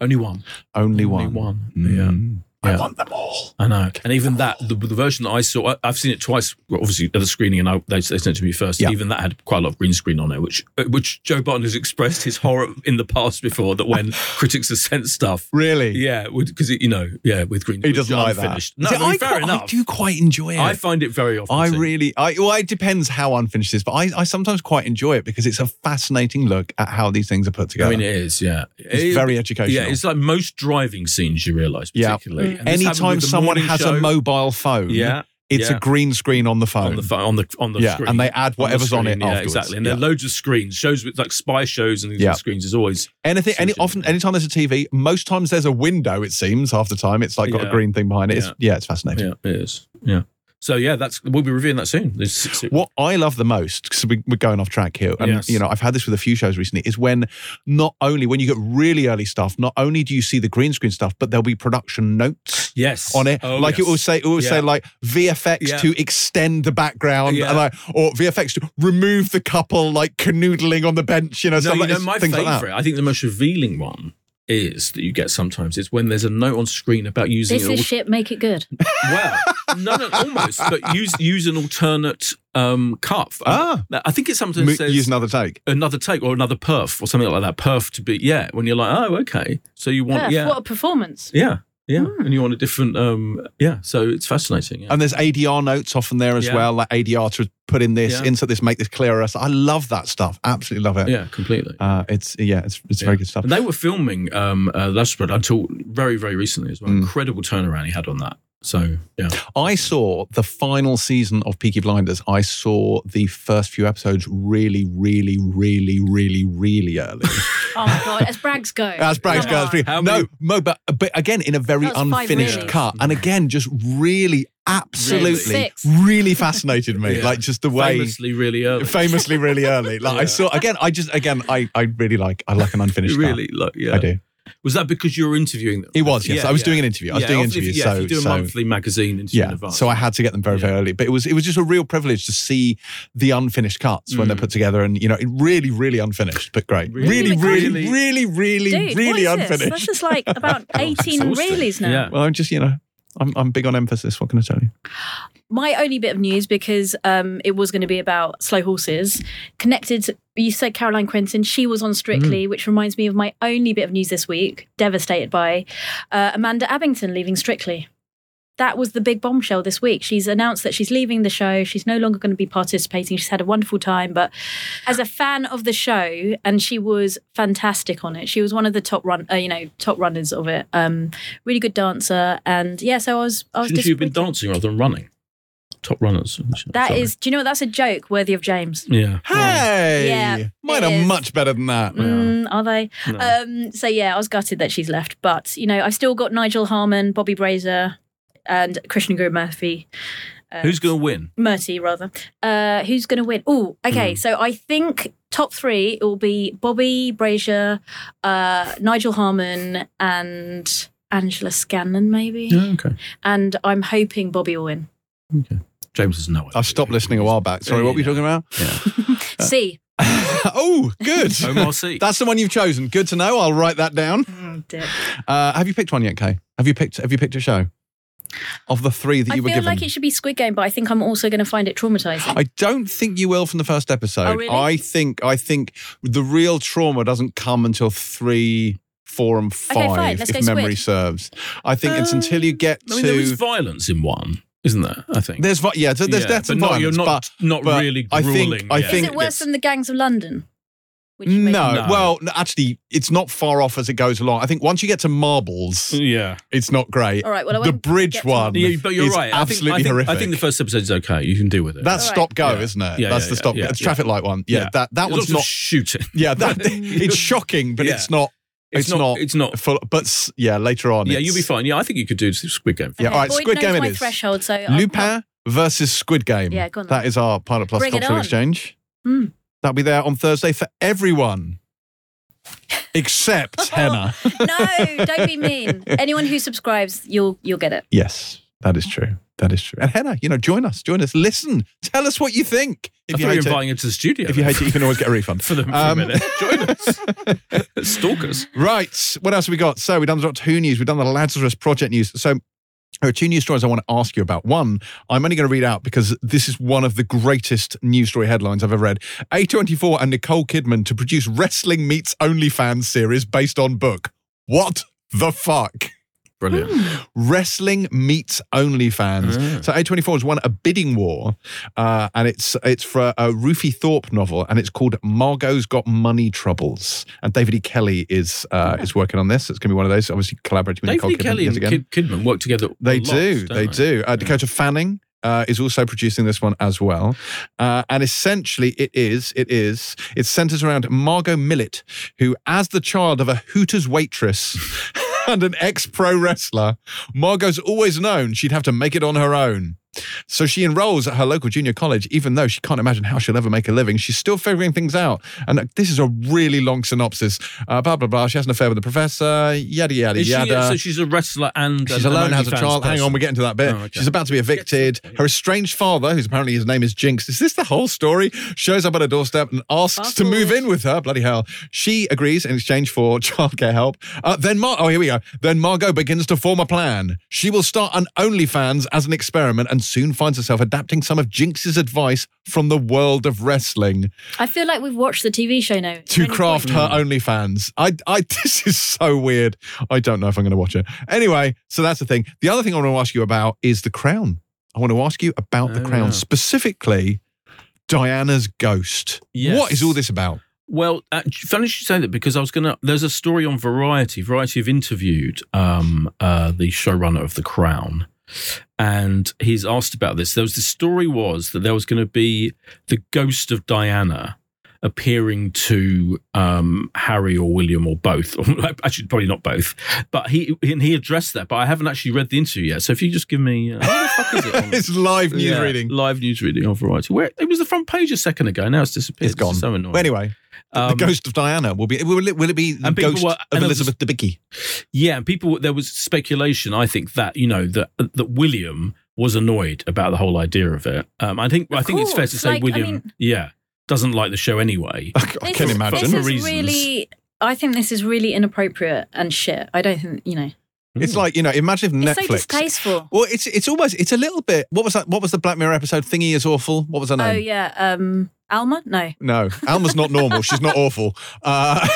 Speaker 3: Only one.
Speaker 1: Only one.
Speaker 3: one. Yeah.
Speaker 1: Mm. I
Speaker 3: Yeah.
Speaker 1: want them all.
Speaker 3: I know. And even that, the, the version that I saw, I, I've seen it twice, well, obviously at the screening, and I, they, they sent it to me first.
Speaker 1: Yeah.
Speaker 3: Even that had quite a lot of green screen on it, which uh, which Joe Barton has expressed his horror in the past before that when critics have sent stuff.
Speaker 1: Really?
Speaker 3: Yeah, because, you know, yeah, with green
Speaker 1: He doesn't
Speaker 3: which are
Speaker 1: like that.
Speaker 3: unfinished. No,
Speaker 1: See,
Speaker 3: I mean,
Speaker 1: I,
Speaker 3: fair
Speaker 1: quite- I
Speaker 3: enough. I,
Speaker 1: do quite enjoy it.
Speaker 3: find it very often.
Speaker 1: I really, I well, it depends how unfinished it is, but I, I sometimes quite enjoy it because it's a fascinating look at how these things are put
Speaker 3: I
Speaker 1: together.
Speaker 3: mean, it is, yeah.
Speaker 1: it's
Speaker 3: It-
Speaker 1: very educational.
Speaker 3: Yeah, it's like most driving scenes you realise,
Speaker 1: Yeah.
Speaker 3: particularly. And this happened
Speaker 1: Anytime
Speaker 3: with the
Speaker 1: someone
Speaker 3: morning
Speaker 1: has
Speaker 3: show.
Speaker 1: a mobile phone,
Speaker 3: Yeah.
Speaker 1: it's
Speaker 3: yeah.
Speaker 1: a green screen on the phone.
Speaker 3: on the phone, on the on the
Speaker 1: yeah,
Speaker 3: screen.
Speaker 1: and they add
Speaker 3: on the
Speaker 1: whatever's on,
Speaker 3: screen,
Speaker 1: it
Speaker 3: Yeah,
Speaker 1: afterwards.
Speaker 3: exactly. And
Speaker 1: Yeah.
Speaker 3: there are loads of screens, shows with like spy shows and things
Speaker 1: Yeah.
Speaker 3: with screens is always
Speaker 1: Anything, any,
Speaker 3: Suited.
Speaker 1: often, anytime there's a TV, most times there's a window. It seems half the time it's like got a
Speaker 3: Yeah.
Speaker 1: green thing behind it. It's, yeah, it's fascinating.
Speaker 3: yeah, it is. Yeah. So yeah, that's we'll be reviewing that soon. It's- it's-
Speaker 1: What I love the most, because we, we're going off track here, and
Speaker 3: Yes.
Speaker 1: you know, I've had this with a few shows recently, is when not only when you get really early stuff, not only do you see the green screen stuff, but there'll be production notes
Speaker 3: yes,
Speaker 1: on it.
Speaker 3: Oh,
Speaker 1: like
Speaker 3: yes.
Speaker 1: it will say, it will say
Speaker 3: Yeah.
Speaker 1: like VFX
Speaker 3: Yeah.
Speaker 1: to extend the background,
Speaker 3: Yeah.
Speaker 1: and like, or VFX to remove the couple like canoodling on the bench, you know,
Speaker 3: No,
Speaker 1: stuff
Speaker 3: you
Speaker 1: like
Speaker 3: know
Speaker 1: this-
Speaker 3: my
Speaker 1: things
Speaker 3: favorite.
Speaker 1: like that.
Speaker 3: I think the most revealing one is that you get sometimes is when there's a note on screen about using
Speaker 2: This
Speaker 3: an
Speaker 2: is shit, make it good.
Speaker 3: al- well, no, no, almost, but use use an alternate um cut.
Speaker 1: Ah.
Speaker 3: I think it sometimes
Speaker 1: Mo-
Speaker 3: says
Speaker 1: use another take.
Speaker 3: another take or another perf or something like that. Perf to be yeah. When you're like, oh, okay, so you want
Speaker 5: Perf,
Speaker 3: yeah,
Speaker 5: What a performance.
Speaker 3: yeah, yeah,
Speaker 1: Hmm.
Speaker 3: and you want a different um yeah. So it's fascinating. Yeah.
Speaker 1: And there's ADR notes often there as
Speaker 3: Yeah.
Speaker 1: well, like ADR to put in this,
Speaker 3: Yeah.
Speaker 1: insert this, make this clearer. So I love that stuff. Absolutely love it.
Speaker 3: yeah, completely.
Speaker 1: Uh, it's yeah, it's it's very good stuff.
Speaker 3: And they were filming um, uh, Last Spread until very, very recently
Speaker 1: Hmm.
Speaker 3: as well. Incredible turnaround he had on that. So, yeah.
Speaker 1: I saw the final season of Peaky Blinders. I saw the first few episodes really, really, really, really, really early.
Speaker 5: Oh my god, as brags go.
Speaker 1: As Bragg's
Speaker 5: Come
Speaker 1: goes,
Speaker 5: on.
Speaker 1: pretty-
Speaker 3: How
Speaker 1: no,
Speaker 3: many-
Speaker 1: Mo, but, uh, but again in a very
Speaker 2: That was five
Speaker 1: unfinished
Speaker 2: reels.
Speaker 1: cut, and again just really, absolutely,
Speaker 5: Six.
Speaker 1: really, fascinated me.
Speaker 3: Yeah.
Speaker 1: Like just the way.
Speaker 3: Famously, really early.
Speaker 1: Famously, really early. Like I saw again. I just again. I, I really like. I like an unfinished. cut.
Speaker 3: really, uh, like, yeah.
Speaker 1: I do.
Speaker 3: Was that because you were interviewing them?
Speaker 1: It was yes.
Speaker 3: Yeah,
Speaker 1: I was
Speaker 3: yeah.
Speaker 1: doing an interview. I was
Speaker 3: Yeah,
Speaker 1: doing
Speaker 3: often if-
Speaker 1: interviews.
Speaker 3: yeah,
Speaker 1: so
Speaker 3: if you do a
Speaker 1: so-
Speaker 3: monthly magazine interview in
Speaker 1: yeah.
Speaker 3: advance.
Speaker 1: So I had to get them very, very early. But it was it was just a real privilege to see the unfinished cuts when they're put together, and you know, it really, really unfinished, but great. Really,
Speaker 3: Mm. Really?
Speaker 1: really, really, really,
Speaker 3: Really?
Speaker 1: really,
Speaker 2: Dude, what is
Speaker 1: unfinished.
Speaker 2: This? this is like about 18
Speaker 3: Oh, Exhausting.
Speaker 2: reallys now.
Speaker 3: Yeah.
Speaker 1: Well, I'm just you know, I'm I'm big on emphasis. What can I tell you?
Speaker 2: My only bit of news, because um, it was going to be about slow horses, connected. You said Caroline Quinton, she was on
Speaker 3: Mm.
Speaker 2: Strictly, which reminds me of my only bit of news this week, devastated by uh, Amanda Abington leaving Strictly. That was the big bombshell this week. She's announced that she's leaving the show. She's no longer going to be participating. She's had a wonderful time, but as a fan of the show, and she was fantastic on it. She was one of the top run, uh, you know, top runners of it. Um, really good dancer, and yeah. So I was, I was.
Speaker 3: Shouldn't you have been
Speaker 2: disappointed.
Speaker 3: dancing rather than running? Top runners.
Speaker 2: That is,
Speaker 3: Sorry.
Speaker 2: do you know what? That's a joke worthy of James.
Speaker 3: Yeah.
Speaker 1: Hey,
Speaker 2: Yeah,
Speaker 1: mine
Speaker 2: it
Speaker 1: are
Speaker 2: is.
Speaker 1: much better than that.
Speaker 2: Mm, are they?
Speaker 3: No.
Speaker 2: Um, so yeah, I was gutted that she's left, but you know, I've still got Nigel Harmon, Bobby Brazer, and Christian Guru Murphy. Uh,
Speaker 3: Who's going to win?
Speaker 2: Murty rather? Uh, who's going to win? Oh,
Speaker 3: Hmm.
Speaker 2: okay. So I think top three it will be Bobby Brazier, uh, Nigel Harmon, and Angela Scanlon, maybe.
Speaker 3: Yeah, okay.
Speaker 2: And I'm hoping Bobby will win.
Speaker 3: James has no idea.
Speaker 1: I've stopped listening a while back. Sorry, what were you talking about?
Speaker 3: Uh.
Speaker 2: See,
Speaker 1: oh, good.
Speaker 3: Omar C.
Speaker 1: That's the one you've chosen. Good to know. I'll write that down.
Speaker 2: oh, dick.
Speaker 1: Uh, have you picked one yet, Kay? Have you picked Have you picked a show of the three that
Speaker 2: I
Speaker 1: you
Speaker 2: feel
Speaker 1: were given?
Speaker 2: like it should be Squid Game, but I think I'm also going to find it traumatizing.
Speaker 1: I don't think you will from the first episode.
Speaker 2: Oh, really?
Speaker 1: I think I think the real trauma doesn't come until three, four, and
Speaker 2: Okay,
Speaker 1: five,
Speaker 2: fine. Let's
Speaker 1: if
Speaker 2: go
Speaker 1: memory
Speaker 2: Squid. Um,
Speaker 1: serves. I think it's until you get
Speaker 3: I mean, there was
Speaker 1: to
Speaker 3: violence in one, isn't there? I think.
Speaker 1: there's vi- yeah, so there's
Speaker 3: Yeah,
Speaker 1: deaths
Speaker 3: but
Speaker 1: and
Speaker 3: not-
Speaker 1: violence,
Speaker 3: you're not-
Speaker 1: but
Speaker 3: not
Speaker 1: but
Speaker 3: really
Speaker 1: I think
Speaker 3: grueling,
Speaker 1: I
Speaker 3: yeah.
Speaker 2: Is
Speaker 1: think
Speaker 2: it worse
Speaker 1: it's-
Speaker 2: than the Gangs of London? Which you make-
Speaker 1: No,
Speaker 3: No.
Speaker 1: well, n- actually, it's not far off as it goes along. I think once you get to marbles,
Speaker 3: Yeah.
Speaker 1: it's not great.
Speaker 2: All right, well, I
Speaker 1: the
Speaker 2: won't
Speaker 1: bridge
Speaker 2: get to
Speaker 1: one,
Speaker 3: Mm. Yeah, but you're
Speaker 1: is
Speaker 3: right. I think-
Speaker 1: absolutely
Speaker 3: I think, I think,
Speaker 1: horrific.
Speaker 3: the first episode is okay. You can deal with it.
Speaker 1: That's
Speaker 2: All right.
Speaker 1: stop go,
Speaker 3: Yeah.
Speaker 1: isn't it?
Speaker 3: Yeah,
Speaker 1: That's
Speaker 3: yeah,
Speaker 1: the stop.
Speaker 3: yeah,
Speaker 1: it's
Speaker 3: yeah.
Speaker 1: traffic light one. Yeah,
Speaker 3: Yeah.
Speaker 1: that that
Speaker 3: There's
Speaker 1: one's
Speaker 3: lots of
Speaker 1: not.
Speaker 3: shooting.
Speaker 1: yeah, that it's shocking, but
Speaker 3: Yeah.
Speaker 1: it's not. It's, not,
Speaker 3: It's not.
Speaker 1: full. But s- yeah, later on.
Speaker 3: Yeah,
Speaker 1: it's-
Speaker 3: you'll be fine. Yeah, I think you could do Squid Game.
Speaker 1: Yeah,
Speaker 2: Okay,
Speaker 1: all right.
Speaker 2: Boyd
Speaker 1: Squid
Speaker 2: knows
Speaker 1: Game it
Speaker 2: my
Speaker 1: is.
Speaker 2: threshold, so I'll-
Speaker 1: Lupin versus Squid Game.
Speaker 2: Yeah, go on then.
Speaker 1: That is our Pilot Plus
Speaker 2: Bring it
Speaker 1: Cultural
Speaker 2: on.
Speaker 1: Exchange.
Speaker 2: Hmm.
Speaker 1: That'll be there on Thursday for everyone. Except Hannah.
Speaker 2: no, don't be mean. Anyone who subscribes, you'll you'll get it.
Speaker 1: Yes, that is true. That is true. And Hannah, you know, join us. Join us. Listen. Tell us what you think.
Speaker 3: If
Speaker 1: you
Speaker 3: you're
Speaker 1: hate it,
Speaker 3: inviting him to the studio,
Speaker 1: if you hate it, you can always get a refund.
Speaker 3: for the for
Speaker 1: Um,
Speaker 3: a minute, join us. Stalkers.
Speaker 1: Right. What else have we got? So we've done the Doctor Who news. We've done the Lazarus Project news. So there are two news stories I want to ask you about. One, I'm only going to read out because this is one of the greatest news story headlines I've ever read. A24 and Nicole Kidman to produce Wrestling Meets OnlyFans series based on book. What the fuck?
Speaker 3: Brilliant.
Speaker 1: Wrestling meets OnlyFans. So A24 has won a bidding war, uh, and it's it's for a Rufy Thorpe novel, and it's called Margot's Got Money Troubles. And David E. Kelly is uh, is working on this. It's going to be one of those, obviously collaborating with
Speaker 3: David E.
Speaker 1: Nicole Kidman
Speaker 3: Kelly
Speaker 1: yet
Speaker 3: and
Speaker 1: again.
Speaker 3: Kid, Kidman work together. a
Speaker 1: they
Speaker 3: lot,
Speaker 1: do,
Speaker 3: don't
Speaker 1: they do. Uh, Dakota Fanning. Uh, is also producing this one as well, uh, and essentially it is it is it centers around Margot Millett, who, as the child of a Hooters waitress and an ex pro wrestler, Margot's always known she'd have to make it on her own. So she enrolls at her local junior college, even though she can't imagine how she'll ever make a living. She's still figuring things out. And uh, this is a really long synopsis. Uh, blah, blah, blah. She has an affair with the professor, yada, yada,
Speaker 3: Is she, uh,
Speaker 1: yada.
Speaker 3: so she's a wrestler and
Speaker 1: She's
Speaker 3: an
Speaker 1: alone, has a
Speaker 3: OnlyFans
Speaker 1: child. Hang on,
Speaker 3: person.
Speaker 1: we're getting to that bit.
Speaker 3: Oh, okay.
Speaker 1: She's about to be evicted. Her estranged father, who's apparently his name is Jinx, is this the whole story? Shows up at her doorstep and asks to move in with her. Bloody hell. She agrees in exchange for childcare help. Uh, then Mar- oh, here we go. Then Margot begins to form a plan. She will start an OnlyFans as an experiment and soon finds herself adapting some of Jinx's advice from the world of wrestling
Speaker 5: I feel like we've watched the TV show now.
Speaker 1: to craft her OnlyFans. I, I, this is so weird. I don't know if I'm going to watch it. Anyway, so that's the thing. The other thing I want to ask you about is the crown. I want to ask you about the
Speaker 3: Oh,
Speaker 1: crown,
Speaker 3: yeah.
Speaker 1: specifically Diana's ghost.
Speaker 3: Yes.
Speaker 1: What is all this about?
Speaker 3: Well, uh, funny you should say that because I was going to. There's a story on Variety. Variety have interviewed um, uh, the showrunner of The Crown, and he's asked about this. There was the story was that there was going to be the ghost of Diana appearing to um, Harry or William or both. Or actually, probably not both. But he and he addressed that. But I haven't actually read the interview yet. So if you just give me, uh, where the fuck is it? on-
Speaker 1: It's live news
Speaker 3: Yeah,
Speaker 1: reading.
Speaker 3: live news reading on Variety. Where it was the front page a second ago. Now it's disappeared.
Speaker 1: It's gone.
Speaker 3: This is so annoying.
Speaker 1: Well, anyway, the-
Speaker 3: Um,
Speaker 1: the ghost of Diana will be. Will it, will it be the
Speaker 3: and people
Speaker 1: ghost
Speaker 3: were-
Speaker 1: of
Speaker 3: and
Speaker 1: Elizabeth Debicki?
Speaker 3: Yeah, and people there was speculation. I think that you know that that William was annoyed about the whole idea of it. Um, I think I think it's fair to
Speaker 2: course,
Speaker 3: say
Speaker 2: like, I
Speaker 3: William,
Speaker 2: mean-
Speaker 3: yeah, doesn't like the show anyway.
Speaker 1: I, I
Speaker 5: This
Speaker 1: can
Speaker 5: is-
Speaker 1: imagine.
Speaker 5: This is
Speaker 3: For reasons.
Speaker 5: really. I think this is really inappropriate and shit. I don't think you know.
Speaker 1: It's like you know. Imagine if
Speaker 5: It's so
Speaker 1: Netflix. Oh,
Speaker 5: distasteful.
Speaker 1: well, it's it's almost it's a little bit. What was that? What was the Black Mirror episode? Thingy is awful. What was her name?
Speaker 5: Oh yeah, um, Alma. No,
Speaker 1: No, Alma's not normal. She's not awful. Uh,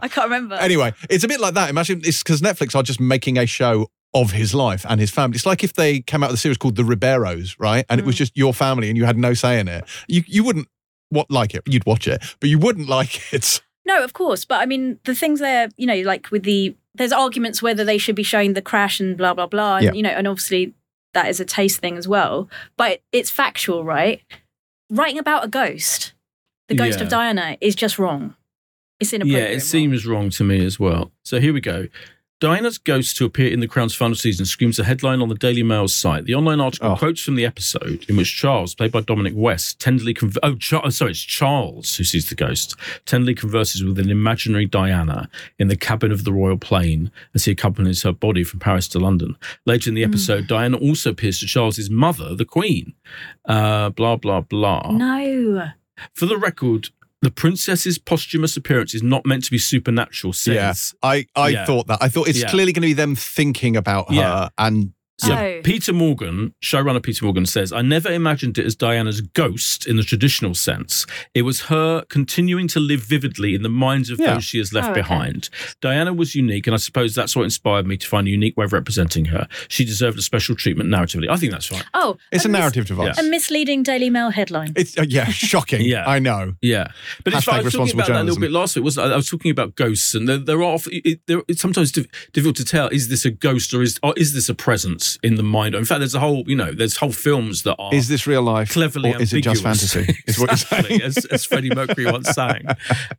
Speaker 5: I can't remember.
Speaker 1: anyway, it's a bit like that. Imagine it's because Netflix are just making a show of his life and his family. It's like if they came out with a series called The Riberos, right? And it
Speaker 3: Mm.
Speaker 1: was just your family and you had no say in it. You you wouldn't what like it. You'd watch it, but you wouldn't like it.
Speaker 2: No, of course, but I mean the things there, you know, like with the there's arguments whether they should be showing the crash and blah blah blah, and
Speaker 1: Yeah.
Speaker 2: you know, and obviously that is a taste thing as well. But it's factual, right? Writing about a ghost, the ghost
Speaker 3: Yeah.
Speaker 2: of Diana, is just wrong. It's
Speaker 3: yeah,
Speaker 2: inappropriate.
Speaker 3: it
Speaker 2: and wrong.
Speaker 3: seems wrong to me as well. So here we go. Diana's ghost to appear in the Crown's final season screams a headline on the Daily Mail's site. The online article
Speaker 1: Oh.
Speaker 3: quotes from the episode in which Charles, played by Dominic West, tenderly conv- oh, Char- oh, sorry, it's Charles who sees the ghost tenderly converses with an imaginary Diana in the cabin of the royal plane as he accompanies her body from Paris to London. Later in the episode, Diana also appears to Charles's mother, the Queen. Uh, blah blah blah.
Speaker 2: No.
Speaker 3: For the record, the princess's posthumous appearance is not meant to be supernatural, says.
Speaker 1: Yeah, I I
Speaker 3: Yeah.
Speaker 1: thought that. I thought it's
Speaker 3: Yeah.
Speaker 1: clearly going to be them thinking about her
Speaker 3: Yeah.
Speaker 1: and
Speaker 3: So
Speaker 5: Oh.
Speaker 3: Peter Morgan, showrunner Peter Morgan, says, I never imagined it as Diana's ghost in the traditional sense. It was her continuing to live vividly in the minds of
Speaker 1: Yeah.
Speaker 3: those she has left
Speaker 5: Oh, okay.
Speaker 3: behind. Diana was unique, and I suppose that's what inspired me to find a unique way of representing her. She deserved a special treatment narratively. I think that's right.
Speaker 5: Oh,
Speaker 1: it's a
Speaker 5: mis-
Speaker 1: narrative device.
Speaker 2: A misleading Daily Mail headline.
Speaker 1: It's uh, yeah, shocking.
Speaker 3: Yeah.
Speaker 1: I know.
Speaker 3: Yeah, but it's
Speaker 1: Hashtag
Speaker 3: I was talking
Speaker 1: responsible
Speaker 3: about that a little
Speaker 1: journalism.
Speaker 3: bit last week. Was I was talking about ghosts, and there, there are often, it, there, it's sometimes diff- difficult to tell is this a ghost or is or is this a presence in the mind? In fact, there's a whole you know there's whole films that are
Speaker 1: Is this real life
Speaker 3: Oh. cleverly
Speaker 1: or is it just
Speaker 3: ambiguous.
Speaker 1: fantasy? Is what you're saying.
Speaker 3: exactly, as, as Freddie Mercury once sang.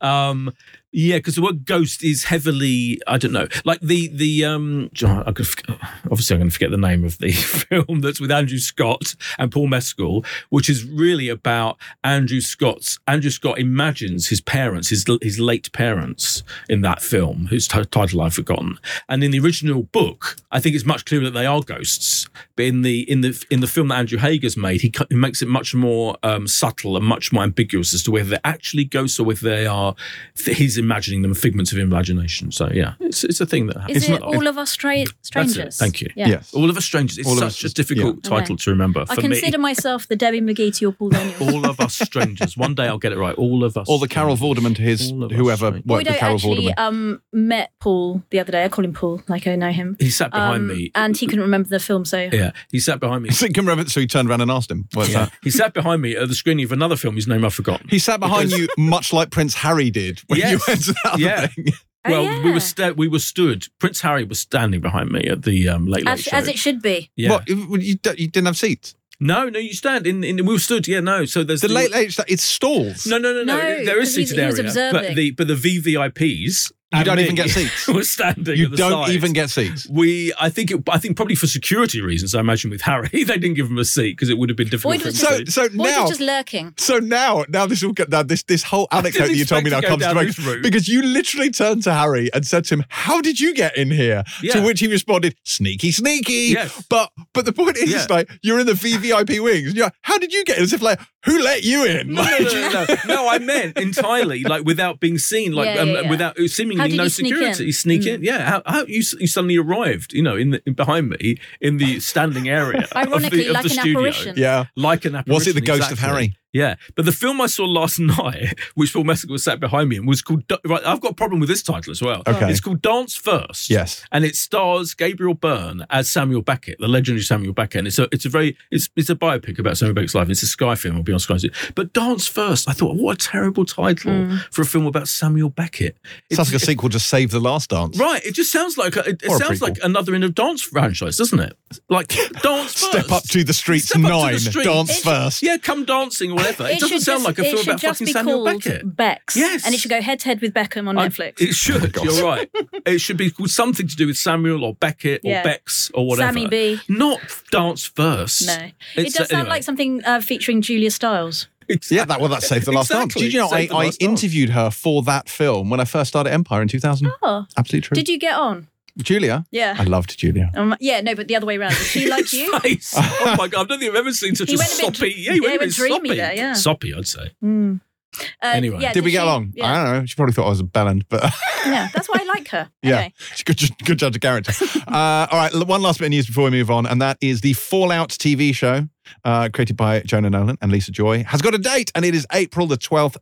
Speaker 3: Um, yeah, because the word ghost is heavily, I don't know, like the the um, John- I could, forg- obviously I'm going to forget the name of the film that's with Andrew Scott and Paul Mescal, which is really about Andrew Scott's Andrew Scott imagines his parents, his his late parents in that film, whose t- title I've forgotten. And in the original book, I think it's much clearer that they are ghosts. But in the in the in the film that Andrew Hager's made, he, cu- he makes it much more um, subtle and much more ambiguous as to whether they're actually ghosts or whether they are th- he's imagining them figments of imagination. So yeah, it's it's a thing that happens.
Speaker 5: is it
Speaker 3: a lot.
Speaker 5: all of us stra- strangers?
Speaker 3: Thank you.
Speaker 5: Yeah.
Speaker 1: Yes.
Speaker 3: all of us strangers? It's
Speaker 1: All of Us
Speaker 3: such a
Speaker 1: is-
Speaker 3: difficult
Speaker 5: yeah.
Speaker 3: title to remember
Speaker 5: I
Speaker 3: for me.
Speaker 5: consider myself the Debbie McGee to your Paul Daniels.
Speaker 3: all of us strangers. One day I'll get it right. All of us.
Speaker 1: Or the Carol
Speaker 3: strangers.
Speaker 1: Vorderman to his
Speaker 3: All of us
Speaker 1: whoever
Speaker 3: strangers.
Speaker 1: worked
Speaker 5: Well, we
Speaker 1: with
Speaker 5: don't
Speaker 1: Carol
Speaker 5: actually
Speaker 1: Vorderman.
Speaker 5: um, met Paul the other day. I call him Paul, like I know him.
Speaker 3: He sat behind
Speaker 5: Um,
Speaker 3: me.
Speaker 5: and he couldn't remember the film, so
Speaker 3: Yeah, he sat
Speaker 5: uh,
Speaker 3: behind me.
Speaker 1: So he can remember- so he turned around and asked him, "What's
Speaker 3: Yeah.
Speaker 1: that?"
Speaker 3: He sat behind me at the screening of another film whose name I've forgotten.
Speaker 1: He sat behind you, much like Prince Harry did when you
Speaker 3: Yes.
Speaker 1: went to that other
Speaker 3: Yeah.
Speaker 1: thing.
Speaker 5: Oh,
Speaker 3: well, we
Speaker 5: yeah.
Speaker 3: were sta- we were stood. Prince Harry was standing behind me at the um, late late
Speaker 5: as,
Speaker 3: show.
Speaker 5: as it should be.
Speaker 3: yeah.
Speaker 1: What? You, you don't- you didn't have seats.
Speaker 3: No, no, you stand in, in. We were stood. Yeah, no. So there's
Speaker 1: The late late it's stalls.
Speaker 3: No, no, no, no.
Speaker 5: No,
Speaker 3: there is
Speaker 5: 'cause he's-
Speaker 3: seated
Speaker 5: he was
Speaker 3: area, but
Speaker 5: observing.
Speaker 3: the but the VVIPs
Speaker 1: You
Speaker 3: and
Speaker 1: don't
Speaker 3: me
Speaker 1: even get seats.
Speaker 3: were standing.
Speaker 1: You
Speaker 3: at the
Speaker 1: don't
Speaker 3: sides.
Speaker 1: even get seats.
Speaker 3: We, I think, it, I think probably for security reasons. I imagine with Harry, they didn't give him a seat because it would have been difficult.
Speaker 5: Boyd
Speaker 3: for him
Speaker 5: was
Speaker 3: to-
Speaker 1: So, so
Speaker 5: Boyd
Speaker 1: now,
Speaker 5: was just lurking.
Speaker 1: So now, now this all now this this whole anecdote that you told me now
Speaker 3: expect to
Speaker 1: comes to
Speaker 3: go down
Speaker 1: make
Speaker 3: this route.
Speaker 1: because you literally turned to Harry and said to him, "How did you get in here?" To
Speaker 3: Yeah.
Speaker 1: which he responded, "Sneaky, sneaky."
Speaker 3: Yes.
Speaker 1: But but the point is,
Speaker 3: Yeah.
Speaker 1: like you're in the VVIP wings. And you're like, how did you get in? As if like who let you in?
Speaker 3: No, no, no, no, no. No, I meant entirely, like without being seen, like
Speaker 5: Yeah,
Speaker 3: um,
Speaker 5: yeah, yeah.
Speaker 3: without
Speaker 5: How
Speaker 3: seemingly
Speaker 5: did
Speaker 3: no
Speaker 5: you sneak
Speaker 3: security.
Speaker 5: in? Mm.
Speaker 3: Sneak in, yeah. How, how you, s- you suddenly arrived, you know, in the behind me in the standing area,
Speaker 5: Ironically,
Speaker 3: of the, of
Speaker 5: like
Speaker 3: the
Speaker 5: an
Speaker 3: studio.
Speaker 5: apparition.
Speaker 1: yeah.
Speaker 3: Like an apparition.
Speaker 1: Was it the ghost of
Speaker 3: exactly.
Speaker 1: Harry?
Speaker 3: Yeah, but the film I saw last night, which Paul Messick was sat behind me, and was called. Right, I've got a problem with this title as well.
Speaker 1: Okay.
Speaker 3: it's called Dance First.
Speaker 1: Yes.
Speaker 3: and it stars Gabriel Byrne as Samuel Beckett, the legendary Samuel Beckett. And it's a it's a very it's it's a biopic about Samuel Beckett's life. It's a Sky film. It'll be on Sky. soon. But Dance First, I thought, what a terrible title
Speaker 5: Hmm.
Speaker 3: for a film about Samuel Beckett. It-
Speaker 1: Sounds like a sequel. Just save the last dance.
Speaker 3: Right, it just sounds like a, it, it
Speaker 1: Or a
Speaker 3: sounds
Speaker 1: prequel.
Speaker 3: like another in a dance franchise, doesn't it? Like dance first.
Speaker 1: Step up to the streets
Speaker 3: Step up to the
Speaker 1: nine.
Speaker 3: streets.
Speaker 1: Dance
Speaker 3: It-
Speaker 1: first.
Speaker 3: yeah, come dancing or whatever. It, doesn't
Speaker 5: should
Speaker 3: sound
Speaker 5: just-
Speaker 3: like a film
Speaker 5: should
Speaker 3: about
Speaker 5: just
Speaker 3: fucking
Speaker 5: be
Speaker 3: Samuel
Speaker 5: called
Speaker 3: Beckett.
Speaker 5: Bex.
Speaker 3: Yes.
Speaker 5: And it should go head to head with Beckham on
Speaker 3: I-
Speaker 5: Netflix.
Speaker 3: It
Speaker 1: Oh
Speaker 3: should. you're right. It should be called something to do with Samuel or Beckett or
Speaker 5: Yeah.
Speaker 3: Bex or whatever.
Speaker 5: Sammy B.
Speaker 3: Not dance first.
Speaker 5: no. It
Speaker 3: It's-
Speaker 5: does sound
Speaker 3: anyway.
Speaker 5: like something uh, featuring Julia Stiles.
Speaker 3: It's-
Speaker 1: Yeah, that well, that saved the last dance.
Speaker 3: Exactly.
Speaker 1: Did you know I,
Speaker 3: Saved the
Speaker 1: I
Speaker 3: last dance.
Speaker 1: interviewed her for that film when I first started Empire in 2000?
Speaker 5: Oh.
Speaker 1: Absolutely true.
Speaker 5: Did you get on?
Speaker 1: Julia?
Speaker 5: Yeah.
Speaker 1: I loved Julia.
Speaker 5: Um, yeah, no, but the other way around. Did she like you?
Speaker 3: Face. Oh my god! I don't think I've ever seen such
Speaker 5: He
Speaker 3: a
Speaker 5: went a bit-
Speaker 3: soppy. yeah,
Speaker 5: yeah,
Speaker 3: he went a bit
Speaker 5: he went dreamy
Speaker 3: soppy.
Speaker 5: there, yeah.
Speaker 3: Soppy, I'd say.
Speaker 5: Mm. Uh,
Speaker 3: Anyway.
Speaker 5: yeah,
Speaker 1: Did, we get
Speaker 5: she-
Speaker 1: along?
Speaker 5: Yeah.
Speaker 1: I don't know. She probably thought I was a bellend, but
Speaker 5: yeah, that's why I like her.
Speaker 1: yeah,
Speaker 5: Okay.
Speaker 1: she's a good, ju- good judge of character. uh, all right, l- one last bit of news before we move on, and that is the Fallout TV show uh, created by Jonah Nolan and Lisa Joy has got a date, and it is April the 12th,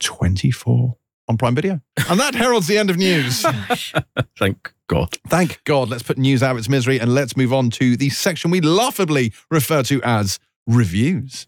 Speaker 1: 2024 on Prime Video. And that heralds the end of news.
Speaker 3: Thank God.
Speaker 1: Thank God. Let's put news out of its misery and let's move on to the section we laughably refer to as reviews.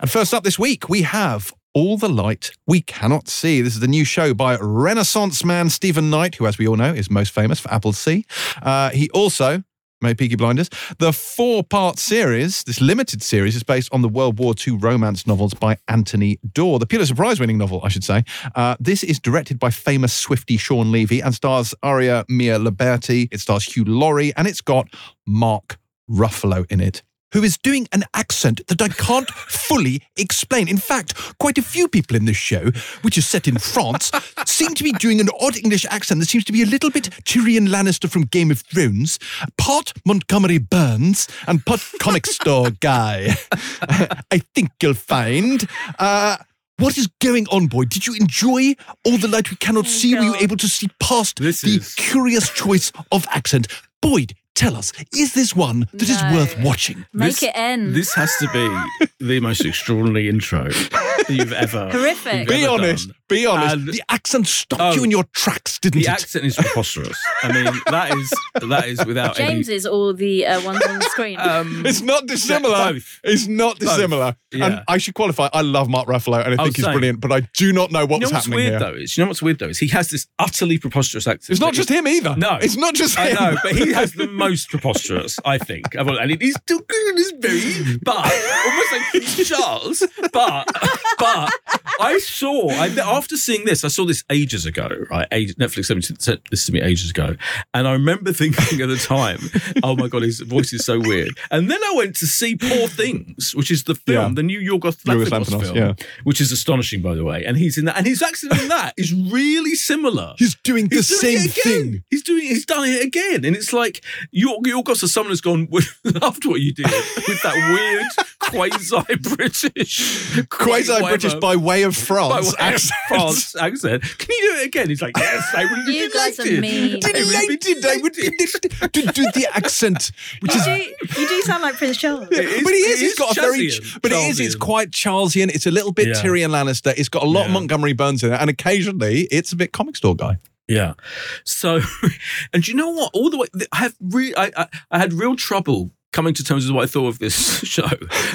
Speaker 1: And first up this week, we have All the Light We Cannot See. This is the new show by Renaissance man Stephen Knight, who, as we all know, is most famous for Apple C. Uh, he also made Peaky Blinders. The four part series, this limited series, is based on the World War II romance novels by Anthony Dorr, the Pulitzer Prize winning novel, I should say. Uh, this is directed by famous Swifty Sean Levy and stars Aria Mia Liberti. It stars Hugh Laurie and it's got Mark Ruffalo in it. Who is doing an accent that I can't fully explain? In fact, quite a few people in this show, which is set in France, seem to be doing an odd English accent that seems to be a little bit Tyrion Lannister from Game of Thrones, part Montgomery Burns, and part comic store guy. I think you'll find. Uh, what is going on, boy? Did you enjoy all the light we cannot see? Were you able to see past
Speaker 3: This
Speaker 1: the
Speaker 3: is-
Speaker 1: curious choice of accent? Boyd, tell us, is this one that is
Speaker 5: No.
Speaker 1: worth watching?
Speaker 5: Make
Speaker 3: This-
Speaker 5: it end.
Speaker 3: This has to be the most extraordinary intro that you've ever.
Speaker 5: Horrific.
Speaker 3: you've
Speaker 1: Be
Speaker 3: ever
Speaker 1: honest,
Speaker 3: done.
Speaker 1: be honest.
Speaker 3: And-
Speaker 1: the accent stopped
Speaker 3: Oh.
Speaker 1: you in your tracks, didn't
Speaker 3: The
Speaker 1: it?
Speaker 3: accent is preposterous. I mean, that is that is without
Speaker 5: James
Speaker 3: any.
Speaker 5: is all the uh, ones on the screen.
Speaker 3: Um,
Speaker 1: it's not dissimilar.
Speaker 3: both.
Speaker 1: It's not dissimilar. And
Speaker 3: Yeah.
Speaker 1: I should qualify. I love Mark Ruffalo and I
Speaker 3: Oh,
Speaker 1: think he's
Speaker 3: same.
Speaker 1: brilliant, but I do not know what
Speaker 3: you know
Speaker 1: was
Speaker 3: what's
Speaker 1: happening
Speaker 3: weird
Speaker 1: here.
Speaker 3: though is you know what's weird though is he has this utterly preposterous accent.
Speaker 1: It's not
Speaker 3: that
Speaker 1: just him either.
Speaker 3: No.
Speaker 1: It's not just
Speaker 3: I
Speaker 1: him.
Speaker 3: know, but he has the most preposterous, I think. Of all- And he's still good he's very, but almost like Prince Charles. But, but I saw, I, after seeing this, I saw this ages ago, right? Age, Netflix sent- sent this to me ages ago. And I remember thinking at the time, oh my God, his voice is so weird. And then I went to see Poor Things, which is the film,
Speaker 1: Yeah.
Speaker 3: the New York
Speaker 1: Yorgos
Speaker 3: Lanthimos
Speaker 1: Lanthimos,
Speaker 3: film,
Speaker 1: yeah.
Speaker 3: which is astonishing, by the way. And he's in that, and his accent in that is really similar.
Speaker 1: He's doing the
Speaker 3: He's doing
Speaker 1: same
Speaker 3: it again.
Speaker 1: thing.
Speaker 3: He's doing. He's done it again, and it's like you you got to someone who's gone. We loved what you did with that weird quasi British,
Speaker 1: Quasi British by way of
Speaker 3: by
Speaker 1: France.
Speaker 3: way of
Speaker 1: accent.
Speaker 3: France accent. Can you do it again? He's like, yes, I would.
Speaker 5: You guys are mean.
Speaker 1: Delighted I would be delighted to do the accent, which is
Speaker 2: You do, you do sound like Prince Charles.
Speaker 3: is-
Speaker 1: but he is.
Speaker 3: it
Speaker 1: He's
Speaker 3: is
Speaker 1: got a very.
Speaker 3: Charlesian.
Speaker 1: But it is. It's
Speaker 3: Charlesian.
Speaker 1: quite Charlesian. It's a little bit
Speaker 3: Yeah.
Speaker 1: Tyrion Lannister. It's got a lot of
Speaker 3: Yeah.
Speaker 1: Montgomery Burns in it, and occasionally it's a bit comic store guy.
Speaker 3: Yeah. So, and do you know what? All the way, I have re- I, I, I had real trouble coming to terms with what I thought of this show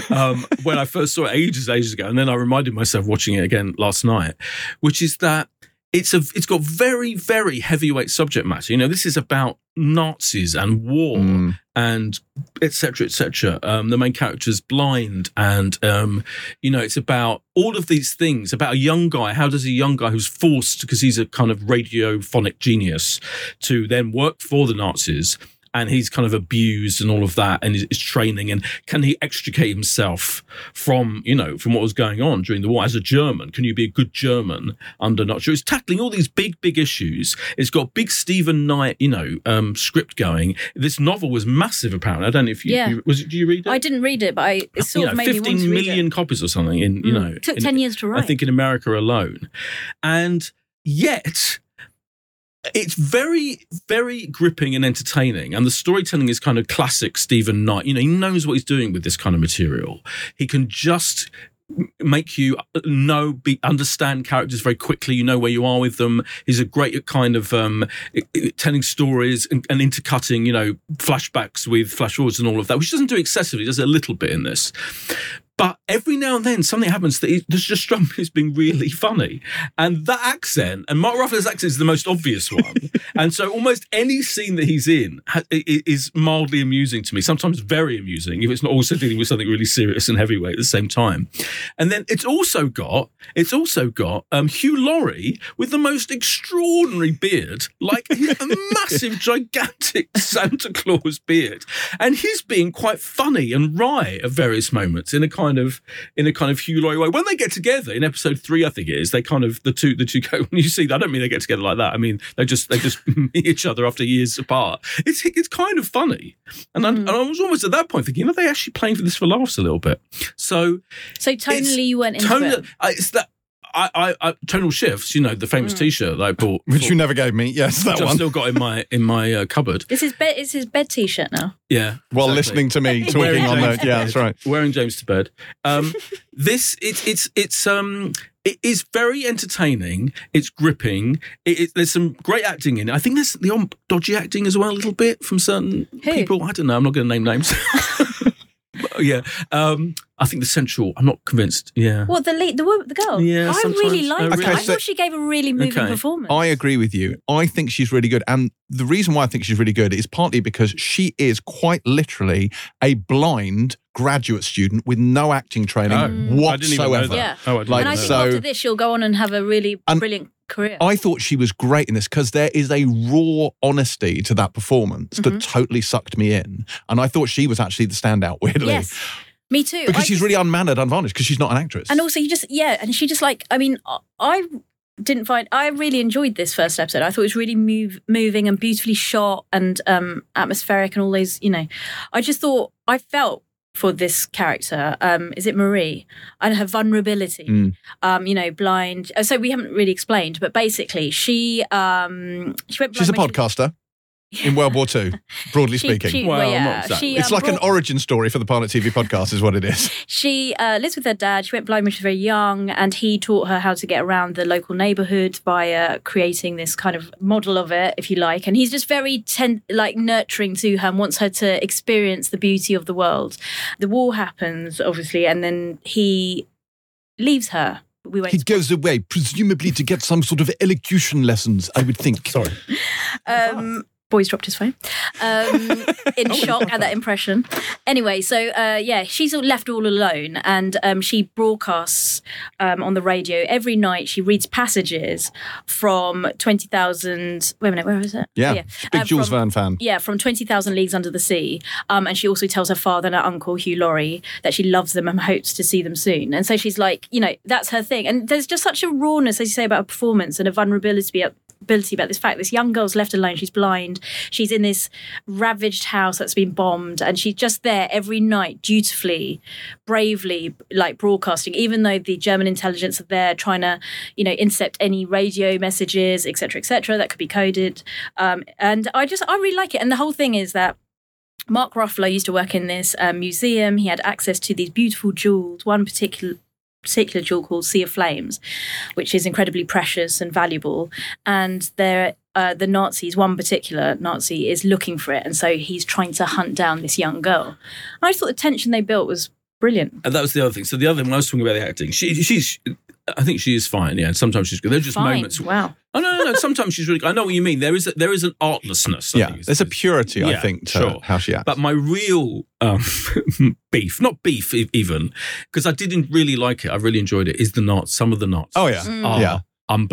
Speaker 3: um, when I first saw it ages, ages ago, and then I reminded myself watching it again last night, which is that it's a it's got very very heavyweight subject matter. You know, this is about Nazis and war
Speaker 6: Mm.
Speaker 3: and etc. etc. Um, the main character's blind, and um, you know, it's about all of these things about a young guy. How does a young guy who's forced because he's a kind of radiophonic genius to then work for the Nazis? And he's kind of abused and all of that, and is is training. And can he extricate himself from, you know, from what was going on during the war as a German? Can you be a good German under Nazi? It's tackling all these big, big issues. It's got big Stephen Knight, you know, um, script going. This novel was massive, apparently. I don't know if you,
Speaker 2: Yeah.
Speaker 3: you- was it. Do you read it?
Speaker 2: I didn't read it, but I it sort
Speaker 3: you know,
Speaker 2: of made me want
Speaker 3: 15
Speaker 2: to read
Speaker 3: million
Speaker 2: it. Mm.
Speaker 3: copies or something in, you know,
Speaker 7: Took
Speaker 3: in-
Speaker 7: 10 years to write.
Speaker 3: I think in America alone. And yet, it's very, very gripping and entertaining. And the storytelling is kind of classic Stephen Knight. You know, he knows what he's doing with this kind of material. He can just m- make you uh, know be understand characters very quickly you know where you are with them he's a great at kind of um i- i- telling stories and, and intercutting you know flashbacks with flash forwards and all of that which he doesn't do excessively he does it a little bit in this but every now and then something happens that is- that's just Trump is being really funny. And that accent, and Mark Ruffalo's accent is the most obvious one. and so almost any scene that he's in ha- i- i- is mildly amusing to me, sometimes very amusing, if it's not also dealing with something really serious and heavyweight at the same time. And then it's also got, it's also got um, Hugh Laurie with the most extraordinary beard, like a massive, gigantic Santa Claus beard. And he's being quite funny and wry at various moments in a kind of in a kind of Hugh Laurie way. When they get together in episode three, I think it is, they kind of the two the two go. When you see that, I don't mean they get together like that. I mean they just they just meet each other after years apart. It's it's kind of funny, and I, and I was almost at that point thinking, are they actually playing for this for laughs a little bit? So
Speaker 2: So tonally, you went into
Speaker 3: tonal,
Speaker 2: it.
Speaker 3: uh, it's that I, I, I tonal shifts. You know the famous
Speaker 2: Mm.
Speaker 3: T-shirt that I bought,
Speaker 1: Which
Speaker 3: for-
Speaker 1: you never gave me. Yes, that
Speaker 3: which I've
Speaker 1: one.
Speaker 3: still got in my in my uh, cupboard.
Speaker 2: It's his bed. It's his bed T-shirt now.
Speaker 3: Yeah,
Speaker 1: While
Speaker 3: exactly.
Speaker 1: listening to me talking
Speaker 3: Wearing
Speaker 1: on
Speaker 3: James
Speaker 1: that. Yeah, that's right.
Speaker 3: wearing James to bed. Um, this it's it's it's um it is very entertaining. It's gripping. It, it, there's some great acting in it. I think there's the odd dodgy acting as well, a little bit from certain
Speaker 2: Who?
Speaker 3: people. I don't know. I'm not going to name names. But, yeah, um, I think the central. I'm not convinced. Yeah,
Speaker 7: What the lead, the wo- the girl?
Speaker 3: Yeah,
Speaker 7: I really
Speaker 3: sometimes.
Speaker 7: liked
Speaker 3: Oh,
Speaker 7: her.
Speaker 3: really?
Speaker 7: I
Speaker 1: Okay, so-
Speaker 7: thought she gave a really moving
Speaker 3: Okay.
Speaker 7: performance.
Speaker 1: I agree with you. I think she's really good. And the reason why I think she's really good is partly because she is quite literally a blind graduate student with no acting training
Speaker 3: Oh, I didn't even know
Speaker 1: whatsoever.
Speaker 3: that.
Speaker 2: Yeah.
Speaker 3: Oh, I didn't
Speaker 1: Like,
Speaker 2: and I
Speaker 3: know
Speaker 2: think
Speaker 1: so-
Speaker 2: after this, she'll go on and have a really
Speaker 1: And
Speaker 2: brilliant career.
Speaker 1: I thought she was great in this because there is a raw honesty to that performance that
Speaker 2: Mm-hmm.
Speaker 1: totally sucked me in. And I thought she was actually the standout, weirdly.
Speaker 2: yes, me too.
Speaker 1: Because
Speaker 2: I
Speaker 1: she's
Speaker 2: just-
Speaker 1: really unmannered, unvarnished, because she's not an actress.
Speaker 2: and also you just yeah, and she just like I mean I- I didn't find I really enjoyed this first episode. I thought it was really move, moving and beautifully shot and um atmospheric and all those you know. I just thought I felt for this character um is it Marie and her vulnerability.
Speaker 1: Mm.
Speaker 2: Um you know blind. So we haven't really explained, but basically she um she went blind
Speaker 1: she's a
Speaker 2: when she-
Speaker 1: podcaster in World War II, broadly
Speaker 2: She,
Speaker 1: speaking.
Speaker 2: she-
Speaker 3: Well,
Speaker 2: well,
Speaker 3: not
Speaker 2: yeah,
Speaker 3: exactly.
Speaker 2: she,
Speaker 1: it's
Speaker 2: um,
Speaker 1: like an
Speaker 2: brought-
Speaker 1: origin story for the Pilot TV podcast, is what it is.
Speaker 2: She uh, lives with her dad. She went blind when she was very young, and he taught her how to get around the local neighborhood by uh, creating this kind of model of it, if you like. And he's just very ten- like nurturing to her and wants her to experience the beauty of the world. The war happens, obviously, and then he leaves her. We won't
Speaker 1: He goes away, presumably to get some sort of elocution lessons, I would think. Sorry.
Speaker 2: Um, Boys dropped his phone um,
Speaker 1: Oh,
Speaker 2: in shock at that impression. Anyway, so uh, yeah, she's all- left all alone, and um, she broadcasts um, on the radio every night. She reads passages from twenty thousand. Wait a minute, where is it?
Speaker 1: Yeah. Big
Speaker 2: uh,
Speaker 1: Jules
Speaker 2: from-
Speaker 1: Verne fan.
Speaker 2: yeah, from 20,000 Leagues Under the Sea. Um, and she also tells her father and her uncle, Hugh Laurie, that she loves them and hopes to see them soon. And so she's like, you know, that's her thing. And there's just such a rawness, as you say, about a performance and a vulnerability about, ability about this fact. This young girl's left alone. She's blind. She's in this ravaged house that's been bombed. And she's just there every night, dutifully, bravely, like broadcasting, even though the German intelligence are there trying to, you know, intercept any radio messages, etc., cetera, etc., cetera, that could be coded. Um, and I just, I really like it. And the whole thing is that Mark Ruffalo used to work in this um, museum. He had access to these beautiful jewels, one particular particular jewel called Sea of Flames, which is incredibly precious and valuable. And there, uh, the Nazis, one particular Nazi, is looking for it, and so he's trying to hunt down this young girl. And I just thought the tension they built was brilliant.
Speaker 3: And that was the other thing. So the other thing, when I was talking about the acting, she, she's I think she is fine. Yeah, and sometimes she's good. There's just
Speaker 5: Fine.
Speaker 3: moments.
Speaker 5: Wow.
Speaker 3: Oh no, no, no. Sometimes she's really. I know what you mean. There is a, there is an artlessness. I
Speaker 1: yeah,
Speaker 3: think is-
Speaker 1: there's a
Speaker 3: is-
Speaker 1: purity, I
Speaker 3: Yeah,
Speaker 1: think, to
Speaker 3: sure.
Speaker 1: how she acts.
Speaker 3: But my real um, beef, not beef e- even, because I didn't really like it. I really enjoyed it. Is the knots? Some of the knots.
Speaker 1: oh yeah,
Speaker 5: Mm.
Speaker 3: Are
Speaker 1: yeah.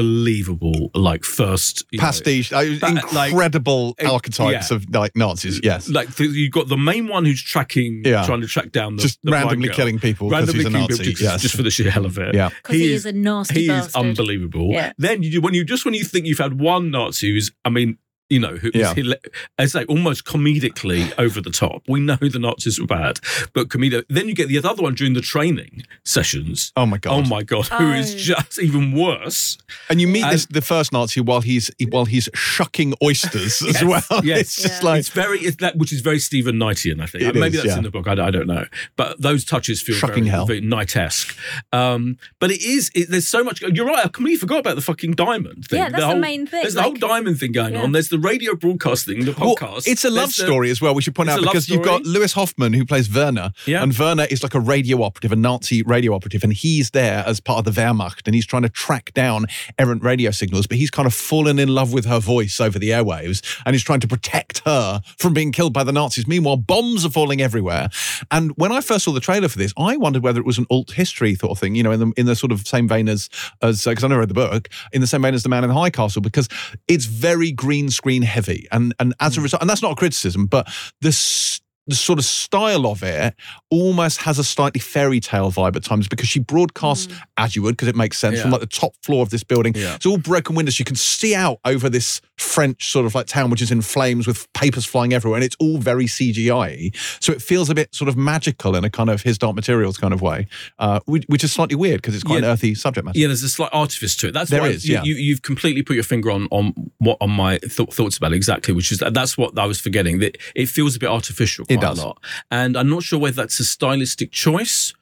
Speaker 3: Unbelievable. Like first you know,
Speaker 1: Pastiche, uh,
Speaker 3: But, like,
Speaker 1: incredible
Speaker 3: it-
Speaker 1: archetypes
Speaker 3: yeah.
Speaker 1: of like Nazis. Yes,
Speaker 3: Like the, you've got the main one who's tracking,
Speaker 1: Yeah.
Speaker 3: trying to track down the
Speaker 1: just
Speaker 3: the blind
Speaker 1: randomly
Speaker 3: girl.
Speaker 1: killing people because
Speaker 3: randomly
Speaker 1: he's a
Speaker 3: killing
Speaker 1: Nazi.
Speaker 3: people just,
Speaker 1: yes.
Speaker 3: just for the sheer hell of it.
Speaker 1: yeah,
Speaker 5: Because he, is, a nasty
Speaker 3: he is
Speaker 5: bastard.
Speaker 3: unbelievable.
Speaker 5: Yeah.
Speaker 3: Then you when you just when you think you've had one Nazi who's I mean you know who is
Speaker 1: Yeah.
Speaker 3: hila- it's like almost comedically over the top. We know the Nazis were bad, but comedic. Then you get the other one during the training sessions.
Speaker 1: Oh my
Speaker 3: Oh
Speaker 1: god!
Speaker 3: my god, who is
Speaker 5: Oh.
Speaker 3: just even worse?
Speaker 1: and you meet
Speaker 3: and-
Speaker 1: this, the first Nazi while he's while he's shucking oysters as well.
Speaker 3: yes.
Speaker 1: It's just
Speaker 5: Yeah.
Speaker 1: like
Speaker 3: It's very it's that which is very Stephen Knightian, I think. Uh,
Speaker 1: It
Speaker 3: Maybe
Speaker 1: is,
Speaker 3: that's
Speaker 1: yeah.
Speaker 3: in the book. I, don't- I don't know, but those touches feel
Speaker 1: Shocking
Speaker 3: very,
Speaker 1: hell.
Speaker 3: very Knight-esque. Um, but it is it, there's so much. You're right. I completely forgot about the fucking diamond thing.
Speaker 5: Yeah, that's the
Speaker 3: whole-
Speaker 5: main thing,
Speaker 3: There's
Speaker 5: like-
Speaker 3: the whole diamond thing going
Speaker 5: Yeah.
Speaker 3: on. There's the radio broadcast thing, the
Speaker 1: Well,
Speaker 3: podcast.
Speaker 1: it's a love
Speaker 3: There's the-
Speaker 1: story as well. We should point
Speaker 3: It's
Speaker 1: out
Speaker 3: a love
Speaker 1: because you've got
Speaker 3: story.
Speaker 1: Lewis Hoffman who plays Werner,
Speaker 3: Yeah.
Speaker 1: and Werner is like a radio operative, a Nazi radio operative, and he's there as part of the Wehrmacht, and he's trying to track down errant radio signals. But he's kind of fallen in love with her voice over the airwaves, and he's trying to protect her from being killed by the Nazis. Meanwhile, bombs are falling everywhere. And when I first saw the trailer for this, I wondered whether it was an alt history sort of thing, you know, in the in the sort of same vein as as because I never read the book, in the same vein as the Man in the High Castle, because it's very green screen heavy, and and as a result, and that's not a criticism, but this. The sort of style of it almost has a slightly fairy tale vibe at times because she broadcasts as you would because it makes sense from
Speaker 3: Mm. Yeah.
Speaker 1: like the top floor of this building.
Speaker 3: Yeah.
Speaker 1: It's all broken windows. You can see out over this French sort of like town which is in flames with papers flying everywhere, and it's all very CGI. So it feels a bit sort of magical in a kind of his dark materials kind of way, uh, which, which is slightly weird because it's quite an
Speaker 3: Yeah.
Speaker 1: earthy subject matter.
Speaker 3: Yeah, there's a slight artifice to it. That's
Speaker 1: There
Speaker 3: why
Speaker 1: is,
Speaker 3: you,
Speaker 1: yeah.
Speaker 3: you, you've completely put your finger on on what on my th- thoughts about it exactly, which is that that's what I was forgetting. That it feels a bit artificial. Quite
Speaker 1: It does.
Speaker 3: a lot, and I'm not sure whether that's a stylistic choice.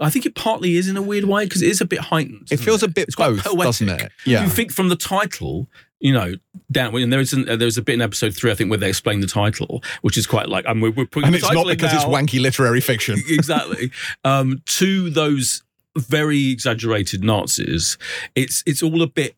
Speaker 3: I think it partly is in a weird way because it is a bit heightened.
Speaker 1: It
Speaker 3: isn't
Speaker 1: feels a bit
Speaker 3: It's quite
Speaker 1: both,
Speaker 3: poetic.
Speaker 1: doesn't it?
Speaker 3: If
Speaker 1: Yeah.
Speaker 3: you think from the title, you know, down and there is an, uh, there's a bit in episode three, I think, where they explain the title, which is quite like, and we're, we're putting
Speaker 1: And
Speaker 3: the
Speaker 1: it's
Speaker 3: title
Speaker 1: not
Speaker 3: in
Speaker 1: because it's
Speaker 3: now
Speaker 1: wanky literary fiction.
Speaker 3: exactly um, to those very exaggerated Nazis. It's it's all a bit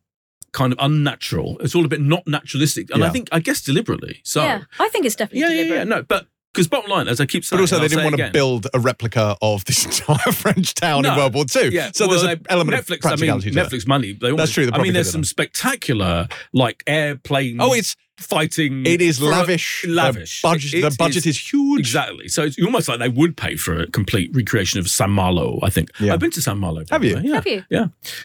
Speaker 3: kind of unnatural. It's all a bit not naturalistic, and
Speaker 1: Yeah.
Speaker 3: I think I guess deliberately. So
Speaker 5: Yeah,
Speaker 3: yeah,
Speaker 5: I think it's definitely
Speaker 3: yeah, yeah,
Speaker 5: deliberate.
Speaker 3: no, but because bottom line, as I keep saying,
Speaker 1: But also,
Speaker 3: and
Speaker 1: they
Speaker 3: I'll say
Speaker 1: didn't want
Speaker 3: it
Speaker 1: to
Speaker 3: again-
Speaker 1: build a replica of this entire French town in
Speaker 3: No.
Speaker 1: World War II.
Speaker 3: Yeah,
Speaker 1: So
Speaker 3: well,
Speaker 1: there's an
Speaker 3: they-
Speaker 1: element of
Speaker 3: Netflix.
Speaker 1: practicality
Speaker 3: I
Speaker 1: to
Speaker 3: mean,
Speaker 1: it.
Speaker 3: Netflix money. They always-
Speaker 1: true, they
Speaker 3: I
Speaker 1: probably
Speaker 3: mean, there's
Speaker 1: did
Speaker 3: some
Speaker 1: that.
Speaker 3: spectacular like airplane.
Speaker 1: Oh, it's
Speaker 3: fighting.
Speaker 1: it is
Speaker 3: for a-
Speaker 1: lavish. The
Speaker 3: lavish.
Speaker 1: budget-
Speaker 3: It-
Speaker 1: the
Speaker 3: it
Speaker 1: budget is huge.
Speaker 3: Exactly. So it's almost like they would pay for a complete recreation of San Marlo, I think.
Speaker 1: Yeah.
Speaker 3: I've been to San Marlo. by
Speaker 1: Have
Speaker 3: the
Speaker 1: you?
Speaker 3: way. Yeah.
Speaker 5: Have you?
Speaker 3: Yeah.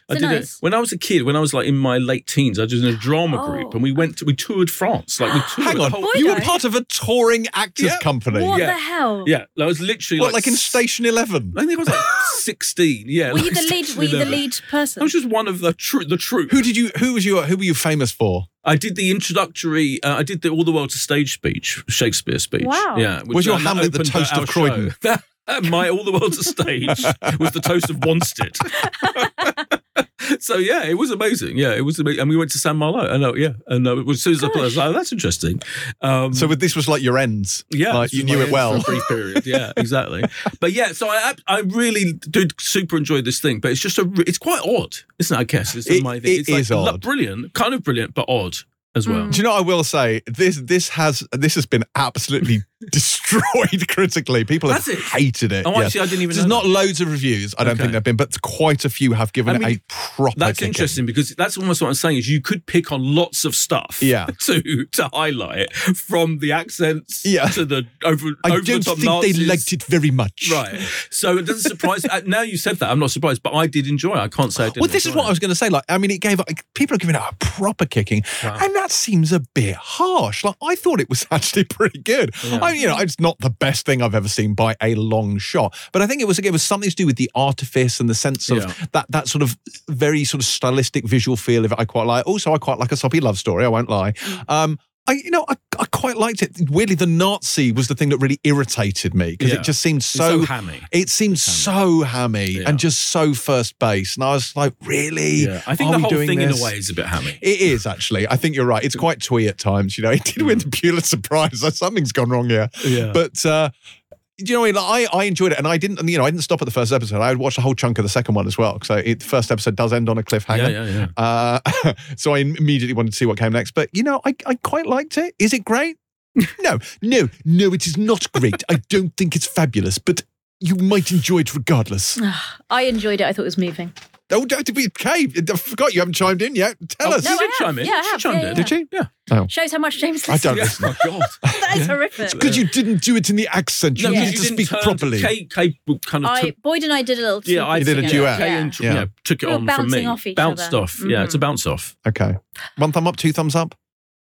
Speaker 3: I
Speaker 5: it
Speaker 3: did
Speaker 5: nice?
Speaker 3: it when I was a kid, when I was like in my late teens, I was in a drama
Speaker 5: Oh.
Speaker 3: group and we went to, we toured France. Like we toured
Speaker 1: Hang
Speaker 3: the
Speaker 1: on,
Speaker 3: whole-
Speaker 5: Boy,
Speaker 1: you were
Speaker 5: though.
Speaker 1: part of a touring actors
Speaker 3: Yeah.
Speaker 1: company.
Speaker 5: What
Speaker 1: What,
Speaker 3: Yeah.
Speaker 5: the hell?
Speaker 3: Yeah. I was literally
Speaker 1: like, in
Speaker 3: s-
Speaker 1: Station Eleven?
Speaker 3: I think I was like 16. Yeah.
Speaker 5: Were you
Speaker 3: like
Speaker 5: the lead? Were you the
Speaker 3: 11.
Speaker 5: lead
Speaker 3: I
Speaker 5: person?
Speaker 3: was just one of the tru- the troop.
Speaker 1: Who did you? Who was your? Who were you famous for?
Speaker 3: I did the introductory. Uh, I did the All the World to Stage speech, Shakespeare speech.
Speaker 5: Wow.
Speaker 3: Yeah. which
Speaker 1: Was your
Speaker 3: then
Speaker 1: Hamlet the
Speaker 3: opened
Speaker 1: toast
Speaker 3: our
Speaker 1: of Croydon?
Speaker 3: show. My All the World to Stage was the toast of Wanstead. so yeah, it was amazing. Yeah, it was amazing. And we went to San Marlo. I know. Yeah, and uh, as soon as I put, I was like, oh, that's interesting. Um,
Speaker 1: So this was like your ends.
Speaker 3: yeah,
Speaker 1: like
Speaker 3: this
Speaker 1: you
Speaker 3: was
Speaker 1: knew
Speaker 3: my
Speaker 1: it well.
Speaker 3: for a brief period. Yeah, exactly. but yeah, so I I really did super enjoy this thing. But it's just a re- it's quite odd, isn't it? I guess it's
Speaker 1: It-
Speaker 3: my thing.
Speaker 1: it
Speaker 3: it's like
Speaker 1: is
Speaker 3: lo-
Speaker 1: odd.
Speaker 3: brilliant, kind of brilliant, but odd as well.
Speaker 1: Do you know? what I will say this. This has this has been absolutely destroyed critically. People have
Speaker 3: Has it?
Speaker 1: hated it.
Speaker 3: Oh,
Speaker 1: yes.
Speaker 3: actually, I didn't even.
Speaker 1: There's
Speaker 3: know
Speaker 1: not loads of reviews. I don't
Speaker 3: Okay.
Speaker 1: think there've been, but quite a few have given
Speaker 3: I mean,
Speaker 1: it a proper.
Speaker 3: That's
Speaker 1: kicking.
Speaker 3: interesting because that's almost what I'm saying is you could pick on lots of stuff
Speaker 1: Yeah.
Speaker 3: to to highlight from the accents
Speaker 1: Yeah.
Speaker 3: to the over
Speaker 1: I
Speaker 3: over
Speaker 1: don't
Speaker 3: the top
Speaker 1: think they
Speaker 3: Nazis.
Speaker 1: liked it very much.
Speaker 3: Right. So it doesn't surprise uh, now you said that I'm not surprised but I did enjoy it. I can't say I didn't.
Speaker 1: Well, this is
Speaker 3: enjoy
Speaker 1: what I
Speaker 3: it.
Speaker 1: was going to say. Like, I mean, it gave like, people are giving it a proper kicking,
Speaker 3: Wow.
Speaker 1: and that seems a bit harsh. Like, I thought it was actually pretty good. I mean, you know, it's not the best thing I've ever seen by a long shot, but I think it was it was something to do with the artifice and the sense of
Speaker 3: Yeah.
Speaker 1: that that sort of very sort of stylistic visual feel of it. I quite like. Also, I quite like a soppy love story. I won't lie.
Speaker 3: Mm.
Speaker 1: Um, I, you know, I, I quite liked it. Weirdly, the Nazi was the thing that really irritated me because
Speaker 3: Yeah.
Speaker 1: it just seemed
Speaker 3: It's
Speaker 1: so
Speaker 3: hammy.
Speaker 1: it seemed so hammy
Speaker 3: Yeah.
Speaker 1: and just so first base. And I was like, really?
Speaker 3: Yeah. I think
Speaker 1: Are
Speaker 3: the
Speaker 1: we
Speaker 3: whole
Speaker 1: doing
Speaker 3: thing
Speaker 1: this?
Speaker 3: in a way is a bit hammy.
Speaker 1: It is actually. I think you're right. It's quite
Speaker 3: Mm.
Speaker 1: twee at times. You know, it did win the Pulitzer Prize. Something's gone wrong here.
Speaker 3: Yeah.
Speaker 1: But uh, you know, what I mean? Like, I, I enjoyed it, and I didn't, you know, I didn't stop at the first episode. I had watched a whole chunk of the second one as well. So it, the first episode does end on a
Speaker 3: Yeah,
Speaker 1: cliffhanger.
Speaker 3: yeah, yeah.
Speaker 1: Uh, so I immediately wanted to see what came next. But you know, I, I quite liked it. Is it great? no, no, no. It is not great. I don't think it's fabulous, but you might enjoy it regardless.
Speaker 3: Ah.
Speaker 2: I enjoyed it. I thought it was moving.
Speaker 1: oh, don't be okay. I forgot you haven't chimed in yet. Tell
Speaker 3: Oh,
Speaker 1: us.
Speaker 3: she
Speaker 2: No, I
Speaker 3: did
Speaker 2: have.
Speaker 3: chime in.
Speaker 2: Yeah, I
Speaker 3: she
Speaker 2: have.
Speaker 3: chimed
Speaker 2: Yeah,
Speaker 3: in.
Speaker 2: yeah.
Speaker 1: Did she?
Speaker 3: Yeah.
Speaker 2: Shows how much James
Speaker 1: I
Speaker 2: listens.
Speaker 1: don't
Speaker 3: Yeah.
Speaker 1: listen.
Speaker 3: Oh, God.
Speaker 2: That is horrific.
Speaker 1: Because you didn't do it in the accent. You
Speaker 3: No,
Speaker 1: needed
Speaker 3: you
Speaker 1: to
Speaker 3: didn't
Speaker 1: speak
Speaker 3: turn to-
Speaker 1: properly.
Speaker 3: Kay, Kay kind of
Speaker 2: I
Speaker 3: took,
Speaker 2: Boyd and I did a little.
Speaker 3: yeah, I
Speaker 1: You did a
Speaker 3: yeah,
Speaker 1: duet.
Speaker 3: Kay
Speaker 2: Yeah.
Speaker 3: and, tr-
Speaker 1: Yeah. Mm-hmm.
Speaker 3: yeah, took it
Speaker 2: We were
Speaker 3: on from me.
Speaker 2: bouncing off each
Speaker 3: bounced
Speaker 2: other.
Speaker 3: off. Yeah, it's a
Speaker 2: Mhm.
Speaker 3: bounce off.
Speaker 1: Okay. One thumb up, two thumbs up,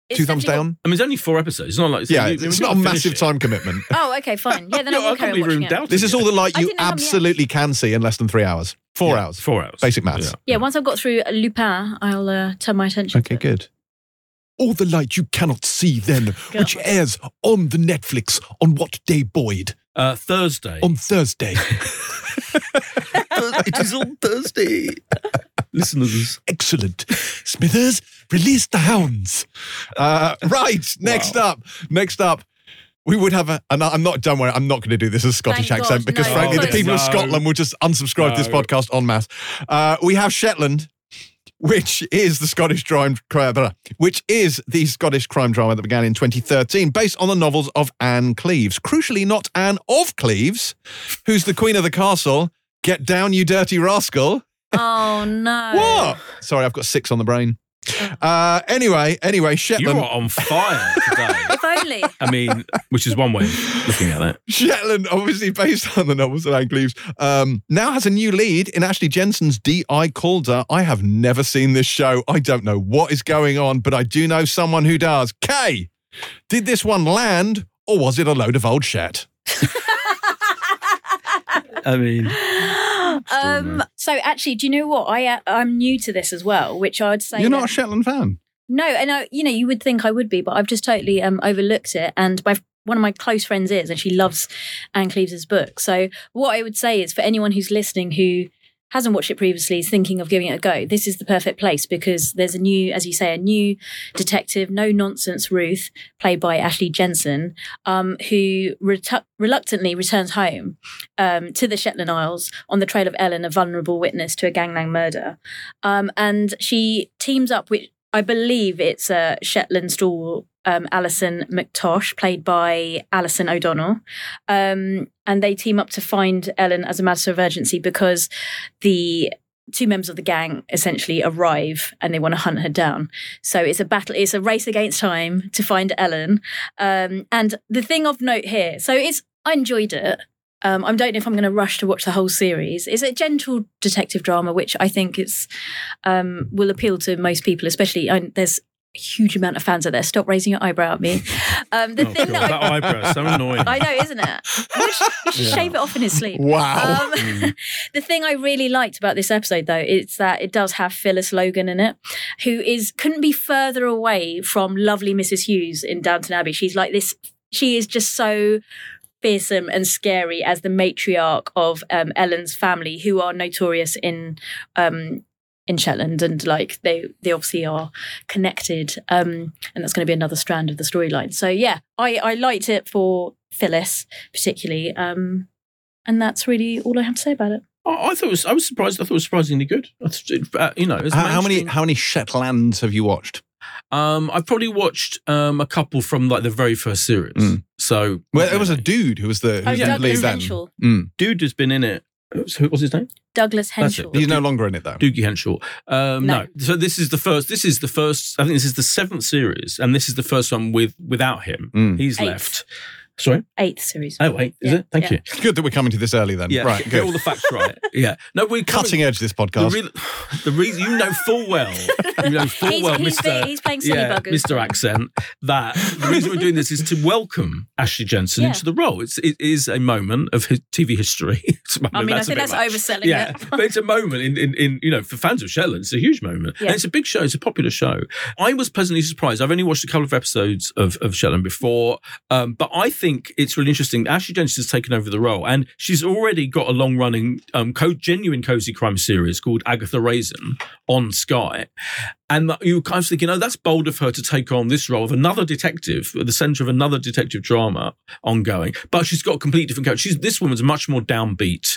Speaker 2: It's
Speaker 1: two thumbs
Speaker 2: definitely-
Speaker 1: down.
Speaker 3: I mean, it's only four episodes. It's not like
Speaker 1: Yeah,
Speaker 3: we-
Speaker 1: it's,
Speaker 3: we
Speaker 1: not a
Speaker 3: didn't
Speaker 1: massive
Speaker 3: finish it.
Speaker 1: time commitment.
Speaker 2: Oh, okay, fine. Yeah, then
Speaker 3: No,
Speaker 2: I will
Speaker 3: I
Speaker 2: carry
Speaker 3: can't
Speaker 2: on
Speaker 3: believe
Speaker 2: watching
Speaker 3: even
Speaker 2: it.
Speaker 3: doubted
Speaker 1: This is
Speaker 3: it.
Speaker 1: all the light
Speaker 2: I
Speaker 1: you
Speaker 2: didn't know how many
Speaker 1: absolutely can see in less than three hours. Four
Speaker 3: Yeah,
Speaker 1: hours.
Speaker 3: Four hours.
Speaker 1: Basic maths.
Speaker 2: Yeah, once I've got through Lupin, I'll uh, turn my attention.
Speaker 1: Okay,
Speaker 2: to it.
Speaker 1: good. All the light you cannot see then, which airs on the Netflix on what day, Boyd?
Speaker 3: Uh, Thursday.
Speaker 1: On Thursday.
Speaker 3: it is on Thursday. Listeners.
Speaker 1: Excellent. Smithers, release the hounds. Uh, right, next up. Next up. We would have a, and I- I'm not, don't worry, I'm not going to do this as a Scottish
Speaker 2: Thank
Speaker 1: accent
Speaker 2: God,
Speaker 1: because
Speaker 2: no.
Speaker 1: frankly, the
Speaker 2: Oh,
Speaker 1: people of
Speaker 3: no.
Speaker 1: Scotland will just unsubscribe to this
Speaker 3: No.
Speaker 1: podcast en masse. Uh, we have Shetland, which is the Scottish crime, which is the Scottish crime drama that began in 2013, based on the novels of Anne Cleves. Crucially, not Anne of Cleves, who's the queen of the castle. Get down, you dirty rascal.
Speaker 2: Oh no.
Speaker 1: What? Sorry, I've got six on the brain. Uh, anyway, anyway,
Speaker 3: You are
Speaker 1: Shetland,
Speaker 3: on fire today.
Speaker 2: If only.
Speaker 3: I mean, which is one way of looking at it.
Speaker 1: Shetland, obviously based on the novels of Anne Cleves, um, now has a new lead in Ashley Jensen's D.I. Calder. I have never seen this show. I don't know what is going on, but I do know someone who does. Kay, did this one land or was it a load of old shat?
Speaker 3: I mean,
Speaker 2: Um, so actually, do you know what? I uh, I'm new to this as well, which I'd say
Speaker 1: You're
Speaker 2: that-
Speaker 1: not a Shetland fan.
Speaker 2: No, and I, you know, you would think I would be, but I've just totally um, overlooked it. And my one of my close friends is, and she loves Anne Cleves' book. So what I would say is, for anyone who's listening who hasn't watched it previously, is thinking of giving it a go, this is the perfect place because there's a new, as you say, a new detective, no nonsense Ruth, played by Ashley Jensen, um, who retu- reluctantly returns home um, to the Shetland Isles on the trail of Ellen, a vulnerable witness to a gangland murder. Um, and she teams up with, I believe it's uh, Shetland stall um, Alison McTosh, played by Alison O'Donnell. Um, and they team up to find Ellen as a matter of urgency because the two members of the gang essentially arrive and they want to hunt her down. So it's a battle, it's a race against time to find Ellen. Um, and the thing of note here, so it's, I enjoyed it. Um, I don't know if I'm going to rush to watch the whole series. It's a gentle detective drama, which I think it's um, will appeal to most people, especially I, there's a huge amount of fans out there. Stop raising your eyebrow at me. Um, the
Speaker 3: oh,
Speaker 2: thing
Speaker 3: God,
Speaker 2: that I
Speaker 3: that eyebrow is so annoying.
Speaker 2: I know, isn't it? We should, we should shave it off in his sleep.
Speaker 1: Wow.
Speaker 2: Um,
Speaker 3: Mm.
Speaker 2: the thing I really liked about this episode, though, is that it does have Phyllis Logan in it, who is couldn't be further away from lovely Mrs. Hughes in Downton Abbey. She's like this. She is just so fearsome and scary as the matriarch of um, Ellen's family, who are notorious in um, in Shetland, and like they they obviously are connected. Um, and that's going to be another strand of the storyline. So yeah, I I liked it for Phyllis particularly. Um, and that's really all I have to say about it.
Speaker 3: I, I thought it was, I was surprised. I thought it was surprisingly good. I th- it- uh, you know, it's
Speaker 1: How, how many
Speaker 3: mainstream.
Speaker 1: how many Shetlands have you watched?
Speaker 3: Um, I've probably watched um a couple from like the very first series.
Speaker 1: Mm.
Speaker 3: So
Speaker 1: Well, there was a dude who was the who
Speaker 2: Oh,
Speaker 1: was the
Speaker 2: Douglas
Speaker 1: lead then.
Speaker 2: Henshall.
Speaker 1: Mm.
Speaker 3: dude has been in it. Who was his name?
Speaker 2: Douglas
Speaker 3: That's
Speaker 2: Henshall.
Speaker 1: He's no longer in it though.
Speaker 3: Doogie Henshaw. Um,
Speaker 2: No.
Speaker 3: no. So this is the first. This is the first. I think this is the seventh series, and this is the first one with without him.
Speaker 1: Mm.
Speaker 3: He's
Speaker 2: Eighth.
Speaker 3: left. Sorry.
Speaker 2: Eighth series.
Speaker 3: Oh wait, is
Speaker 2: Yeah,
Speaker 3: it? Thank
Speaker 2: yeah.
Speaker 3: you.
Speaker 1: Good that we're coming to this early then.
Speaker 3: Yeah.
Speaker 1: Um, Right,
Speaker 3: Get,
Speaker 1: good.
Speaker 3: all the facts right. yeah. No, we're
Speaker 1: Cutting
Speaker 3: coming-
Speaker 1: edge this
Speaker 3: The,
Speaker 1: podcast.
Speaker 3: re- the reason you know full well, you know full
Speaker 2: He's-
Speaker 3: Oh, well,
Speaker 2: he's
Speaker 3: Mister.
Speaker 2: been- he's playing silly buggers.
Speaker 3: Mr. Accent. That the reason we're doing this is to welcome Ashley Jensen
Speaker 2: Yeah.
Speaker 3: into the role. It's it is a moment of his TV history. It's a
Speaker 2: I
Speaker 3: moment-
Speaker 2: mean, I
Speaker 3: a
Speaker 2: think
Speaker 3: bit
Speaker 2: that's
Speaker 3: much.
Speaker 2: overselling
Speaker 3: Yeah,
Speaker 2: it.
Speaker 3: but it's a moment in, in, in you know for fans of Shetland, it's a huge moment,
Speaker 2: Yeah.
Speaker 3: and it's a big show. It's a popular show. I was pleasantly surprised. I've only watched a couple of episodes of, of Shetland before, um, but I think it's really interesting. Ashley Jensen's taken over the role, and she's already got a long running um, co- genuine cozy crime series called Agatha Raisin on Sky, And that you kind of thinking, oh, that's bold of her to take on this role of another detective at the center of another detective drama ongoing. But she's got a completely different character. She's, this woman's much more downbeat.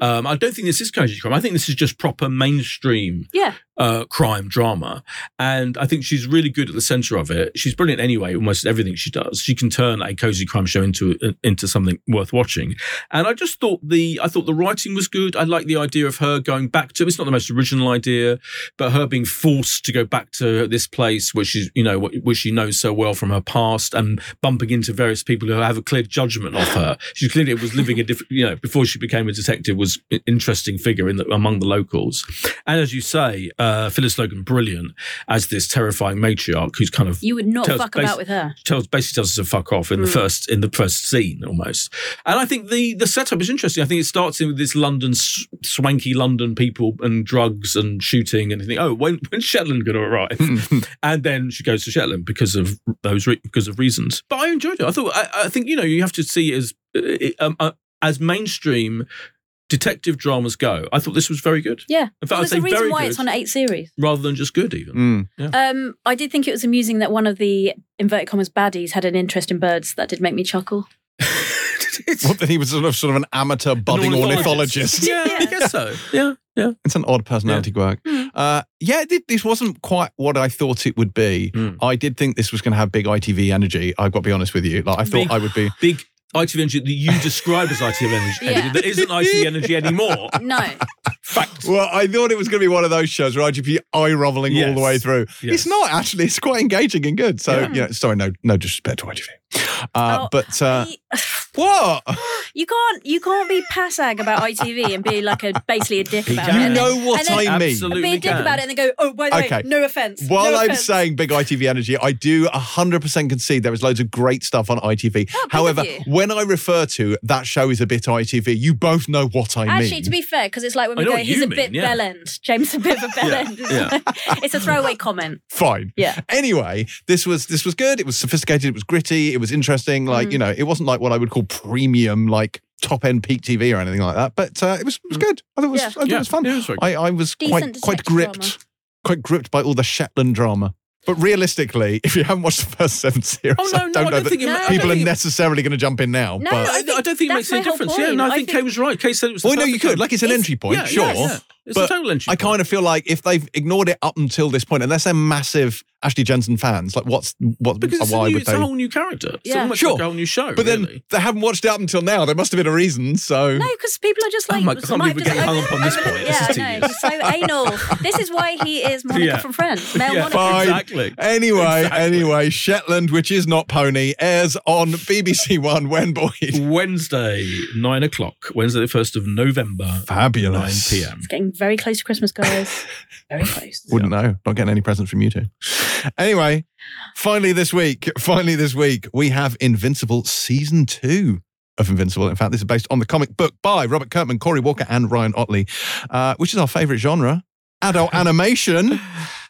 Speaker 3: Um, I don't think this is cozy crime. I think this is just proper mainstream
Speaker 2: Yeah.
Speaker 3: uh, crime drama. And I think she's really good at the center of it. She's brilliant anyway, almost everything she does. She can turn a cozy crime show into into something worth watching. And I just thought the I thought the writing was good. I like the idea of her going back to it's not the most original idea, but her being forced to go back to this place where she's you know wh- which she knows so well from her past and bumping into various people who have a clear judgment of her. She clearly was living a different you know before she became a detective was an interesting figure in the, among the locals. And as you say, uh, Phyllis Logan brilliant as this terrifying matriarch who's kind of
Speaker 5: You would not
Speaker 3: Tells
Speaker 5: fuck
Speaker 3: basi-
Speaker 5: about with her.
Speaker 3: tells basically tells us to fuck off
Speaker 5: Hmm.
Speaker 3: in the first in the first scene almost. And I think the the setup is interesting. I think it starts in with this London s- swanky London people and drugs and shooting and you think, oh, when when's Shetland going to arrive?
Speaker 5: Hmm.
Speaker 3: and then she goes to Shetland because of those re- because of reasons. But I enjoyed it. I thought I, I think you know you have to see it as uh, um, uh, as mainstream. Detective dramas go. I thought this was very good.
Speaker 5: Yeah.
Speaker 3: in fact,
Speaker 5: Well,
Speaker 3: I'd
Speaker 5: there's
Speaker 3: say
Speaker 5: a
Speaker 3: very
Speaker 5: reason why
Speaker 3: good,
Speaker 5: it's on eight series.
Speaker 3: rather than just good. Even
Speaker 1: Hmm.
Speaker 4: Mm.
Speaker 5: Um, I did think it was amusing that one of the inverted commas baddies had an interest in birds. That did make me chuckle.
Speaker 1: Well, then he was sort of sort of an amateur budding ornithologist.
Speaker 3: Yeah, I guess so. Yeah, yeah.
Speaker 1: It's an odd personality quirk.
Speaker 3: Hmm.
Speaker 1: Uh, yeah, thi- this wasn't quite what I thought it would be.
Speaker 5: Hmm.
Speaker 3: Mm.
Speaker 1: I did think this was going to have big ITV energy. I've got to be honest with you. Like I thought
Speaker 3: Big-
Speaker 1: I would be.
Speaker 3: big ITV energy that you describe as ITV energy
Speaker 5: Yeah.
Speaker 3: that isn't ITV energy anymore.
Speaker 5: No.
Speaker 3: Fact.
Speaker 1: Well, I thought it was going to be one of those shows where I'd be eye rolling all the
Speaker 3: Yes.
Speaker 1: way through. It's
Speaker 3: Yes.
Speaker 1: not actually. It's quite engaging and good. So
Speaker 3: Yeah.
Speaker 1: you know, sorry, no, no disrespect to ITV. Uh,
Speaker 5: Oh,
Speaker 1: but uh,
Speaker 5: You-
Speaker 1: what?
Speaker 5: you can't you can't be passag about ITV and be like a basically a dick
Speaker 3: He
Speaker 5: about
Speaker 3: can.
Speaker 5: it.
Speaker 1: You know what
Speaker 5: and then-
Speaker 1: I mean.
Speaker 5: And
Speaker 3: Absolutely.
Speaker 5: be a dick
Speaker 3: can.
Speaker 5: about it and then go, oh, by the
Speaker 1: Okay.
Speaker 5: way, no offense.
Speaker 1: While
Speaker 5: no
Speaker 1: I'm
Speaker 5: offense.
Speaker 1: saying big ITV energy, I do 100% concede there is loads of great stuff on ITV.
Speaker 5: of
Speaker 1: However,
Speaker 5: Oh, you.
Speaker 1: when I refer to that show is a bit ITV, you both know what I
Speaker 5: Actually,
Speaker 1: mean.
Speaker 5: to be fair, because it's like when
Speaker 3: I
Speaker 5: we
Speaker 3: know
Speaker 5: go,
Speaker 3: what
Speaker 5: he's
Speaker 3: you
Speaker 5: a bit
Speaker 3: mean, yeah.
Speaker 5: bell end. James a bit of a bell
Speaker 3: Yeah,
Speaker 5: end. It's,
Speaker 3: yeah.
Speaker 5: like- it's a throwaway comment.
Speaker 1: Fine.
Speaker 5: Yeah.
Speaker 1: Anyway, this was this was good. It was sophisticated. It was gritty. It was interesting.
Speaker 5: Mm.
Speaker 1: Like you know, it wasn't like what I would call premium, like top end peak TV or anything like that. But uh, it was it was good. I thought it was, I thought
Speaker 3: Yeah.
Speaker 1: it was fun.
Speaker 3: Yeah, it was very
Speaker 1: I, I was quite
Speaker 5: Mm. Decent
Speaker 1: quite
Speaker 5: detective
Speaker 1: gripped,
Speaker 5: drama.
Speaker 1: quite gripped by all the Shetland drama. But realistically, if you haven't watched the first seven series,
Speaker 3: Oh, no,
Speaker 1: I
Speaker 3: no,
Speaker 1: don't
Speaker 3: I
Speaker 1: know
Speaker 3: don't
Speaker 1: that
Speaker 3: think it-
Speaker 5: No, I
Speaker 1: people
Speaker 5: don't
Speaker 1: are
Speaker 3: think it-
Speaker 1: necessarily going to jump in now.
Speaker 5: No,
Speaker 1: but
Speaker 3: I, I don't think it
Speaker 5: That's
Speaker 3: makes any
Speaker 5: my whole
Speaker 3: difference.
Speaker 5: point.
Speaker 3: Yeah, no, I,
Speaker 5: I
Speaker 3: think
Speaker 5: think-
Speaker 3: Kay was right. Kay said it was. the
Speaker 1: well, no, you
Speaker 3: perfect
Speaker 1: could.
Speaker 3: time.
Speaker 1: Like, it's an
Speaker 5: It's-
Speaker 1: entry point,
Speaker 3: yeah,
Speaker 1: sure.
Speaker 3: yeah, yeah. It's a
Speaker 1: But
Speaker 3: total entry.
Speaker 1: I kind of feel like if they've ignored it up until this point, unless they're massive Ashley Jensen fans, like what's what?
Speaker 3: because it's, a,
Speaker 1: why
Speaker 3: new,
Speaker 1: would
Speaker 3: it's a
Speaker 1: they?
Speaker 3: whole new character. It's
Speaker 5: Yeah.
Speaker 3: almost
Speaker 1: Sure.
Speaker 3: like a whole new show.
Speaker 1: But then
Speaker 3: really.
Speaker 1: they haven't watched it up until now. There must have been a reason. So
Speaker 5: No, because people are just
Speaker 3: Oh
Speaker 5: like,
Speaker 3: my God, I can't
Speaker 5: might
Speaker 3: believe
Speaker 5: have
Speaker 3: we're getting
Speaker 5: just
Speaker 3: hung up on this
Speaker 5: opened-
Speaker 3: point. This is
Speaker 5: Yeah, no, he's so anal. This is why he is Monica
Speaker 3: Yeah.
Speaker 5: from Friends. Male
Speaker 3: Yeah.
Speaker 5: Monica.
Speaker 1: Fine.
Speaker 3: Exactly.
Speaker 1: Anyway,
Speaker 3: Exactly.
Speaker 1: anyway, Shetland, which is not pony, airs on BBC One when Boyd.
Speaker 3: Wednesday, nine o'clock. Wednesday, the first of November, nine
Speaker 1: Fabulous.
Speaker 3: p.m.
Speaker 5: It's getting very close to Christmas, guys. Very close.
Speaker 1: Wouldn't know. Not getting any presents from you two. Anyway, finally this week, finally this week, we have Invincible Season 2 of Invincible. In fact, this is based on the comic book by Robert Kirkman, Corey Walker, and Ryan Otley, uh, which is our favorite genre, adult animation,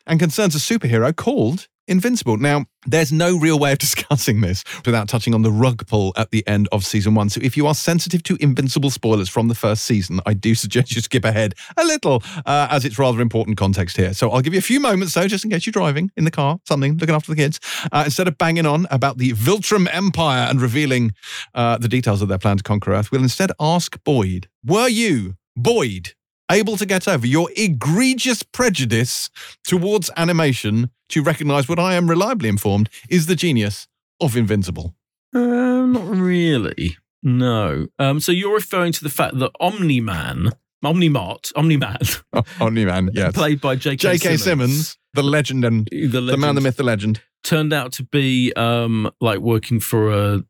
Speaker 1: and concerns a superhero called Invincible. Now, there's no real way of discussing this without touching on the rug pull at the end of season one. So, if you are sensitive to Invincible spoilers from the first season, I do suggest you skip ahead a little, uh, as it's rather important context here. So, I'll give you a few moments, though, just in case you're driving in the car, something, looking after the kids, uh, instead of banging on about the Viltrum Empire and revealing uh, the details of their plan to conquer Earth, we'll instead ask Boyd, were you, Boyd, able to get over your egregious prejudice towards animation to recognize what I am reliably informed is the genius of Invincible.
Speaker 3: Uh, not really. No. Um, so you're referring to the fact that Omni Man, Omni Mart, Omni Man,
Speaker 1: Oh, Omni Man, yes.
Speaker 3: played by J.K.
Speaker 1: J.K. Simmons, the legend and
Speaker 3: the,
Speaker 1: the man, the
Speaker 3: legend,
Speaker 1: myth, the legend.
Speaker 3: turned out to be um, like working for a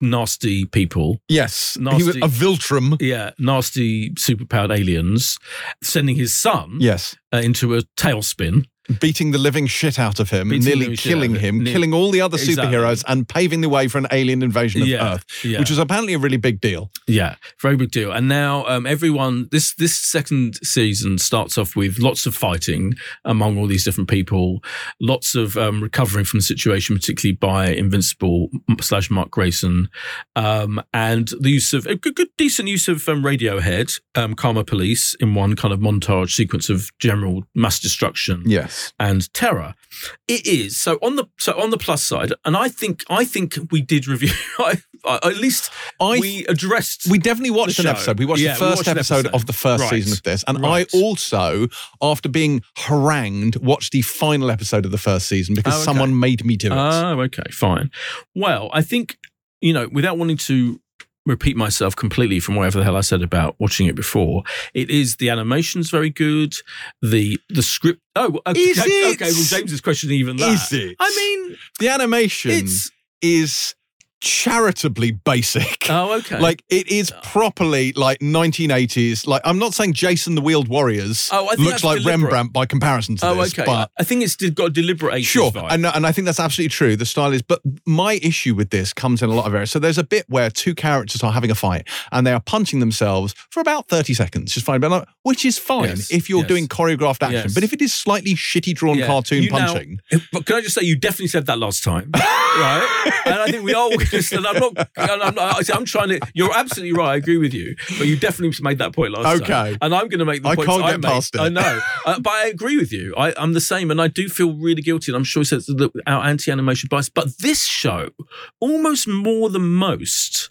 Speaker 3: nasty people.
Speaker 1: Yes, he was
Speaker 3: Nasty.
Speaker 1: a Viltrum.
Speaker 3: Yeah, nasty superpowered aliens, sending his son
Speaker 1: Yes,
Speaker 3: uh, into a tailspin.
Speaker 1: beating the living shit out of him,
Speaker 3: Beating the
Speaker 1: nearly
Speaker 3: living shit out
Speaker 1: killing
Speaker 3: of him.
Speaker 1: him,
Speaker 3: Ne-
Speaker 1: killing all the other
Speaker 3: Exactly.
Speaker 1: superheroes, and paving the way for an alien invasion of
Speaker 3: Yeah,
Speaker 1: Earth,
Speaker 3: yeah.
Speaker 1: which was apparently a really big deal.
Speaker 3: Yeah, very big deal. And now um, everyone, this this second season starts off with lots of fighting among all these different people, lots of um, recovering from the situation, particularly by Invincible slash Mark Grayson, um, and the use of a good, good decent use of um, Radiohead, um, Karma Police in one kind of montage sequence of general mass destruction
Speaker 1: Yes.
Speaker 3: and terror. It is so on the so on the plus side, and I think I think we did review. I, I, at least
Speaker 1: I-
Speaker 3: we addressed.
Speaker 1: We definitely watched
Speaker 3: The
Speaker 1: an
Speaker 3: show.
Speaker 1: episode. We watched
Speaker 3: Yeah,
Speaker 1: the
Speaker 3: we
Speaker 1: first
Speaker 3: watched an
Speaker 1: episode,
Speaker 3: episode.
Speaker 1: of the first
Speaker 3: Right.
Speaker 1: season of this. And
Speaker 3: Right.
Speaker 1: I also, after being harangued, watched the final episode of the first season because
Speaker 3: Oh, okay.
Speaker 1: someone made me do it.
Speaker 3: Oh, okay, fine. Well, I think you know, without wanting to repeat myself completely from whatever the hell I said about watching it before, it is the animation's very good. The the script. Oh, okay,
Speaker 1: Is it?
Speaker 3: okay. Well, James's question even that.
Speaker 1: Is it?
Speaker 3: I mean,
Speaker 1: the animation
Speaker 3: it's
Speaker 1: is charitably basic.
Speaker 3: oh, okay.
Speaker 1: Like it is properly like 1980s. Like I'm not saying Jason the Wheeled Warriors
Speaker 3: Oh, I think
Speaker 1: looks
Speaker 3: that's
Speaker 1: like
Speaker 3: deliberate.
Speaker 1: Rembrandt by comparison to
Speaker 3: oh,
Speaker 1: this,
Speaker 3: okay.
Speaker 1: but
Speaker 3: I think it's did- got a deliberate 80s
Speaker 1: Sure,
Speaker 3: vibe.
Speaker 1: and and I think that's absolutely true. The style is, but my issue with this comes in a lot of areas. So there's a bit where two characters are having a fight and they are punching themselves for about thirty seconds, just fine, but like, which is fine
Speaker 3: Yes,
Speaker 1: if you're
Speaker 3: yes.
Speaker 1: doing choreographed action.
Speaker 3: Yes.
Speaker 1: But if it is slightly shitty drawn
Speaker 3: Yeah.
Speaker 1: cartoon
Speaker 3: You now-
Speaker 1: punching,
Speaker 3: but can I just say, you definitely said that last time, right? And I think we are. And I'm not. And I'm, not I see, I'm trying to. You're absolutely right. I agree with you. But you definitely made that point last time.
Speaker 1: Okay.
Speaker 3: And I'm going to make the
Speaker 1: I
Speaker 3: point.
Speaker 1: can't
Speaker 3: I
Speaker 1: get
Speaker 3: made.
Speaker 1: past it.
Speaker 3: I know. Uh, but I agree with you. I, I'm the same, and I do feel really guilty. And I'm sure it says that our anti-animation bias. But this show, almost more than most,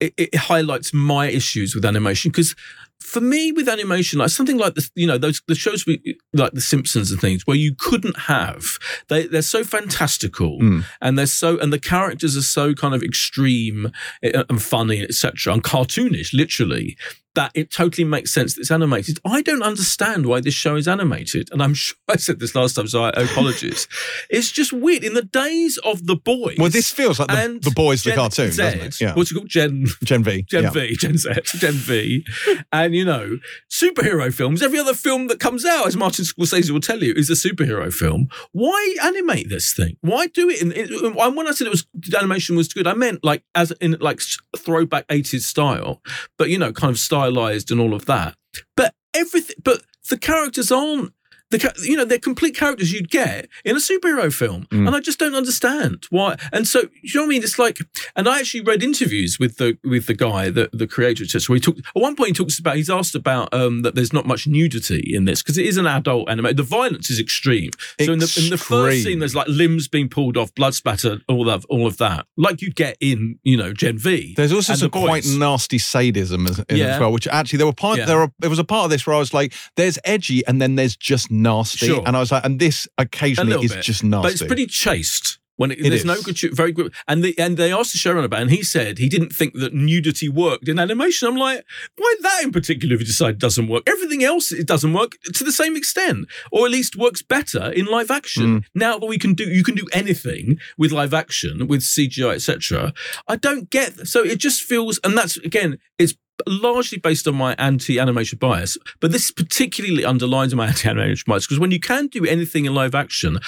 Speaker 3: it, it highlights my issues with animation because for me with animation like something like this you know those the shows we like the simpsons and things where you couldn't have they, they're so fantastical
Speaker 1: Mm.
Speaker 3: and they're so and the characters are so kind of extreme uh, and funny etc and cartoonish literally that it totally makes sense that it's animated i don't understand why this show is animated and i'm sure i said this last time so i apologies it's just weird in the days of the boys
Speaker 1: well, this feels like the,
Speaker 3: and
Speaker 1: the boys the
Speaker 3: Gen
Speaker 1: cartoon,
Speaker 3: Z,
Speaker 1: doesn't it? Yeah,
Speaker 3: What's it called? Gen
Speaker 1: Gen V.
Speaker 3: Gen
Speaker 1: yeah.
Speaker 3: V, Gen Z, Gen V, and you know superhero films. Every other film that comes out, as Martin Scorsese will tell you, is a superhero film. Why animate this thing? Why do it? And it- and when I said it was animation was good, I meant like as in like throwback eighties style, but you know, kind of stylized and all of that. But everything, but the characters aren't. The, ca- you know they're complete characters you'd get in a superhero film,
Speaker 1: Mm.
Speaker 3: and I just don't understand why. And so, do you know what I mean? It's like and I actually read interviews with the with the guy, the the creator, etc. Where he talked at one point, he talks about he's asked about um, that there's not much nudity in this because it is an adult anime. The violence is extreme. So in the, in the
Speaker 1: Extreme.
Speaker 3: first scene, there's like limbs being pulled off, blood spatter, all of all of that, like you get in you know Gen V.
Speaker 1: There's also
Speaker 3: and
Speaker 1: some
Speaker 3: the boys.
Speaker 1: quite nasty sadism as, in it as
Speaker 3: Yeah.
Speaker 1: well, which actually there were part
Speaker 3: Yeah.
Speaker 1: there were, there was a part of this where I was like, there's edgy and then there's just nasty,
Speaker 3: Sure.
Speaker 1: and I was like, and this occasionally
Speaker 3: little
Speaker 1: is
Speaker 3: bit,
Speaker 1: just nasty.
Speaker 3: But it's pretty chaste. When it,
Speaker 1: It
Speaker 3: there's
Speaker 1: is.
Speaker 3: no good, shoot- very good, and the, and they asked the showrunner about, it, and he said he didn't think that nudity worked in animation. I'm like, why that in particular? If you decide doesn't work, everything else it doesn't work to the same extent, or at least works better in live action. Now that we can do, you can do anything with live action, with CGI, etc. I don't get, so it just feels, and that's again, it's largely based on my anti-animation bias, but this particularly underlines my anti-animation bias because when you can do anything in live action,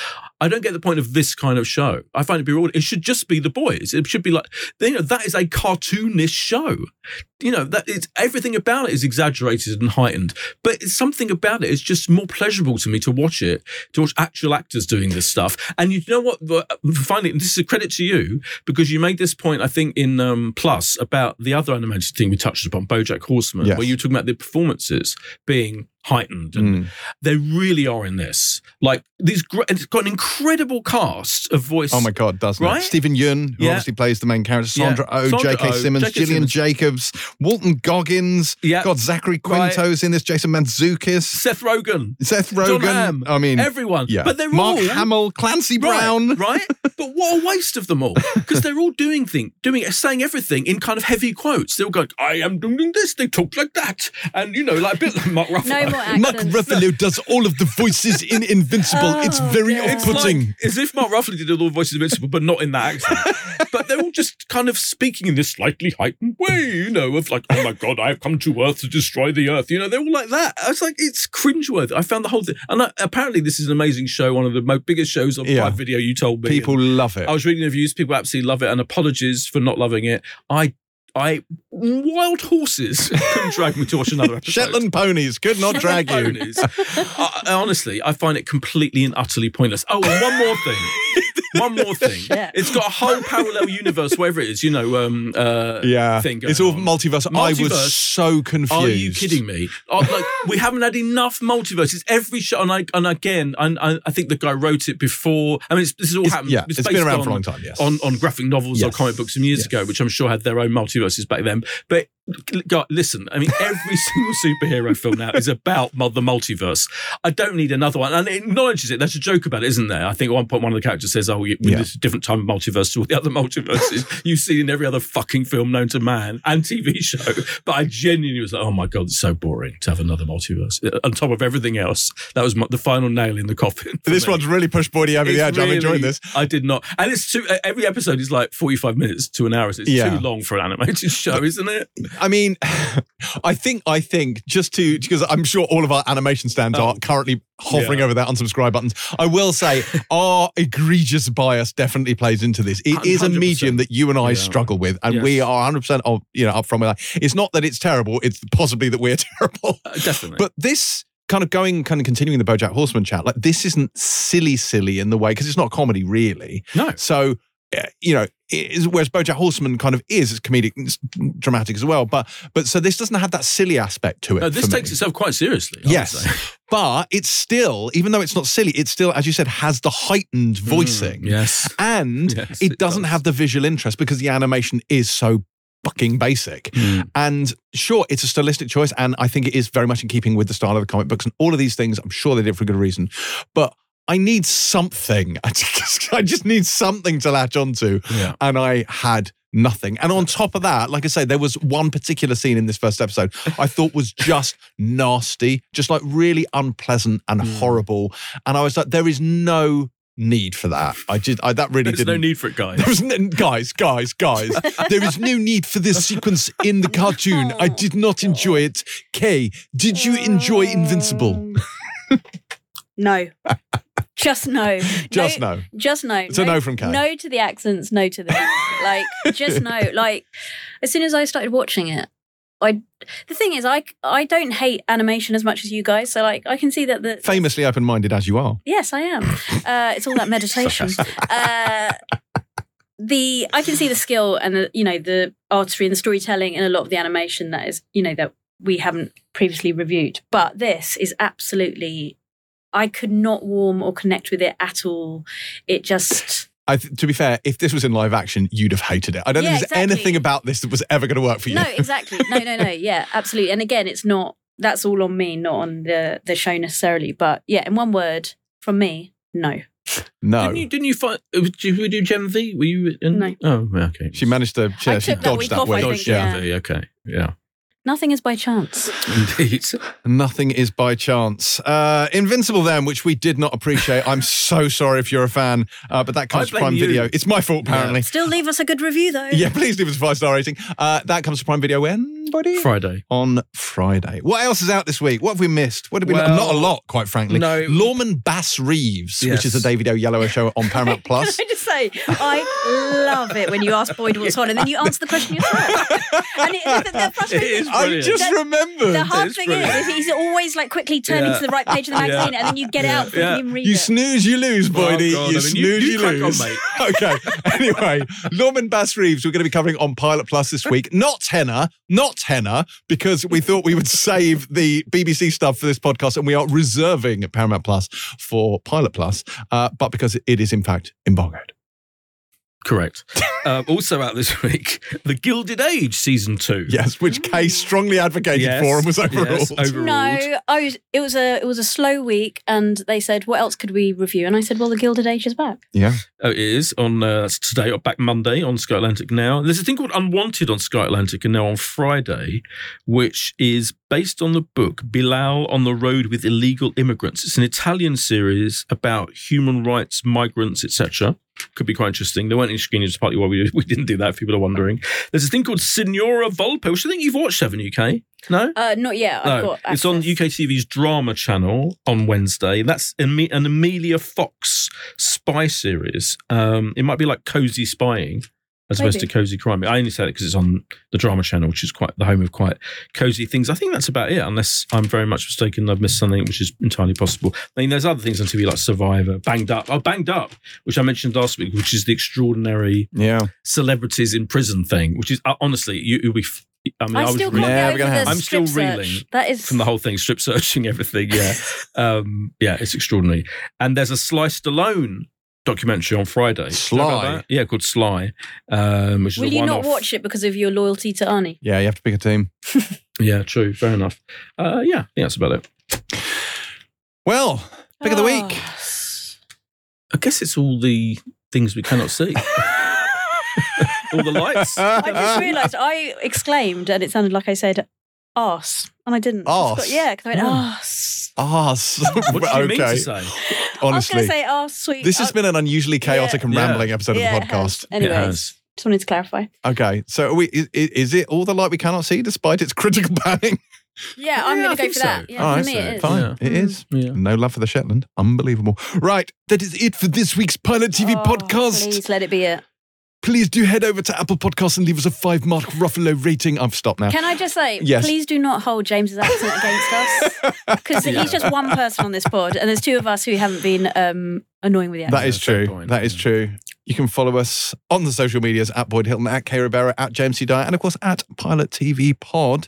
Speaker 3: I don't get the point of this kind of show. I find it bewildering. It should just be the boys. It should be like you know that is a cartoonish show. You know that it's everything about it is exaggerated and heightened, but it's something about it is just more pleasurable to me to watch it to watch actual actors doing this stuff. And you know what? The- Finally, this is a credit to you because you made this point I think in um, Plus about the other animated thing we touched upon, BoJack Horseman,
Speaker 1: Yes.
Speaker 3: where you were talking about the performances being heightened and
Speaker 1: Mm.
Speaker 3: they really are in this. Like these, gr- it's got an incredible cast of voice.
Speaker 1: Oh my god, doesn't it?
Speaker 3: Right?
Speaker 1: Stephen Yeun, who
Speaker 3: Yeah.
Speaker 1: obviously plays the main character,
Speaker 3: Yeah.
Speaker 1: Sandra Oh,
Speaker 3: Sandra
Speaker 1: J.K.
Speaker 3: Oh,
Speaker 1: Simmons,
Speaker 3: J.K.
Speaker 1: Gillian
Speaker 3: Simmons.
Speaker 1: Jacobs, Walton Goggins,
Speaker 3: Yeah.
Speaker 1: God, Zachary
Speaker 3: Right.
Speaker 1: Quinto's in this, Jason Mantzoukas,
Speaker 3: Seth Rogen,
Speaker 1: Seth
Speaker 3: John
Speaker 1: Rogen.
Speaker 3: Hamm,
Speaker 1: I mean,
Speaker 3: everyone.
Speaker 1: yeah,
Speaker 3: But they're
Speaker 1: Mark
Speaker 3: all
Speaker 1: Hamill, Clancy Brown.
Speaker 3: Right, right? But what a waste of them all. Because they're all doing thing, doing saying everything in kind of heavy quotes. They're all going, I am doing this, they talk like that. And you know, like a bit like Mark Ruffalo.
Speaker 5: No more
Speaker 1: Mark
Speaker 5: accents.
Speaker 1: Ruffalo does all of the voices in Invincible. it's very
Speaker 5: God.
Speaker 3: Ah, It's
Speaker 1: off-putting.
Speaker 3: like as if Mark Ruffalo did all the voices of Invincible, but not in that accent. but they're all just kind of speaking in this slightly heightened way, you know, of like, oh my god, I have come to Earth to destroy the Earth. You know, they're all like that. I was like, it's cringeworthy. I found the whole thing, and I, apparently this is an amazing show, one of the mo biggest shows on
Speaker 1: Yeah.
Speaker 3: Prime Video. You told me
Speaker 1: People love it.
Speaker 3: I was reading the reviews. People absolutely love it, and apologies for not loving it. I, I, wild horses couldn't drag me to watch another episode.
Speaker 1: Shetland ponies could not drag you.
Speaker 3: Ponies. I, I honestly, I find it completely and utterly pointless. Oh, and one more thing. one more thing. It's got a whole parallel universe, whatever it is, you know, um, uh,
Speaker 1: Yeah.
Speaker 3: thing.
Speaker 1: It's all
Speaker 3: going on.
Speaker 1: multiverse. I was
Speaker 3: um, Multiverse.
Speaker 1: so confused.
Speaker 3: Are you kidding me? Oh, like, we haven't had enough multiverses. Every show, and, I, and again, and I, I think the guy wrote it before. I mean, Um, it's, this has all
Speaker 1: It's-
Speaker 3: happened.
Speaker 1: yeah, it's been
Speaker 3: based
Speaker 1: around
Speaker 3: on,
Speaker 1: for a long time, yes.
Speaker 3: on on graphic novels or
Speaker 1: Yes.
Speaker 3: comic books some years
Speaker 1: Yes.
Speaker 3: ago, which I'm sure had their own multiverses back then. But God, listen, I mean, every single superhero film now is about mul- the multiverse. I don't need another one, and it acknowledges it. There's a joke about it, isn't there? I think at one point one of the characters says, "Oh, you,
Speaker 1: Yeah.
Speaker 3: this is a different time of multiverse to all the other multiverses you've seen in every other fucking film known to man and TV show." But I genuinely was like, "Oh my god, it's so boring to have another multiverse Uh, on top of everything else." That was my, the final nail in the coffin. for
Speaker 1: This
Speaker 3: me.
Speaker 1: one's really pushed Boydie over the
Speaker 3: It's
Speaker 1: edge. I'm enjoying
Speaker 3: really-
Speaker 1: this.
Speaker 3: I did not, and it's too. e-, Every episode is like forty-five minutes to an hour. So it's
Speaker 1: Yeah.
Speaker 3: too long for an animated show, isn't it?
Speaker 1: I mean, I think I think just to because I'm sure all of our animation stands are currently hovering
Speaker 3: Um, Yeah.
Speaker 1: over their unsubscribe buttons. I will say our egregious bias definitely plays into this. It is a
Speaker 3: 100%.
Speaker 1: medium that you and I
Speaker 3: Yeah.
Speaker 1: struggle with, and
Speaker 3: Yes.
Speaker 1: we are 100 percent of you know upfront with that. It's not that it's terrible; it's possibly that we're terrible.
Speaker 3: Uh, definitely.
Speaker 1: But this kind of going, kind of continuing the BoJack Horseman chat, like this isn't silly, silly in the way because it's not comedy really.
Speaker 3: no,
Speaker 1: So, uh, you know, it is, whereas BoJack Horseman kind of is, it's comedic, it's dramatic as well. But but so this doesn't have that silly aspect to it.
Speaker 3: no,
Speaker 1: for
Speaker 3: this
Speaker 1: me.
Speaker 3: takes itself quite seriously. I would say. Mm.
Speaker 1: Yes, but it's still, even though it's not silly, it still, as you said, has the heightened voicing,
Speaker 3: Yes.
Speaker 1: and
Speaker 3: Yes,
Speaker 1: Mm, it
Speaker 3: it
Speaker 1: doesn't
Speaker 3: does.
Speaker 1: have the visual interest because the animation is so fucking basic.
Speaker 3: Mm.
Speaker 1: And sure, it's a stylistic choice, and I think it is very much in keeping with the style of the comic books and all of these things. I'm sure they did for a good reason, but I need something. I just, I just need something to latch onto,
Speaker 3: Yeah.
Speaker 1: and I had nothing. And on top of that, like I say, there was one particular scene in this first episode I thought was just nasty, just like really unpleasant and horrible. And I was like, there is no need for that. I just, I, that really
Speaker 3: There's
Speaker 1: didn't.
Speaker 3: no need for it, guys.
Speaker 1: There was no, guys, guys, guys. there is no need for this sequence in the cartoon. I did not enjoy it. Kay, did you enjoy Invincible?
Speaker 2: No. Just no.
Speaker 1: Just
Speaker 2: no.
Speaker 1: no.
Speaker 2: Just no.
Speaker 1: It's a no from Kay.
Speaker 2: No to the accents, no to the like just no. Like as soon as I started watching it, I the thing is I I don't hate animation as much as you guys, so like I can see that the
Speaker 1: Famously open-minded as you are.
Speaker 2: Yes, I am. Uh, it's all that meditation. uh, the I can see the skill and the you know the artistry and the storytelling and a lot of the animation that is you know that we haven't previously reviewed. But this is absolutely. I could not warm or connect with it at all. It just
Speaker 1: I th- to be fair, if this was in live action, you'd have hated it. I don't
Speaker 2: Yeah,
Speaker 1: think there's
Speaker 2: exactly.
Speaker 1: anything about this that was ever going to work for you.
Speaker 2: no, exactly. No, no, no. Yeah, absolutely. And again, it's not. That's all on me, not on the the show necessarily. But yeah, in one word, from me, no.
Speaker 1: No.
Speaker 3: Didn't you, didn't you find? uh, Did you do Gen V? Were you? In,
Speaker 2: No.
Speaker 3: Oh, okay.
Speaker 1: She managed to, yeah,
Speaker 2: I
Speaker 1: she
Speaker 2: took that
Speaker 1: dodged
Speaker 2: week
Speaker 1: that
Speaker 2: off, I
Speaker 1: way.
Speaker 2: think,
Speaker 3: Dodge
Speaker 2: yeah.
Speaker 3: Gen V. Okay. Yeah.
Speaker 2: Nothing is by chance.
Speaker 3: Indeed.
Speaker 1: Nothing is by chance. Uh, Invincible, then, which we did not appreciate. I'm so sorry if you're a fan, uh, but that comes
Speaker 3: I
Speaker 1: from
Speaker 3: blame
Speaker 1: Prime
Speaker 3: you.
Speaker 1: Video. It's my fault, apparently.
Speaker 2: Still leave us a good review though.
Speaker 1: Yeah, please leave us a five star rating. Uh, that comes to Prime Video when, buddy?
Speaker 3: Friday.
Speaker 1: On Friday. What else is out this week? What have we missed? What have we not?
Speaker 3: Well,
Speaker 1: Not a lot, quite frankly.
Speaker 3: no.
Speaker 1: Lorman Bass Reeves, which
Speaker 3: Yes.
Speaker 1: is the David O. Yellow show on Paramount Plus.
Speaker 2: Can I just say, I love it when you ask Boyd what's on and then you answer the question yourself. and it, the, the frustrating
Speaker 3: It is
Speaker 1: I
Speaker 3: brilliant.
Speaker 1: just
Speaker 2: The-
Speaker 1: remembered.
Speaker 2: the hard
Speaker 3: It's
Speaker 2: thing
Speaker 3: brilliant.
Speaker 2: is, is he's always like quickly turning
Speaker 3: Yeah.
Speaker 2: to the right page of the
Speaker 3: Yeah.
Speaker 2: magazine and then you get out thinking
Speaker 3: Yeah.
Speaker 2: him read
Speaker 1: You
Speaker 2: it.
Speaker 1: snooze, you lose, Boydie. you
Speaker 3: Oh, God, I mean, you-
Speaker 1: snooze, you,
Speaker 3: you crack on,
Speaker 1: lose. okay. Anyway, Norman Bass Reeves, we're going to be covering on Pilot Plus this week. Not Henna, not Henna, because we thought we would save the BBC stuff for this podcast, and we are reserving Paramount Plus for Pilot Plus, uh, but because it is in fact embargoed.
Speaker 3: Correct. um, also out this week, The Gilded Age season two.
Speaker 1: Yes, which Kay strongly advocated
Speaker 3: Mm. Yes,
Speaker 1: for and was overruled.
Speaker 3: yes, overruled.
Speaker 2: no, I was, it was a it was a slow week, and they said, "What else could we review?" And I said, "Well, the Gilded Age is back."
Speaker 1: Yeah.
Speaker 3: Oh, it is on uh, that's today or back Monday on Sky Atlantic now. There's a thing called Unwanted on Sky Atlantic and now on Friday, which is based on the book Bilal on the Road with Illegal Immigrants. It's an Italian series about human rights, migrants, etc. Could be quite interesting. They weren't in screenings, which is partly why we, we didn't do that. If people are wondering, there's a thing called Signora Volpe, which I think you've watched, haven't you, Kay? No,
Speaker 2: Uh, not yet. I've
Speaker 3: no,
Speaker 2: got
Speaker 3: it's on
Speaker 2: access.
Speaker 3: UK TV's drama channel on Wednesday. That's Ame- an Amelia Fox spy series. Um, it might be like cozy spying. as opposed to
Speaker 2: Maybe.
Speaker 3: cozy crime. I only say that because it's on the drama channel, which is quite the home of quite cozy things. I think that's about it, unless I'm very much mistaken. and I've missed something, which is entirely possible. I mean, there's other things on TV like Survivor, Banged Up. Oh, Banged Up, which I mentioned last week, which is the extraordinary
Speaker 1: Yeah.
Speaker 3: celebrities in prison thing, which is uh, honestly, you, you'll be. f- I mean, I,
Speaker 2: I
Speaker 3: was
Speaker 2: still
Speaker 3: really-
Speaker 2: can't
Speaker 1: Never
Speaker 2: get
Speaker 1: gonna
Speaker 2: over the
Speaker 1: happen.
Speaker 3: I'm still
Speaker 2: strip search.
Speaker 3: reeling
Speaker 2: That is
Speaker 3: from the whole thing, strip searching everything. Yeah, um, yeah, it's extraordinary. And there's a sliced alone documentary on Friday. Do you know about
Speaker 1: Sly.
Speaker 3: that? yeah, called Sly, um, which is
Speaker 2: Will
Speaker 3: a
Speaker 2: you
Speaker 3: one-off.
Speaker 2: not watch it because of your loyalty to Arnie?
Speaker 1: Yeah, you have to pick a team.
Speaker 3: Yeah, true, fair enough. Uh, yeah, I think that's about it.
Speaker 1: Well, pick of the
Speaker 2: Oh.
Speaker 1: week.
Speaker 3: I guess it's all the things we cannot see, all the lights.
Speaker 2: Oh. I just realised I exclaimed and it sounded like I said arse and I didn't. I just
Speaker 1: Arse?
Speaker 2: got- Yeah, because I went
Speaker 3: Oh.
Speaker 2: arse.
Speaker 1: Arse.
Speaker 3: What do you mean
Speaker 1: Ah, okay.
Speaker 3: to say? Uh,
Speaker 2: I was going
Speaker 1: Honestly,
Speaker 2: to say arse, sweet.
Speaker 1: this has
Speaker 2: arse.
Speaker 1: been an unusually chaotic and
Speaker 3: Yeah.
Speaker 1: rambling episode
Speaker 2: Yeah,
Speaker 1: of
Speaker 2: it
Speaker 1: the
Speaker 2: has.
Speaker 1: podcast.
Speaker 2: Anyways,
Speaker 3: It has.
Speaker 2: just wanted to clarify.
Speaker 1: Okay, so are we, is, is it all the light we cannot see, despite its critical banning?
Speaker 2: Yeah, I'm
Speaker 3: Yeah, I
Speaker 2: going to go
Speaker 3: think
Speaker 2: for
Speaker 3: so.
Speaker 2: that. Yeah,
Speaker 1: All
Speaker 2: for
Speaker 1: right,
Speaker 2: me it is.
Speaker 1: Fine,
Speaker 3: Yeah.
Speaker 1: it is.
Speaker 3: Yeah.
Speaker 1: No love for the Shetland. Unbelievable. Right, that is it for this week's Pilot TV
Speaker 2: Oh,
Speaker 1: podcast.
Speaker 2: Please let it be it.
Speaker 1: Please do head over to Apple Podcasts and leave us a five mark Ruffalo rating. I've stopped now.
Speaker 2: Can I just say,
Speaker 1: Yes.
Speaker 2: please do not hold James's accent against us because
Speaker 3: Yeah.
Speaker 2: he's just one person on this pod, and there's two of us who haven't been um, annoying with the accent.
Speaker 1: That is
Speaker 3: Yeah, fair
Speaker 1: true.
Speaker 3: point,
Speaker 1: that is
Speaker 3: yeah.
Speaker 1: true. You can follow us on the social medias at Boyd Hilton, at K Rivera, at James C. Dyer, and of course at Pilot TV Pod.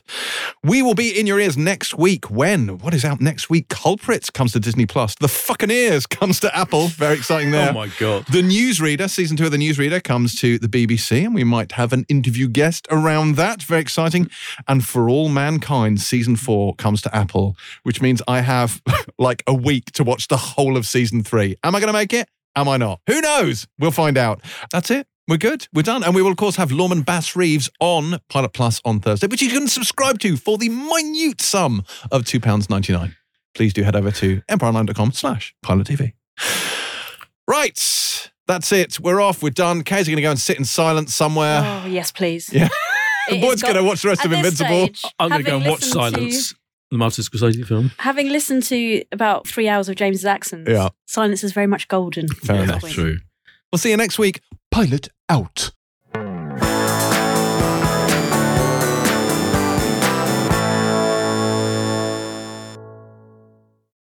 Speaker 1: We will be in your ears next week when what is out next week? Culprits comes to Disney Plus. The fucking ears comes to Apple. Very exciting there.
Speaker 3: Oh my god.
Speaker 1: The Newsreader, season two of The Newsreader, comes to the BBC, and we might have an interview guest around that. Very exciting. And For All Mankind, season four comes to Apple, which means I have like a week to watch the whole of season three. Am I going to make it? Am I not? Who knows? We'll find out. That's it. We're good. We're done. And we will, of course, have Lorman Bass Reeves on Pilot Plus on Thursday, which you can subscribe to for the minute sum of £2.99. Please do head over to empireonline.com slash pilot TV. Right. That's it. We're off. We're done. Kay's going to go and sit in silence somewhere.
Speaker 2: Oh yes, please.
Speaker 1: uh, Yeah.
Speaker 2: It
Speaker 1: The
Speaker 2: has
Speaker 1: Boyd's
Speaker 2: got-
Speaker 1: going to watch the rest
Speaker 2: At
Speaker 1: of
Speaker 2: this
Speaker 1: Invincible.
Speaker 2: stage,
Speaker 3: I'm going to go
Speaker 2: having
Speaker 3: and watch
Speaker 2: listened to-
Speaker 3: Silence, the Martin Scorsese film.
Speaker 2: having listened to about three hours of James's accents,
Speaker 1: Yeah.
Speaker 2: silence is very much golden.
Speaker 1: Fair
Speaker 2: at this
Speaker 1: enough.
Speaker 2: point.
Speaker 3: True.
Speaker 1: We'll see you next week.
Speaker 4: Pilot out.